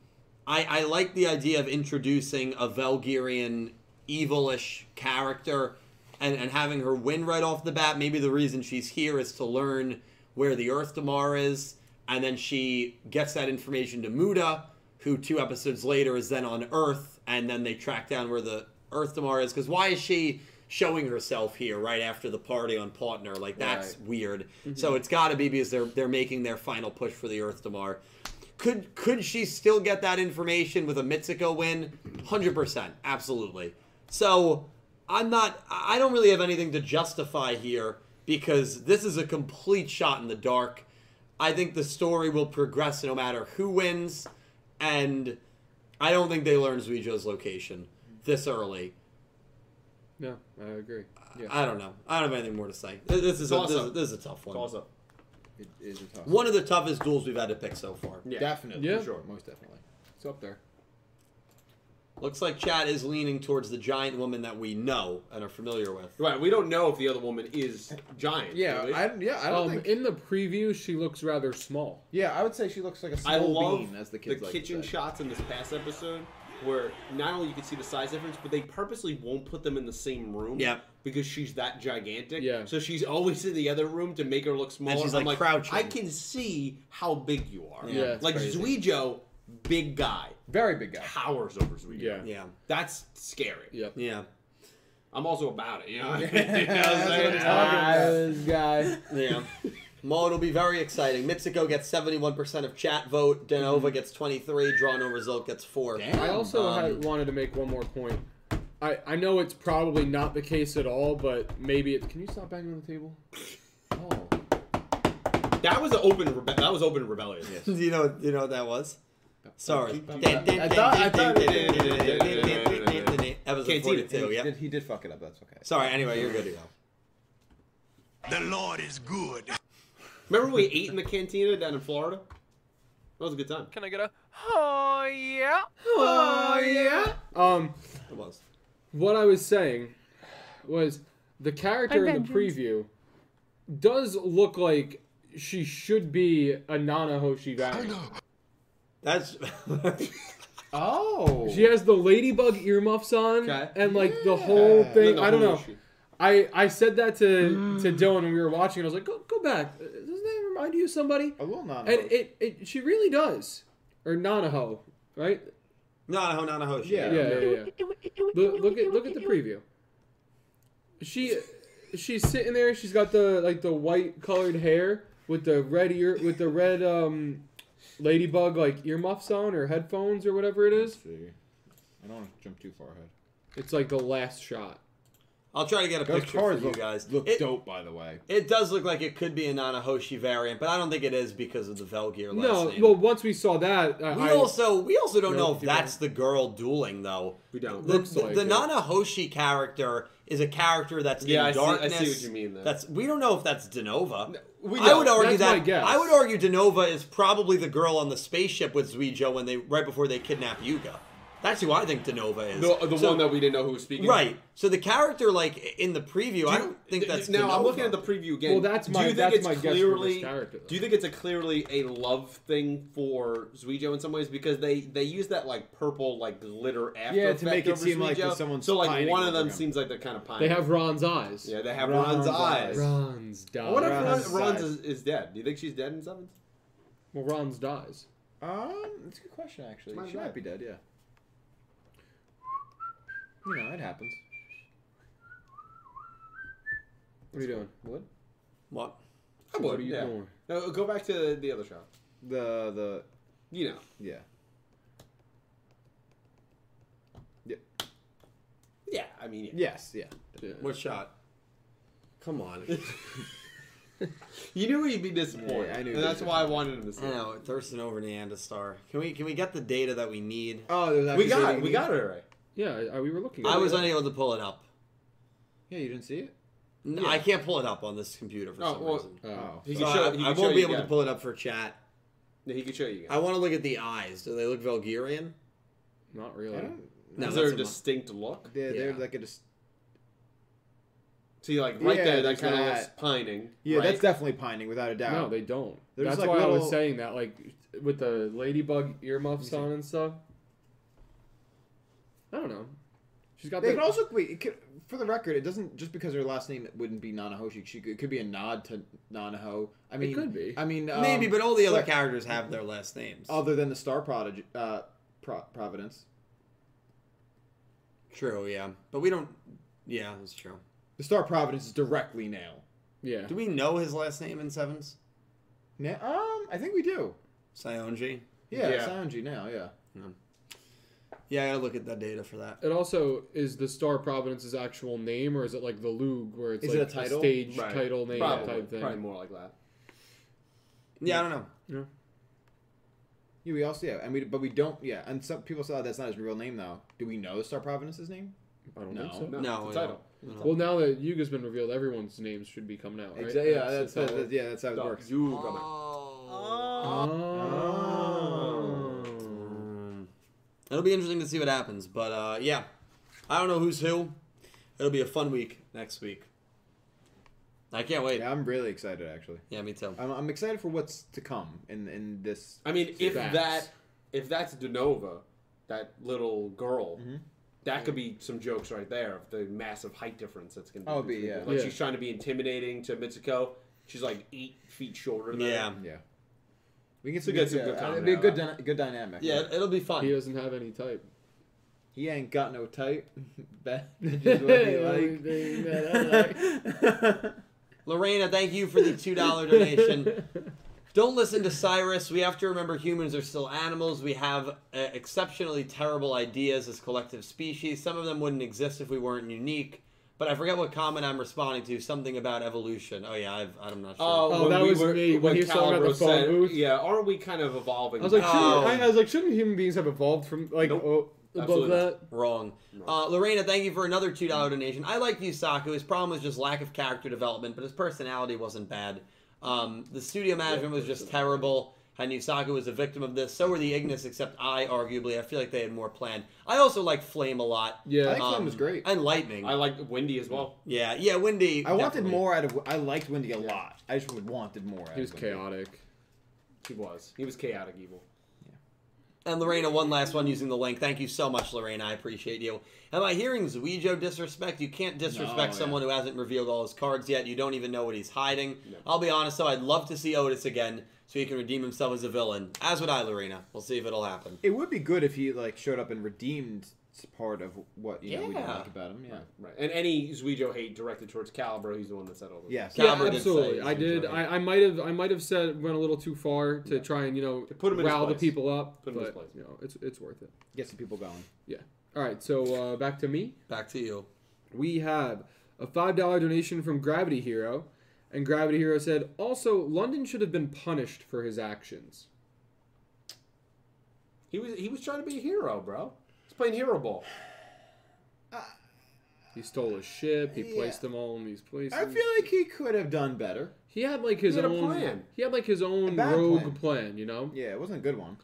S4: I, I like the idea of introducing a Velgirian evilish character and, and having her win right off the bat. Maybe the reason she's here is to learn where the Earth Damar is, and then she gets that information to Muda, who two episodes later is then on Earth, and then they track down where the Earth Damar is. Because why is she showing herself here right after the party on Partner? Like that's
S2: Right.
S4: weird. So it's got to be because they're they're making their final push for the Earth Damar. Could could she still get that information with a Mitsuko win? Hundred percent, absolutely. So I'm not. I I don't really have anything to justify here because this is a complete shot in the dark. I think the story will progress no matter who wins, and I don't think they learn Zuijo's location this early.
S2: No, I agree.
S3: Yeah.
S4: I don't know. I don't have anything more to say. This, this is a, this,
S1: Toss-up.
S4: is- this is a tough one.
S1: Toss up.
S3: It is a tough.
S4: One of the toughest duels we've had to pick so far.
S1: Yeah.
S3: Definitely.
S2: Yeah.
S3: Sure. Most definitely. It's up there.
S4: Looks like Chad is leaning towards the giant woman that we know and are familiar with.
S1: Right. We don't know if the other woman is giant.
S3: Yeah.
S1: do we?
S3: I, yeah. I don't
S2: Um,
S3: think.
S2: in the preview, she looks rather small.
S3: yeah, I would say she looks like a small
S1: I love
S3: bean, as the kids like to
S1: kitchen
S3: say.
S1: shots in this past episode where not only you can see the size difference, but they purposely won't put them in the same room.
S4: Yep.
S1: Because she's that gigantic.
S2: Yeah.
S1: So she's always in the other room to make her look smaller.
S4: she's,
S1: I'm
S4: like,
S1: like
S4: crouching.
S1: I can see how big you are.
S4: Yeah,
S2: Yeah, it's
S1: like
S4: crazy.
S1: Zuijo, big guy,
S3: Very big guy.
S1: towers over Zuijo.
S2: Yeah.
S4: Yeah.
S1: That's scary.
S2: Yep.
S4: Yeah.
S1: I'm also about it. You know what I mean? You know what I'm
S3: That's what
S1: saying?
S3: he's
S1: Ah.
S3: talking about. This guy.
S4: Yeah. Well, it'll be very exciting. Mitsuko gets 71% of chat vote. Denova
S3: Mm-hmm.
S4: gets 23. Draw no result gets 4.
S2: I also
S4: Um,
S2: had, wanted to make one more point. I, I know it's probably not the case at all, but maybe it. Can you stop banging on the table? Oh.
S1: That was an open. Rebe- that was open rebellion.
S4: Do you know, do you know what that was? Sorry.
S3: I thought- I thought-
S4: Episode
S1: Can't see it.
S4: 42,
S3: he,
S4: yeah.
S3: did, he did fuck it up. That's okay.
S4: Sorry, anyway, you're good to go.
S5: The Lord is good.
S1: Remember when we ate in the cantina down in Florida? That was a good time.
S7: Can I get a? Oh yeah.
S2: Oh yeah. Um,
S4: It was.
S2: what I was saying was the character
S6: I'm
S2: in the
S6: vengeance.
S2: preview does look like she should be a Nana Hoshi variant.
S4: That's.
S3: Oh.
S2: She has the ladybug earmuffs on
S1: Okay.
S2: and like the whole thing.
S1: The
S2: I don't
S1: whole
S2: know.
S1: issue.
S2: I, I said that to, to Dylan when we were watching. I was like, go, go back. Uh, Doesn't that remind you of somebody?
S3: I will not.
S2: And
S1: Uh-huh.
S2: it, it she really does. Or Nanaho, right?
S4: Nanaho, Nanaho.
S3: Yeah.
S2: Yeah, yeah, yeah. Look, look at look at the preview. She she's sitting there. She's got the like the white colored hair with the red ear with the red um ladybug like earmuffs on or headphones or whatever it is.
S3: I don't want to jump too far ahead.
S2: It's like the last shot.
S4: I'll try to get a
S3: Those
S4: picture for
S3: cards
S4: you
S3: look,
S4: guys.
S3: look
S4: It-
S3: dope, by the way.
S4: It does look like it could be a Nanahoshi variant, but I don't think it is because of the Velgear last
S2: No,
S4: name.
S2: well once we saw that, I,
S4: we
S2: I-
S4: also we also don't
S2: No,
S4: know if
S2: you don't.
S4: that's the girl dueling though.
S1: We don't.
S4: The,
S2: Looks
S4: the,
S2: like
S4: the
S2: it.
S4: Nanahoshi character is a character that's
S1: Yeah,
S4: in
S1: I see- I see
S4: darkness.
S1: what you mean, though.
S4: That's we don't know if that's Denova.
S1: we
S4: I would
S1: don't.
S4: argue
S2: That's
S4: that
S2: my guess.
S4: I would argue Denova is probably the girl on the spaceship with Zuijo when they right before they kidnap Yuga. That's who I think Denova is.
S1: The, the
S4: So-
S1: one that we didn't know who was speaking.
S4: right. So the character like in the preview, I don't think that's
S1: now.
S4: Denova.
S1: I'm looking at the preview again.
S2: Well, that's my-
S1: Do you
S2: that's
S1: think
S2: my
S1: it's
S2: guess for this
S1: clearly?
S2: character, though.
S1: do you think it's a clearly a love thing for Zuijo in some ways because they they use that like purple like glitter after
S3: Yeah, to
S1: effect
S3: make it
S1: over
S3: seem like
S1: Zuijo.
S3: that someone's
S1: so like
S3: pining
S1: one of
S3: over
S1: them
S3: him.
S1: seems like they're kind of pining.
S2: they have Ron's eyes.
S1: yeah they have Ron's,
S3: Ron's eyes.
S1: eyes.
S2: Ron's
S1: I
S2: dies.
S1: wonder if
S3: Ron's
S1: Ron, Ron's
S3: eyes.
S1: is, is dead. Do you think she's dead in Sevens?
S2: well, Ron's dies.
S3: Um, it's a good question actually.
S1: Might
S3: she
S1: not.
S3: might be dead. Yeah. You know, it happens.
S2: What are you doing?
S3: Would
S4: What?
S1: I
S2: What are you
S1: yeah.
S2: doing?
S1: No, go back to the other shot.
S3: the the
S1: You know,
S3: yeah.
S1: yeah. I mean, yeah.
S3: Yes, yeah.
S2: Yeah.
S4: What shot? Come on.
S1: you knew he'd be disappointed.
S3: Yeah, I knew he'd
S1: and
S3: be
S1: that's why I wanted him to see.
S4: I
S1: it.
S4: know Thurston over Neanderstar. Can we can we get the data that we need?
S3: Oh, there's
S1: We got it. We got it right.
S2: Yeah, I, we were looking. At
S4: I was
S2: it.
S4: unable to pull it up.
S3: Yeah, you didn't see it.
S4: No, I can't pull it up on this computer for
S1: Oh,
S4: some
S1: well,
S4: reason.
S2: Oh.
S3: Oh,
S1: He
S4: So
S1: can show,
S4: I,
S1: he can
S4: I
S1: show
S4: won't be
S1: you
S4: able to
S1: again.
S4: pull it up for chat.
S1: Yeah, he can show you. Again.
S4: I want to look at the eyes. Do they look Velgirian?
S2: Not really.
S3: I don't.
S4: No,
S1: is there
S4: that's
S1: a
S4: a mon-
S1: distinct look?
S3: They're, they're
S4: Yeah.
S3: like a just.
S1: See, like right
S3: Yeah,
S1: there, that
S3: there's
S1: kind of
S3: that.
S1: looks pining.
S3: Yeah,
S1: right?
S3: that's definitely pining without a doubt.
S2: No, they don't.
S3: They're
S2: That's
S3: just, like,
S2: why I was
S3: little-
S2: saying that, like, with the ladybug earmuffs on and stuff. I don't know. She's got.
S3: They
S2: the,
S3: could also wait. It could, for the record, it doesn't just because her last name wouldn't be Nanahoshi. She could, it could be a nod to Nanaho. I mean,
S2: could be.
S3: I mean, um,
S4: Maybe, but all the other
S3: but-
S4: characters have their last names.
S3: other than the Star Prodigy, uh, Pro- Providence,
S4: True, yeah, but we don't. Yeah, that's true.
S3: the Star Providence is directly Nail.
S2: yeah.
S4: Do we know his last name in Sevens?
S3: Na- um, I think we do.
S4: Sionji.
S3: Yeah,
S1: Yeah.
S3: yeah. Sanji now. Yeah.
S4: Yeah, I gotta look at the data for that.
S2: It also is the Star Providence's actual name, or is it like the Lug, where it's
S3: Is
S2: like
S3: it a title?
S2: stage
S1: Right.
S2: title name
S1: probably,
S2: type thing?
S1: Probably more like that.
S4: Yeah, I don't know.
S2: Yeah.
S3: oh, Yeah, we also yeah, and we but we don't yeah, and some people said that's not his real name though. Do we know the Star Providence's name?
S2: I don't
S3: No.
S2: think so.
S1: No,
S4: No,
S1: it's
S4: I
S1: a
S4: don't.
S1: title.
S2: Well, now that Yuga's been revealed, everyone's names should be coming out, right?
S3: Exa- yeah, that's,
S2: how
S3: that's,
S2: it-
S3: yeah, that's how it
S1: No,
S3: works.
S1: you come out.
S4: Oh.
S2: Oh.
S4: Um, It'll be interesting to see what happens, but uh, yeah, I don't know who's who. It'll be a fun week next week. I can't wait. Yeah,
S3: Yeah, Uh, I'm really excited actually.
S4: me too.
S3: I'm, I'm excited for what's to come in in this.
S1: I mean, if
S2: Facts.
S1: that if that's Denova, that little girl,
S2: Mm-hmm.
S3: Mhm.
S1: that could be some jokes right there of the massive height difference that's going to
S3: Oh,
S1: be.
S3: be-
S1: between
S3: yeah.
S1: them. Like
S2: Yeah.
S1: she's trying to be intimidating to Mitsuko. She's like eight feet shorter. Than
S4: Yeah.
S1: her.
S3: Yeah, we can
S1: We get some good
S3: yeah, It'd
S1: comedy
S3: be a good
S1: out
S3: dyna- good dynamic.
S4: Yeah, it'll be fun.
S2: He doesn't have any type.
S3: he ain't got no type. Bad bitches what he like.
S2: Everything that I like.
S4: Lorena, thank you for the two dollar donation. Don't listen to Cyrus. We have to remember humans are still animals. We have uh, exceptionally terrible ideas as collective species. Some of them wouldn't exist if we weren't unique. But I forget what comment I'm responding to. Something about evolution. Oh yeah, I've, I'm not sure.
S2: Oh,
S1: Uh, when
S2: that was me, when he was talking about the
S1: Calibro
S2: phone booth.
S1: Yeah, aren't we kind of evolving?
S2: I was like,
S1: back?
S2: shouldn't,
S4: Oh.
S2: I, I was like, shouldn't human beings have evolved from like
S1: Nope.
S2: oh, above
S1: Absolutely
S2: that?
S4: Wrong. Uh, Lorena, thank you for another two dollar donation. I liked Yusaku. His problem was just lack of character development, but his personality wasn't bad. Um, the studio management was just terrible, and Yusaku was a victim of this. So were the Ignis, except I, arguably, I feel like they had more planned. I also like Flame a lot. Um,
S2: Yeah.
S3: I think Flame was great.
S4: And Lightning.
S1: I like Wendy as well.
S4: yeah, yeah. Wendy.
S3: I wanted
S4: definitely.
S3: more out of. I liked Wendy a lot. I just wanted more. Out
S2: He was
S3: of Wendy.
S2: chaotic.
S1: He was. He was chaotic evil.
S4: And Lorena, one last one using the link. Thank you so much, Lorena. I appreciate you. Am I hearing Zuijo disrespect? You can't disrespect
S3: No, yeah.
S4: someone who hasn't revealed all his cards yet. You don't even know what he's hiding. I'll be honest, though, I'd love to see Otis again so he can redeem himself as a villain. As would I, Lorena. We'll see if it'll happen.
S3: It would be good if he like showed up and redeemed part of what you know we didn't
S4: Yeah.
S3: like about him. Yeah.
S1: Right. And any Zuijo hate directed towards Calibro, he's the one that said all this.
S3: Yes.
S4: Yeah. Calibro did
S2: yeah,
S4: say
S2: absolutely.
S4: he
S2: I
S4: was
S2: did.
S4: enjoying it.
S2: I, I might have. I might have said went a little too far to try and you know
S1: put him in his
S2: rile the
S1: place.
S2: people up.
S1: Put him in his
S2: but,
S1: place.
S2: You know, it's it's worth it.
S3: Get some people going.
S2: Yeah. All right. So uh, back to me.
S4: Back to you.
S2: We have a $5 donation from Gravity Hero, and Gravity Hero said, also, London should have been punished for his actions.
S1: He was he was trying to be a hero, bro. He's playing hero ball.
S2: He stole his ship, he
S3: Yeah.
S2: placed them all in these places.
S3: I feel like he could have done better.
S2: he had like his
S1: had a
S2: own
S1: plan.
S2: He had like his oown
S3: bad
S2: rogue
S3: plan.
S2: plan. you know?
S3: Yeah, it wasn't a good one.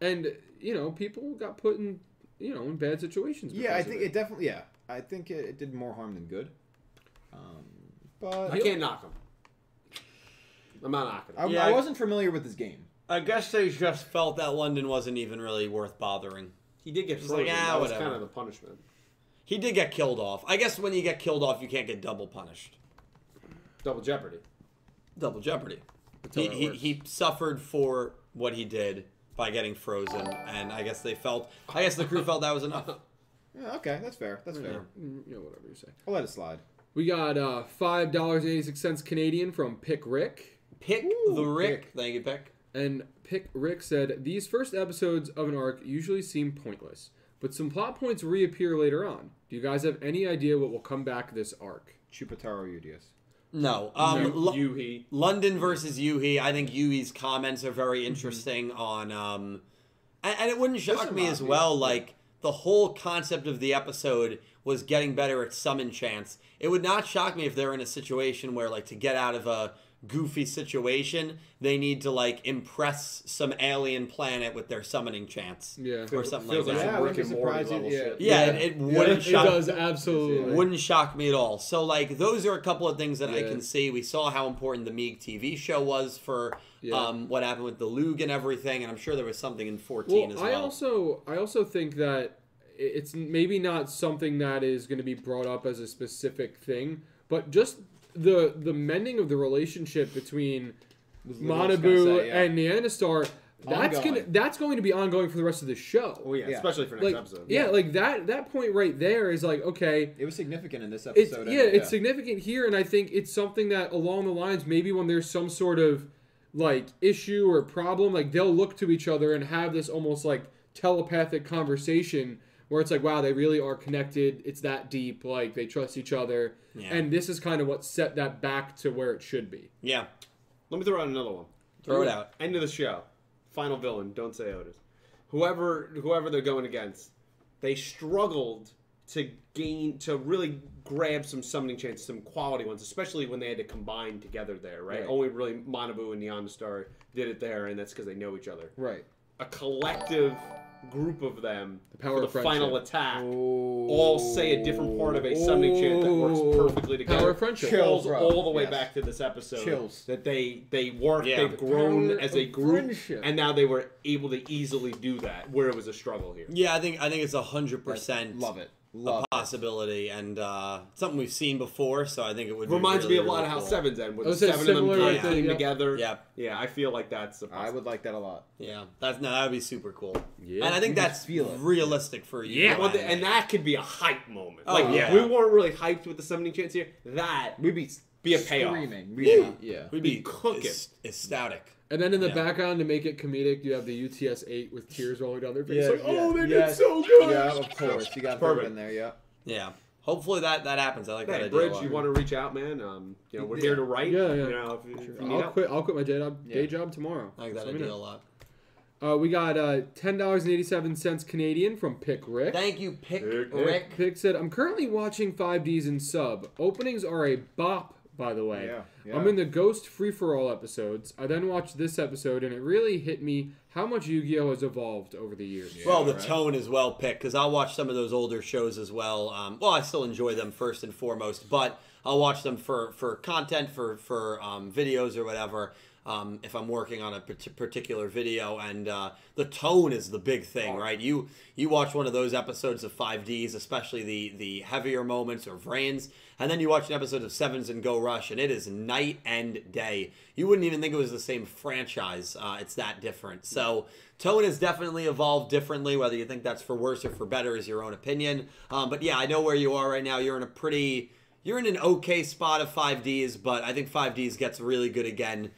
S2: And you know, people got put in you know, in bad situations.
S3: Yeah, I
S2: because of
S3: think it definitely. Yeah, I think it, it did more harm than good. Um, but
S1: I can't knock him. I'm not knocking him.
S3: I,
S4: Yeah,
S3: I
S4: I-
S3: wasn't familiar with this game.
S4: I guess they just felt that London wasn't even really worth bothering.
S1: He did get
S4: Just like,
S1: frozen.
S4: ah,
S1: that was
S4: whatever.
S1: kind of the punishment.
S4: He did get killed off. I guess when you get killed off, you can't get double punished.
S1: Double jeopardy.
S4: Double Jeopardy.
S2: how
S4: He,
S2: that
S4: he,
S2: works.
S4: he suffered for what he did by getting frozen, and I guess they felt, I guess the crew felt that was enough.
S3: Yeah, okay, that's fair. That's
S1: Hmm.
S3: fair.
S2: Mm, you know, whatever you say.
S3: I'll let it slide.
S2: We got uh five dollars and eighty six cents Canadian from Pick Rick.
S4: Pick the Rick. Thank you, Pick.
S2: And Pick Rick said, These first episodes of an arc usually seem pointless, but some plot points reappear later on. Do you guys have any idea what will come back this arc?
S3: Chupataro Udius.
S4: No. Um, Lo-
S1: you he.
S4: London versus Yuhi. I think Yuhi's comments are very interesting on, um, and, and it wouldn't shock me as well. Like the whole concept of the episode was getting better at summon chance. It would not shock me if they're in a situation where, like, to get out of a goofy situation, they need to like impress some alien planet with their summoning chance.
S2: Yeah.
S4: or something
S1: Feels
S4: like that.
S1: like
S3: Yeah, I
S1: some Rick
S3: wouldn't
S1: and
S3: be
S1: Morty
S3: surprised if-
S1: level
S3: yeah.
S1: shit.
S4: Yeah, it, it wouldn't
S2: it
S4: shock.
S2: does absolutely.
S4: Wouldn't shock me at all. So like those are a couple of things that I
S2: Yeah.
S4: can see. We saw how important the Meeg TV show was for
S2: Yeah.
S4: um, what happened with the Lug and everything, and I'm sure there was something in 14
S2: Well,
S4: as
S2: I
S4: well.
S2: also I also think that i- it's maybe not something that is going to be brought up as a specific thing, but just the the mending of the relationship between
S3: literally just gonna
S2: Manabu
S3: say, yeah.
S2: and Neanderstar. That's
S3: Ongoing.
S2: gonna that's going to be ongoing for the rest of the show.
S1: Oh yeah,
S3: Yeah.
S1: especially for next
S2: like
S1: episode.
S2: yeah, like that that point right there is like okay,
S3: It was significant in this
S2: it's
S3: episode.
S2: yeah, it's significant here, and I think it's something that along the lines maybe when there's some sort of like issue or problem, like they'll look to each other and have this almost like telepathic conversation where it's like, wow, they really are connected. It's that deep. Like they trust each other,
S4: Yeah.
S2: and this is kind of what set that back to where it should be.
S4: yeah,
S1: Let me throw out another one.
S4: throw it out.
S1: End of the show. Final villain. Don't say Otis. Whoever whoever they're going against, they struggled to gain to really grab some summoning chance, some quality ones, especially when they had to combine together there, right?
S3: Right.
S1: Only really Monabu and Neon Star did it there, and that's because they know each other.
S3: Right.
S1: A collective group of them
S2: power
S1: for the
S2: of friendship.
S1: final attack all say a different part of a summoning chant that works perfectly together.
S2: Power of friendship.
S1: Chills
S3: Chills, bro.
S1: all the way
S3: Yes.
S1: back to this episode.
S3: Chills.
S1: That they they work,
S4: Yeah.
S1: they've
S4: The
S1: grown
S2: power
S1: as a
S2: of
S1: group,
S2: friendship.
S1: and now they were able to easily do that where it was a struggle here.
S4: Yeah, I think I think it's a hundred percent.
S3: Love it. Love
S4: A possibility and uh, something we've seen before, so I think it would be
S1: Reminds
S4: really,
S1: me a lot
S4: really
S1: of how
S4: cool.
S1: Sevens end with
S2: I
S1: the
S2: would say
S1: seven of them
S2: similar
S1: kind
S4: with the-
S1: team
S2: yep.
S1: together.
S4: Yep.
S1: Yeah, I feel like that's. A
S3: it. I would like that a lot.
S4: Yeah, that's no, that would be super cool. and
S2: Yeah.
S4: I think
S3: You just
S4: that's
S3: feel it.
S4: realistic for you.
S1: Well, th- and that could be a hype moment.
S4: Oh,
S1: like
S4: yeah.
S1: we weren't really hyped with the summoning chance here. That
S3: We'd be
S1: Be a payoff.
S3: Screaming. We'd be- yeah.
S4: we'd
S1: be
S4: be
S1: cooking.
S4: es- ecstatic.
S2: And then in the
S4: Yeah.
S2: background to make it comedic, you have the UTS eight with tears rolling down their face.
S3: Yeah,
S2: like, oh,
S3: yeah,
S2: they
S3: yes.
S2: did so good.
S3: Yeah, of course. You got to
S1: Perfect.
S3: in there. Yeah.
S4: Yeah, hopefully that that happens. I like that
S1: Hey,
S4: idea. a
S1: Bridge,
S4: lot.
S1: you want to reach out, man? Um, you know, we're here to write.
S2: Yeah, yeah.
S1: You know, if, if you need
S2: I'll
S1: help.
S2: quit. I'll quit my day job.
S3: Yeah.
S2: Day job tomorrow.
S4: I like that
S2: So let me
S4: idea a
S2: know.
S4: lot.
S2: Uh, we got uh, ten dollars and eighty-seven cents Canadian from Pick Rick.
S4: Thank you, Pick
S1: Pick
S4: Rick.
S2: Pick said, "I'm currently watching 5Ds in sub. Openings are a bop, by the way.
S3: Yeah,
S2: I'm
S3: yeah.
S2: in the Ghost Free for All episodes. I then watched this episode, and it really hit me how much Yu-Gi-Oh has evolved over the years.
S4: Well, the
S3: right.
S4: tone is well picked because I'll watch some of those older shows as well. Um, well, I still enjoy them first and foremost, but I'll watch them for for content, for for um, videos or whatever. Um, if I'm working on a pat- particular video, and uh, the tone is the big thing, right? You you watch one of those episodes of Five Ds, especially the the heavier moments or Vrains, and then you watch an episode of Sevens and Go Rush, and it is night and day. You wouldn't even think it was the same franchise. Uh, it's that different. So tone has definitely evolved differently. Whether you think that's for worse or for better is your own opinion. Um, but yeah, I know where you are right now. You're in a pretty, you're in an okay spot of five Ds, but I think five Ds gets really good again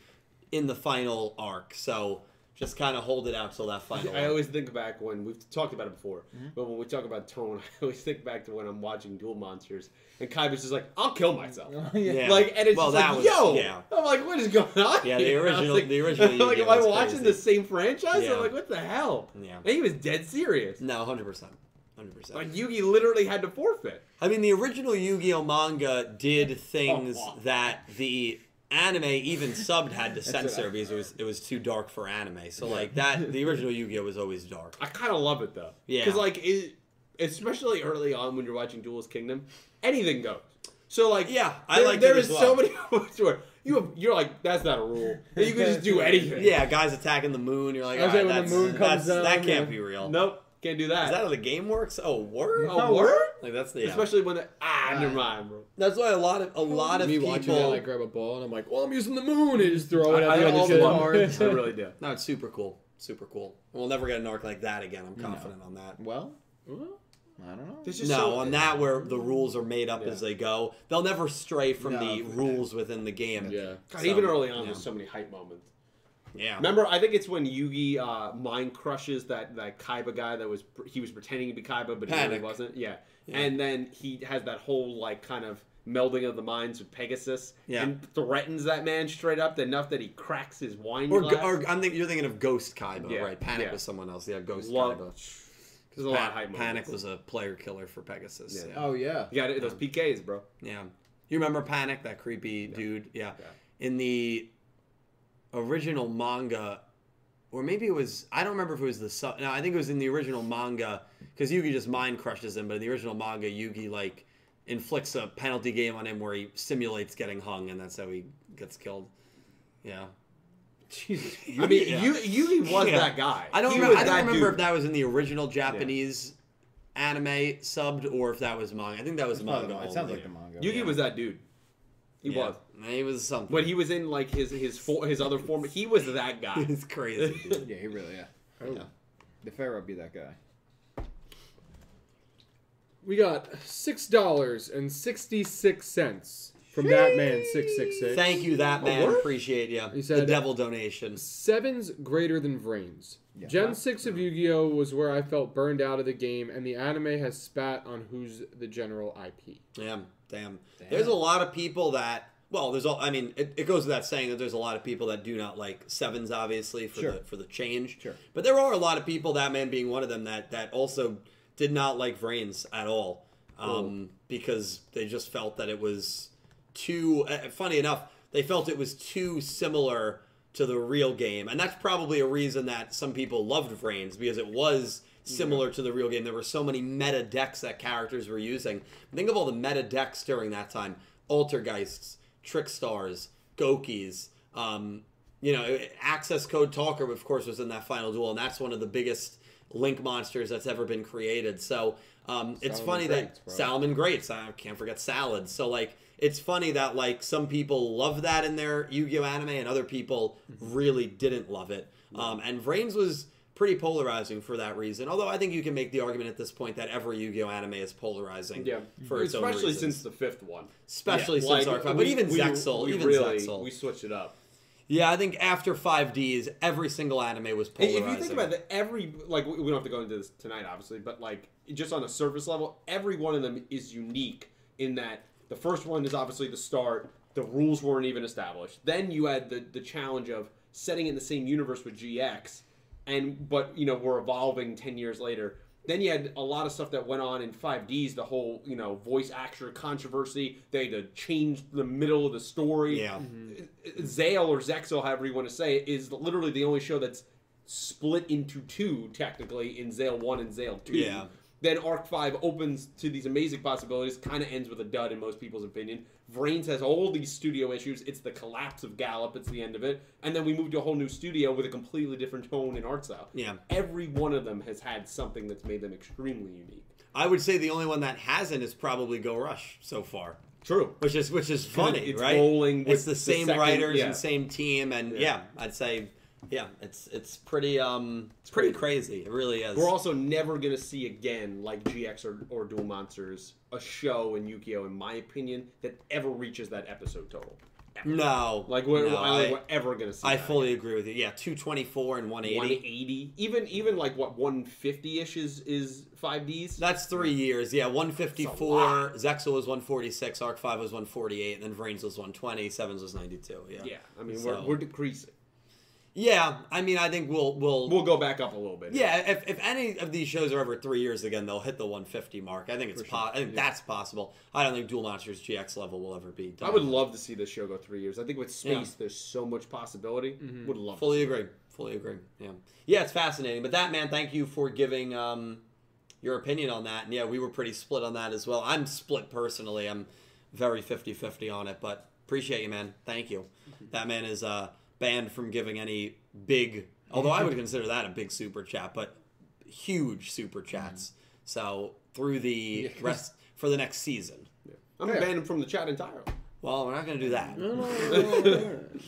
S4: in the final arc. So just kind of hold it out till that final.
S1: I
S4: arc.
S1: always think back when we've talked about it before,
S4: Mm-hmm.
S1: but when we talk about tone, I always think back to when I'm watching Duel Monsters and Kaiba's just like, "I'll kill myself,"
S4: Yeah.
S1: like, and it's
S4: Well,
S1: just
S4: that
S1: like,
S4: was-
S1: "Yo,"
S4: yeah.
S1: I'm like, "What is going on?"
S4: Yeah, the
S1: here?" I was
S4: original-
S1: like,
S4: the original
S1: I'm like,
S4: Yu-Gi-Oh!
S1: am I
S4: was
S1: watching
S4: crazy.
S1: the same franchise?
S4: Yeah.
S1: I'm like, "What the hell?"
S4: Yeah.
S1: and he was dead serious.
S4: no, hundred percent, hundred percent.
S1: Like Yugi literally had to forfeit.
S4: I mean, the original Yu-Gi-Oh manga did things
S1: Oh.
S4: that the anime, even subbed, had to censor because it was it was too dark for anime. So like that, the original Yu-Gi-Oh was always dark.
S1: I kind of love it though.
S4: Yeah.
S1: Because like, it, especially early on when you're watching Duelist Kingdom, anything goes. So like,
S4: Yeah, I
S1: there-
S4: liked
S1: there
S4: it as
S1: is
S4: well.
S1: so many moments where you have, you're like, that's not a rule. You can just do anything.
S4: Yeah, guys attacking the moon. You're like,
S2: I
S4: all
S2: was
S4: right,
S2: like, when
S4: that's,
S2: the moon
S4: that's,
S2: comes
S4: that
S2: down,
S4: can't
S2: yeah.
S4: be real.
S1: Nope. Can't do
S4: Is
S1: that.
S4: that how the game works? Oh, word.
S1: Oh, word?
S4: Like that's the. Yeah. Uh,
S1: Especially when the ah, never mind, bro.
S4: that's why a lot of a lot of
S2: me
S4: people.
S2: watching that, I grab a ball and I'm like, "Well, I'm using the moon," and just throw it
S1: I,
S2: at the
S1: I,
S2: other
S1: all
S2: kid.
S1: love it. I really do.
S4: no, it's super cool. Super cool. We'll never get an arc like that again. I'm confident on that.
S3: Well,
S2: Well,
S3: I don't know.
S1: There's just
S4: No,
S1: so,
S4: on that where the rules are made up as they go. They'll never stray from
S3: No,
S4: the
S3: for
S4: rules within the game.
S2: Yeah.
S1: God, even
S4: So,
S1: early on,
S4: yeah.
S1: there's so many hype moments.
S4: Yeah.
S1: Remember, I think it's when Yugi uh, mind crushes that that Kaiba guy that was he was pretending to be Kaiba, but he really
S4: Panic.
S1: wasn't. Yeah. and then he has that whole like kind of melding of the minds with Pegasus,
S4: Yeah.
S1: and threatens that man straight up enough that he cracks his wine
S4: Or,
S1: glass.
S4: or I'm think, you're thinking of Ghost Kaiba,
S1: Yeah,
S4: right? Panic
S1: yeah.
S4: was someone else. Yeah, Ghost
S1: Love-
S4: Kaiba.
S1: There's a lot
S4: Pa-
S1: of hype
S4: Panic
S1: moments.
S4: was a player killer for Pegasus.
S1: Yeah.
S4: Yeah.
S3: Oh yeah.
S1: You got it, those PKs, bro.
S4: Yeah. You remember Panic, that creepy dude? Yeah. In the original manga, or maybe it was, I don't remember if it was the sub. No, I think it was in the original manga, because Yugi just mind crushes him, but in the original manga, Yugi, like, inflicts a penalty game on him where he simulates getting hung, and that's how he gets killed. Yeah.
S3: Jesus.
S1: I mean,
S4: Yeah.
S1: Yu Yugi was
S4: Yeah.
S1: that guy.
S4: I don't,
S1: He
S4: remember,
S1: was
S4: I don't
S1: that
S4: remember
S1: dude.
S4: if that was in the original Japanese anime subbed or if that was manga. I think that was manga.
S3: It sounds
S4: only.
S3: like the manga.
S1: Yugi was that dude. He
S4: Yeah.
S1: was.
S4: He was something.
S1: When he was in like his his for, his other form, he was that guy.
S4: it's crazy. dude.
S3: Yeah, he really. Yeah.
S4: Yeah.
S3: The Pharaoh be that guy.
S2: We got six dollars and sixty-six cents from that man six six six.
S4: Thank you, that man. Appreciate you.
S2: He said-
S4: the devil donation.
S2: Sevens greater than Vrains.
S3: Yeah.
S2: Gen 6 of Yu Gi Oh! was where I felt burned out of the game, and the anime has spat on who's the general IP.
S4: Damn, damn. There's a lot of people that. Well, there's all. I mean, it, it goes without saying that there's a lot of people that do not like sevens, obviously, for
S3: Sure.
S4: the for the change.
S3: Sure.
S4: But there are a lot of people, that man being one of them, that that also did not like Vrains at all. um, because they just felt that it was too. Uh, funny enough, they felt it was too similar to the real game, and that's probably a reason that some people loved Vrains because it was similar to the real game. There were so many meta decks that characters were using. Think of all the meta decks during that time: Altergeists, Trickstars, Gokies. Um, you know, access code talker, of course, was in that final duel, and that's one of the biggest link monsters that's ever been created. So um, it's
S2: Salomon
S4: funny
S2: Greats,
S4: that
S2: bro.
S4: Salmon Greats. I can't forget salads. So like, it's funny that like some people love that in their Yu-Gi-Oh anime, and other people really didn't love it. Um, and Vrains was pretty polarizing for that reason. Although I think you can make the argument at this point that every Yu-Gi-Oh anime is polarizing.
S1: Yeah,
S4: for its own
S1: especially
S4: reasons.
S1: since the fifth one.
S4: especially
S1: Like,
S4: since Arcana,
S1: we-
S4: but even
S1: we-
S4: Zexal,
S1: we
S4: even
S1: really,
S4: Zexal.
S1: we switched it up.
S4: Yeah, I think after 5Ds, every single anime was
S1: If
S4: polarizing.
S1: if you think about that, every like we we don't have to go into this tonight, obviously, but like just on a surface level, every one of them is unique in that the first one is obviously the start. The rules weren't even established. Then you had the the challenge of setting it in the same universe with GX, and but you know we're evolving ten years later. Then you had a lot of stuff that went on in 5Ds, the whole you know voice actor controversy. They had to change the middle of the story.
S4: Yeah.
S1: Zale or Zexel, however you want to say it, is literally the only show that's split into two, technically, in Zale 1 and Zale 2.
S4: Yeah.
S1: Then Arc 5 opens to these amazing possibilities, kind of ends with a dud in most people's opinion. Vrains has all these studio issues. It's the collapse of Gallop, it's the end of it. And then we move to a whole new studio with a completely different tone and art style.
S4: Yeah.
S1: Every one of them has had something that's made them extremely unique.
S4: I would say the only one that hasn't is probably Go Rush so far.
S1: True.
S4: Which is which is funny,
S1: it's
S4: right?
S1: rolling with
S4: it's the
S1: the
S4: same
S1: second-
S4: writers
S1: yeah.
S4: and same team and yeah. I'd say yeah, it's it's pretty um it's pretty crazy. It really is.
S1: We're also never gonna see again, like GX or, or Dual Monsters, a show in Yu-Gi-Oh, in my opinion, that ever reaches that episode total. Ever.
S4: no.
S1: Like we're,
S4: no,
S1: I, don't think
S4: I,
S1: we're ever gonna see.
S4: I
S1: that
S4: fully agree with you. Yeah, 224 and
S1: again.
S4: 180.
S1: 180, even even like what 150 ish is is 5Ds.
S4: That's three years. Yeah,
S1: lot.
S4: 154. Zexel was 146. Arc 5 was 148. And then Vrains was 120. Sevens was 92. Yeah.
S1: yeah, I mean
S4: So-
S1: we're, we're decreasing.
S4: Yeah, I mean, I think we'll we'll.
S1: We'll go back up a little bit.
S4: yeah, if, if any of these shows are ever three years again, they'll hit the 150 mark. I think it's po- I think that's possible. I don't think Dual Monsters GX level will ever be done.
S1: I would love to see this show go three years. I think with space,
S4: Yeah.
S1: there's so much possibility. Would love.
S4: fully agree. Fully agree. Yeah, yeah, it's fascinating. But that man, thank you for giving um, your opinion on that. And yeah, we were pretty split on that as well. I'm split personally. I'm very 50-50 on it, but appreciate you, man. Thank you. That man is uh, banned from giving any big. Although I would consider that a big super chat, but huge super chats. So through the rest for the next season.
S1: I'm gonna ban him from the chat entirely.
S4: Well, we're not gonna do that. that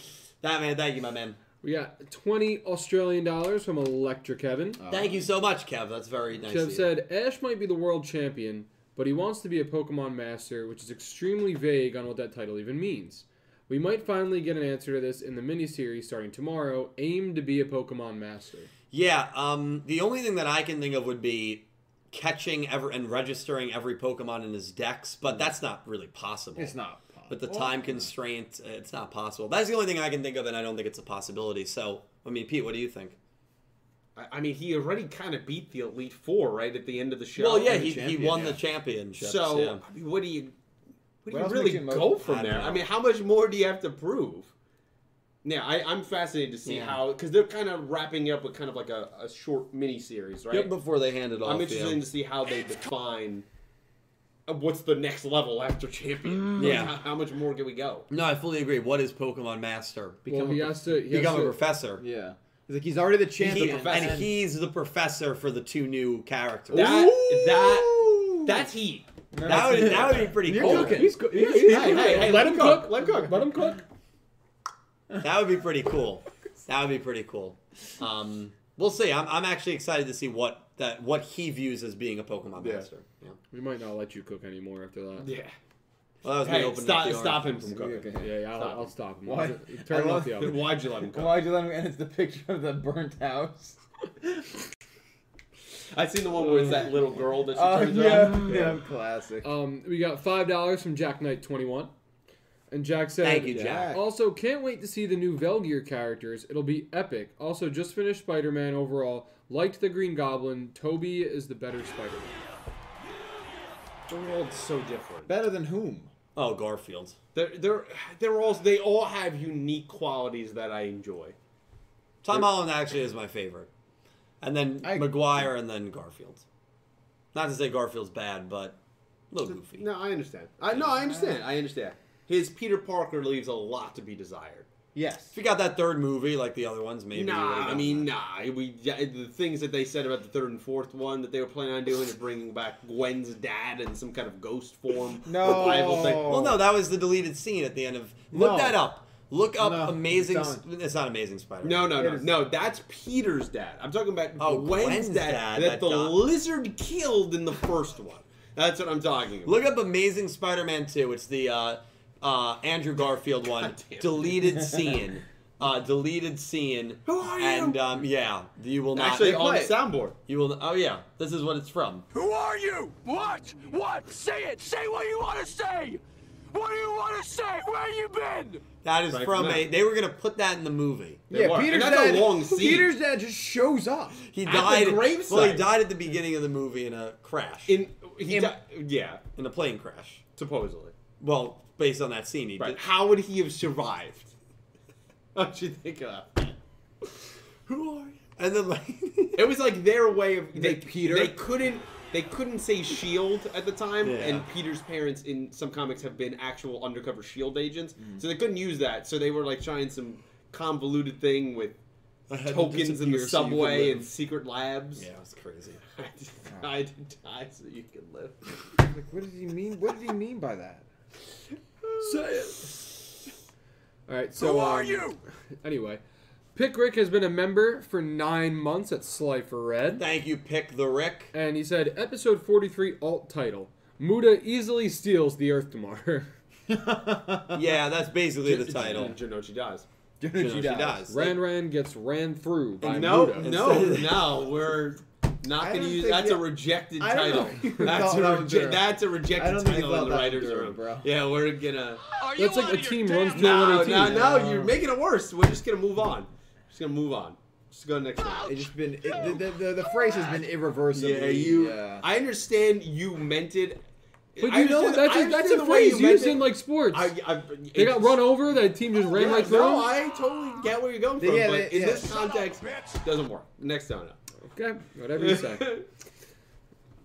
S4: man, thank you, my man.
S2: We got 20 Australian dollars from Electric Kevin.
S4: Thank you so much, Kev. That's very nice.
S2: Kev
S4: of you.
S2: said Ash might be the world champion, but he wants to be a Pokemon master, which is extremely vague on what that title even means. We might finally get an answer to this in the miniseries starting tomorrow. Aim to be a Pokemon master.
S4: Yeah, um, the only thing that I can think of would be catching ever and registering every Pokemon in his decks, but that's not really possible.
S3: It's not. possible.
S4: But the time constraint, uh, it's not possible. That's the only thing I can think of, and I don't think it's a possibility. So, I mean, Pete, what do you think?
S1: I, I mean, he already kind of beat the Elite Four right at the end of the show.
S4: well, yeah,
S3: the
S4: he, he
S3: champion,
S4: won
S3: yeah.
S4: the championship.
S1: So
S4: yeah.
S1: I mean, what do you what do
S3: What else
S1: you really
S3: makes you mo-
S1: go
S4: I
S1: from there?
S4: don't know.
S1: I mean, how much more do you have to prove? Yeah, I, I'm fascinated to see
S4: Yeah.
S1: how because they're kind of wrapping up with kind of like a, a short mini series, right?
S4: Yep, before they handed off.
S1: I'm interested
S4: yeah.
S1: to see how they define uh, what's the next level after champion.
S4: Yeah.
S1: how, how much more can we go?
S4: No, I fully agree. What is Pokemon Master?
S2: Well, he has to. He has
S4: Become a
S2: to-
S4: professor.
S3: Yeah. He's like he's already the
S4: He-
S3: champion.
S4: and he's the professor for the two new characters.
S1: That that that's heat.
S4: that, would, that would be pretty
S3: You're
S4: cool.
S3: cooking.
S2: He's co- he's-
S1: Hey,
S2: he's-
S1: hey, hey,
S2: let him cook.
S1: Let him cook.
S2: Let him cook.
S4: That would be pretty cool. That would be pretty cool. Um, we'll see. I'm, I'm actually excited to see what that what he views as being a Pokemon
S1: Yeah.
S4: master. Yeah.
S2: We might not let you cook anymore after that.
S1: Yeah.
S4: Well, that was me
S1: Hey,
S4: opening up
S1: stop,
S4: the
S1: stop
S4: orange
S1: him from
S4: juice.
S1: cooking.
S2: Yeah, yeah I'll,
S1: Stop.
S2: I'll stop him.
S3: Why- I
S2: Turn off
S3: love-
S2: the oven.
S1: Why'd you let him cook?
S3: Why'd you let him? And it's the picture of the burnt house.
S1: I've seen the one where it's that little girl that she
S3: Oh
S1: turns
S3: yeah,
S1: around.
S3: yeah, classic.
S2: Um, we got five dollars from Jack Knight Twenty One, and Jack said,
S4: Thank you, Jack.
S2: Also, can't wait to see the new Velgear characters. It'll be epic. Also, just finished Spider Man overall. Liked the Green Goblin. Toby is the better Spider Man.
S1: They're all so different.
S3: Better than whom?
S4: Oh, Garfield.
S1: They're they're they're all they all have unique qualities that I enjoy.
S4: Tom Holland actually is my favorite. And then
S3: I-
S4: Maguire and then Garfield. Not to say Garfield's bad, but a little goofy.
S1: No, I understand. I no, I understand. I understand. His Peter Parker leaves a lot to be desired.
S3: Yes.
S4: If you got that third movie like the other ones, maybe. you would've
S1: nah, I
S4: gotten
S1: mean,
S4: that.
S1: nah. We yeah, the things that they said about the third and fourth one that they were planning on doing and bringing back Gwen's dad in some kind of ghost form
S3: No.
S1: revival thing.
S4: Well, no, that was the deleted scene at the end of. Look
S3: No.
S4: that up. Look up
S3: No, it's
S4: amazing.
S3: not.
S4: Sp- It's not amazing Spider.
S1: No, no,
S3: It
S1: no,
S3: is-
S1: no. That's Peter's dad. I'm talking about
S4: Oh,
S1: Gwen's,
S4: Gwen's
S1: dad,
S4: dad that
S1: that, the
S4: died.
S1: lizard killed in the first one. That's what I'm talking about.
S4: Look up Amazing Spider-Man 2. It's the uh, uh, Andrew Garfield one.
S1: damn it.
S4: Deleted scene. Uh, deleted scene.
S1: Who are you?
S4: And um, yeah, you will not.
S1: Actually, on the
S3: play it.
S1: soundboard.
S4: you will. Oh yeah, this is what it's from.
S5: Who are you? What? What? Say it! Say what you want to say! What do you want to say? Where you been?
S4: That is
S1: Right
S4: from
S1: from
S4: a.
S1: that.
S4: They were gonna put that in the movie.
S1: They
S3: yeah,
S1: were.
S3: Peter's
S1: And that's a
S3: dad.
S1: long scene.
S3: Peter's dad just shows up.
S4: He
S1: At the
S4: died.
S1: gravesite.
S4: well, he died at the beginning of the movie in a crash.
S1: In he
S3: In-
S1: di- yeah,
S4: in a plane crash.
S1: supposedly.
S4: Well, based on that scene, he
S1: Right.
S4: did.
S1: How would he have survived? How'd you think of that?
S4: Who are you? And then like.
S1: It was like their way of they
S3: Like Peter?
S1: They couldn't they couldn't say Shield at the time,
S4: Yeah.
S1: and Peter's parents in some comics have been actual undercover Shield agents, so they couldn't use that. So they were like trying some convoluted thing with
S4: to
S1: tokens in the
S4: disappear so you could
S1: subway
S4: live.
S1: and secret labs.
S4: Yeah, it's crazy.
S1: I died to die so you could live.
S3: Like, what did he mean? What did he mean by that?
S2: Say it. All right. So
S5: Who are
S2: um,
S5: you?
S2: Anyway, Pick Rick has been a member for nine months at Sly for Red,
S4: Thank you, Pick the Rick.
S2: and he said, "Episode 43, alt title: Muda easily steals the Earth tomorrow."
S4: Yeah, that's basically the title.
S1: And Jinochi dies.
S4: You know, she dies.
S2: Ran Ran gets ran through by
S1: No,
S2: Muda.
S1: no, no. We're not
S3: I
S1: going to
S3: don't
S1: use.
S3: think
S1: That's
S3: you-
S1: a rejected
S3: I don't
S1: title.
S3: know if you
S1: That's
S3: thought
S1: a,
S3: that would
S1: reje-
S3: do it.
S1: that's a
S3: I
S1: rejected
S3: don't think you
S1: title in
S3: thought
S1: the
S3: that would
S1: writers'
S3: do it,
S1: room.
S3: bro.
S1: Yeah, we're gonna.
S7: Are you
S2: That's like
S7: out
S2: a
S7: of your
S2: team
S7: damn
S2: runs
S7: mind?
S2: through
S1: No,
S2: another
S1: no,
S2: team.
S1: no. You're making it worse. We're just gonna move on. Just gonna move on. Just go next one.
S3: It's just been it, the, the, the the phrase has been irreversible.
S1: Yeah, you.
S3: Yeah.
S1: I understand you meant it.
S2: But
S1: I
S2: you know
S1: understand-
S2: that's
S1: I
S2: a, that's
S1: understand
S2: a
S1: the way you
S2: phrase
S1: meant
S2: used
S1: it.
S2: in like sports.
S1: I, I,
S2: they got run over. That team just ran
S1: Yeah,
S2: right through.
S1: no,
S2: them.
S1: I totally get where you're going from,
S3: Yeah, they-
S1: but in
S3: yeah.
S1: this
S3: Shut
S1: context,
S5: bitch.
S1: doesn't work. Next time.
S2: okay, whatever you say.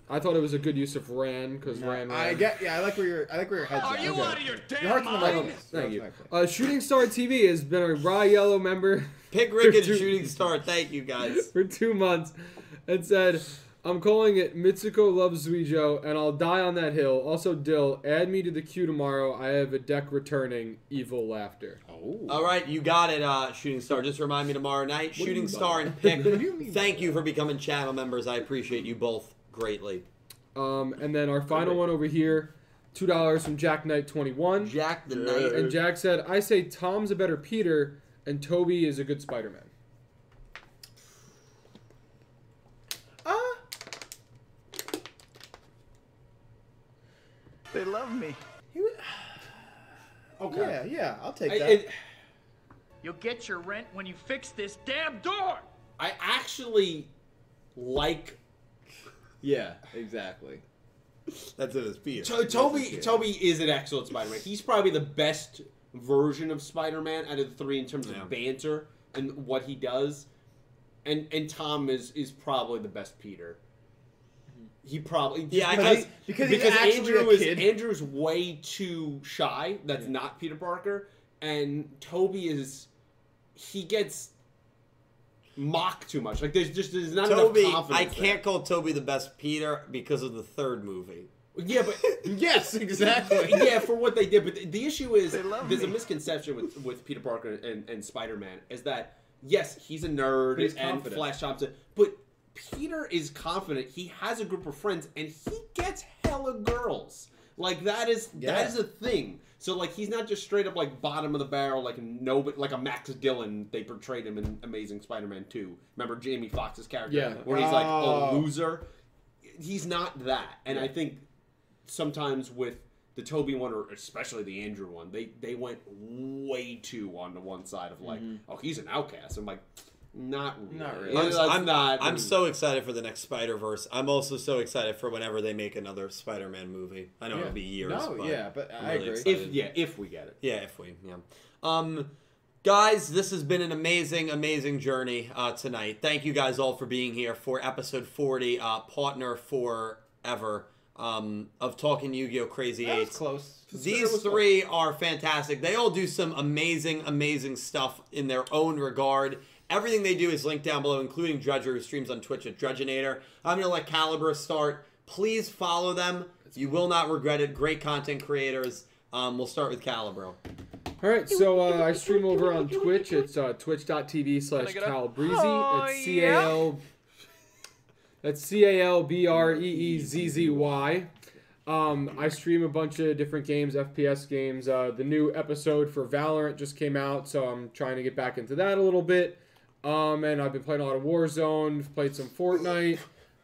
S2: I thought it was a good use of Ran because Ran. Ran.
S3: I get. Yeah, I like where your I like where your head's
S5: Are
S3: at.
S5: you
S3: Okay.
S5: out of your damn
S3: Your heart's in the right
S5: mind?
S3: place.
S2: Thank
S3: Your heart's in
S2: you.
S3: the right place.
S2: Uh, Shooting Star TV has been a Raw Yellow member
S4: Pick Rick and
S2: Dude.
S4: Shooting Star. Thank you guys.
S2: for two months and said, I'm calling it Mitsuko Loves Zuijo and I'll die on that hill. Also, Dill, add me to the queue tomorrow. I have a deck returning. Evil laughter.
S3: Oh.
S4: All right, you got it, uh, Shooting Star. Just remind me tomorrow night. Shooting Star and Pick. Thank you for becoming channel members. I appreciate you both greatly.
S2: Um, and then our final one over here $2 from Jack Knight 21.
S4: Jack the
S2: And
S4: Knight.
S2: Jack said, I say Tom's a better Peter and Toby is a good Spider Man.
S3: Uh,
S7: They love me.
S3: Okay. Yeah, yeah, I'll take
S1: I,
S3: that.
S1: it,
S7: You'll get your rent when you fix this damn door.
S1: I actually like
S3: yeah, exactly.
S4: That's in his beard.
S1: To- Toby. Toby is an excellent Spider-Man. He's probably the best version of Spider-Man out of the three in terms
S4: Yeah.
S1: of banter and what he does. And and Tom is is probably the best Peter. He probably
S4: Yeah, I
S1: because
S4: guess-
S3: because he's actually a
S1: Andrew is
S3: kid.
S1: Andrew's way too shy. That's not Peter Parker, and Toby is he gets mocked too much. Like there's just there's not
S4: Toby,
S1: enough confidence.
S4: I
S1: there.
S4: can't call Toby the best Peter because of the third movie.
S1: Yeah, but
S3: Yes, exactly.
S1: yeah, for what they did. But the, the issue is
S7: love
S1: there's a
S7: me.
S1: misconception with, with Peter Parker and, and Spider Man is that yes, he's a nerd
S3: he's
S1: and
S3: confident.
S1: Flash Thompson, but Peter is confident. He has a group of friends and he gets hella girls. Like that is
S3: Yeah.
S1: that is a thing. So like he's not just straight up like bottom of the barrel like no but like a Max Dillon they portrayed him in Amazing Spider-Man 2. Remember Jamie Foxx's character
S2: Yeah.
S1: where he's like a
S3: Oh.
S1: loser. He's not that. And I think sometimes with the Toby one or especially the Andrew one, they they went way too on the one side of like, oh, he's an outcast. I'm like, Not really.
S3: Mm-hmm. Not really.
S1: Yeah,
S4: I'm,
S1: that's
S4: I'm,
S1: not.
S4: I'm so excited for the next Spider Verse. I'm also so excited for whenever they make another Spider Man movie. I know
S3: Yeah.
S4: it'll be years.
S3: No,
S4: but
S3: yeah, but
S4: I'm
S3: I agree.
S4: excited.
S1: If yeah, if we get it.
S4: Yeah, if we, yeah. Um, guys, this has been an amazing, amazing journey uh, tonight. Thank you guys all for being here for episode 40, uh, Partner Forever um, of Talking Yu Gi Oh! Crazy
S3: That was
S4: Eights.
S3: close.
S4: These three are fantastic. They all do some amazing, amazing stuff in their own regard. Everything they do is linked down below, including Drudger, who streams on Twitch at Drudgenator. I'm going to let Caliber start. Please follow them. You will not regret it. Great content creators. Um, we'll start with Calibro.
S2: All right, so uh, I stream over on Twitch. It's uh, twitch.tv slash calbreezy.
S6: Oh,
S2: That's C A L. That's C A L B R E E Z Z Y. Um, I stream a bunch of different games, FPS games. Uh, the new episode for Valorant just came out, so I'm trying to get back into that a little bit. Um, and I've been playing a lot of Warzone, played some Fortnite,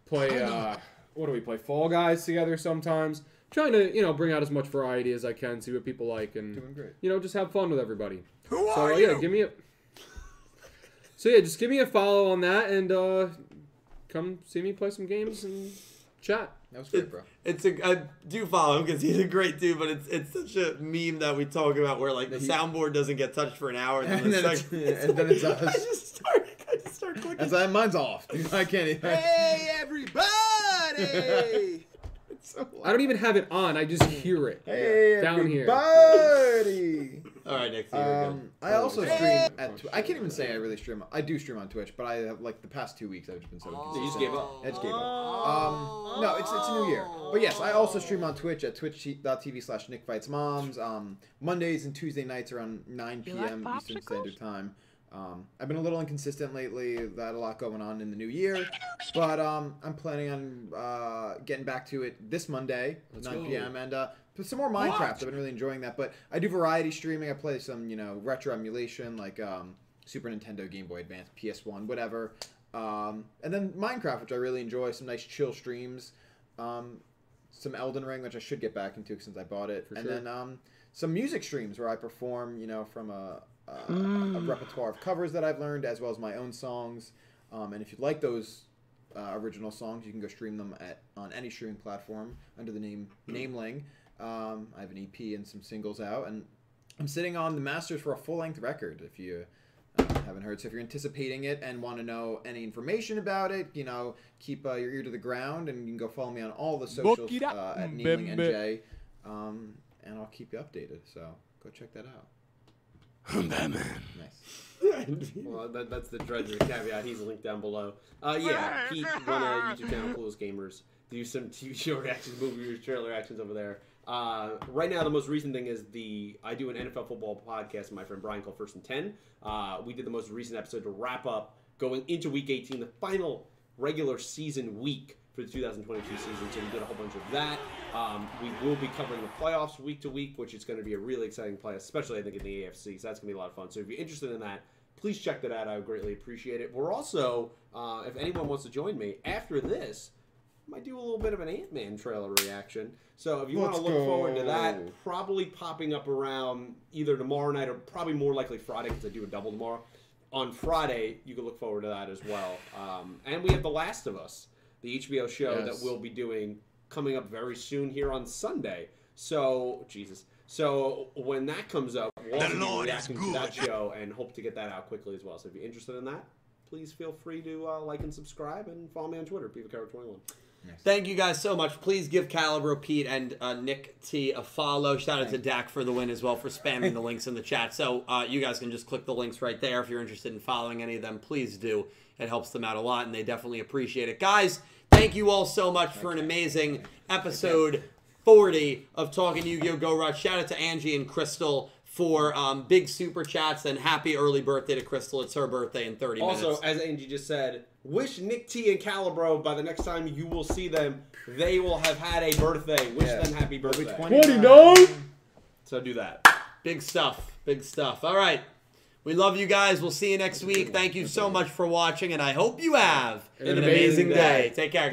S2: play uh, what do we play? Fall Guys together sometimes. Trying to you know bring out as much variety as I can, see what people like, and
S3: Doing great.
S2: you know, just have fun with everybody.
S5: Who
S2: So
S5: are
S2: uh,
S5: you?
S2: yeah, give me a. So yeah, just give me a follow on that, and uh, come see me play some games and chat.
S3: That was great, bro.
S4: It's a I do follow him because he's a great dude, but it's it's such a meme that we talk about where like the soundboard doesn't get touched for an hour, and then,
S3: And
S4: it's
S3: then
S4: like,
S3: it's- and then it's
S4: like-
S3: us.
S4: I just start, I just start
S3: As
S4: clicking.
S3: I, mine's off. dude. I can't even. Hey, everybody! it's so
S2: I don't even have it on; I just hear it.
S3: Hey,
S2: Down here.
S3: everybody!
S4: All right, next year we go.
S3: Um, I also stream at. Tw- I can't even say I really stream. I do stream on Twitch, but I have like the past two weeks I've just
S5: Oh.
S3: been so
S1: You just
S3: inconsistent.
S1: gave up.
S3: I just gave up.
S4: Oh.
S3: Um, no, it's it's a new year. But yes, I also stream on Twitch at twitch.tv slash Nick Fights Moms. Um, Mondays and Tuesday nights around 9
S6: You like
S3: p.m. Eastern
S6: popsicles?
S3: Standard Time. Um, I've been a little inconsistent lately. Got a lot going on in the new year, but um, I'm planning on uh, getting back to it this Monday, 9
S2: go.
S3: p.m. And uh, put some more Minecraft.
S5: What?
S3: I've been really enjoying that. But I do variety streaming. I play some, you know, retro emulation like um, Super Nintendo, Game Boy Advance, PS1, whatever. Um, and then Minecraft, which I really enjoy. Some nice chill streams. Um, some Elden Ring, which I should get back into since I bought it, and
S2: sure.
S3: then um, some music streams where I perform, you know, from a, a, a repertoire of covers that I've learned as well as my own songs. Um, and if you like those uh, original songs, you can go stream them at on any streaming platform under the name Nameling. Um, I have an EP and some singles out, and I'm sitting on the masters for a full length record. If you uh, haven't heard, so if you're anticipating it and want to know any information about it, you know, keep uh, your ear to the ground, and you can go follow me on all the socials
S5: it up,
S3: uh, at
S5: mm,
S3: Neeling
S5: baby.
S3: NJ, um, and I'll keep you updated. So go check that out.
S5: Batman.
S3: Nice.
S1: Well, that, that's the Dredger caveat. He's linked down below. Uh, yeah, Pete, run a YouTube channel, Coolest Gamers. Do some TV show reactions, movie reviews, trailer reactions over there. Uh, right now, the most recent thing is the I do an NFL football podcast with my friend Brian called First and Ten. Uh, we did the most recent episode to wrap up going into Week 18, the final regular season week for the 2022 season. So we did a whole bunch of that. Um, we will be covering the playoffs week to week, which is going to be a really exciting play, especially I think in the AFC. So that's going to be a lot of fun. So if you're interested in that, please check that out. I would greatly appreciate it. We're also, uh, if anyone wants to join me after this, might do a little bit of an Ant Man trailer reaction. So if you want to
S3: Let's
S1: look forward to that,
S3: go.
S1: probably popping up around either tomorrow night or probably more likely Friday because I do a double tomorrow. On Friday, you can look forward to that as well. Um, and we have The Last of Us, the HBO show
S3: Yes.
S1: that we'll be doing coming up very soon here on Sunday. So Jesus. So when that comes up, we'll also be
S5: Lord is
S1: reacting to
S5: good.
S1: that show and hope to get that out quickly as well. So if you're interested in that, please feel free to uh, like and subscribe and follow me on Twitter, PivaCover21.
S4: Thank you guys so much. Please give Calibro, Pete, and uh, Nick T a follow. Shout out to Dak for the win as well for spamming the links in the chat. So uh, you guys can just click the links right there if you're interested in following any of them. Please do. It helps them out a lot, and they definitely appreciate it. Guys, thank you all so much for an amazing episode 40 of Talking Yu-Gi-Oh! Go Rush. Shout out to Angie and Crystal for um, big super chats and happy early birthday to Crystal. It's her birthday in 30 minutes.
S1: Also, as Angie just said, wish Nick T and Calibro by the next time you will see them, they will have had a birthday. Wish
S3: Yeah.
S1: them happy
S3: Which
S1: birthday.
S3: one?
S2: What do you know?
S1: So do that.
S4: Big stuff. Big stuff. All right. We love you guys. We'll see you next week. Thank you so much for watching, and I hope you have an, amazing,
S1: amazing
S4: day.
S1: day.
S4: Take care.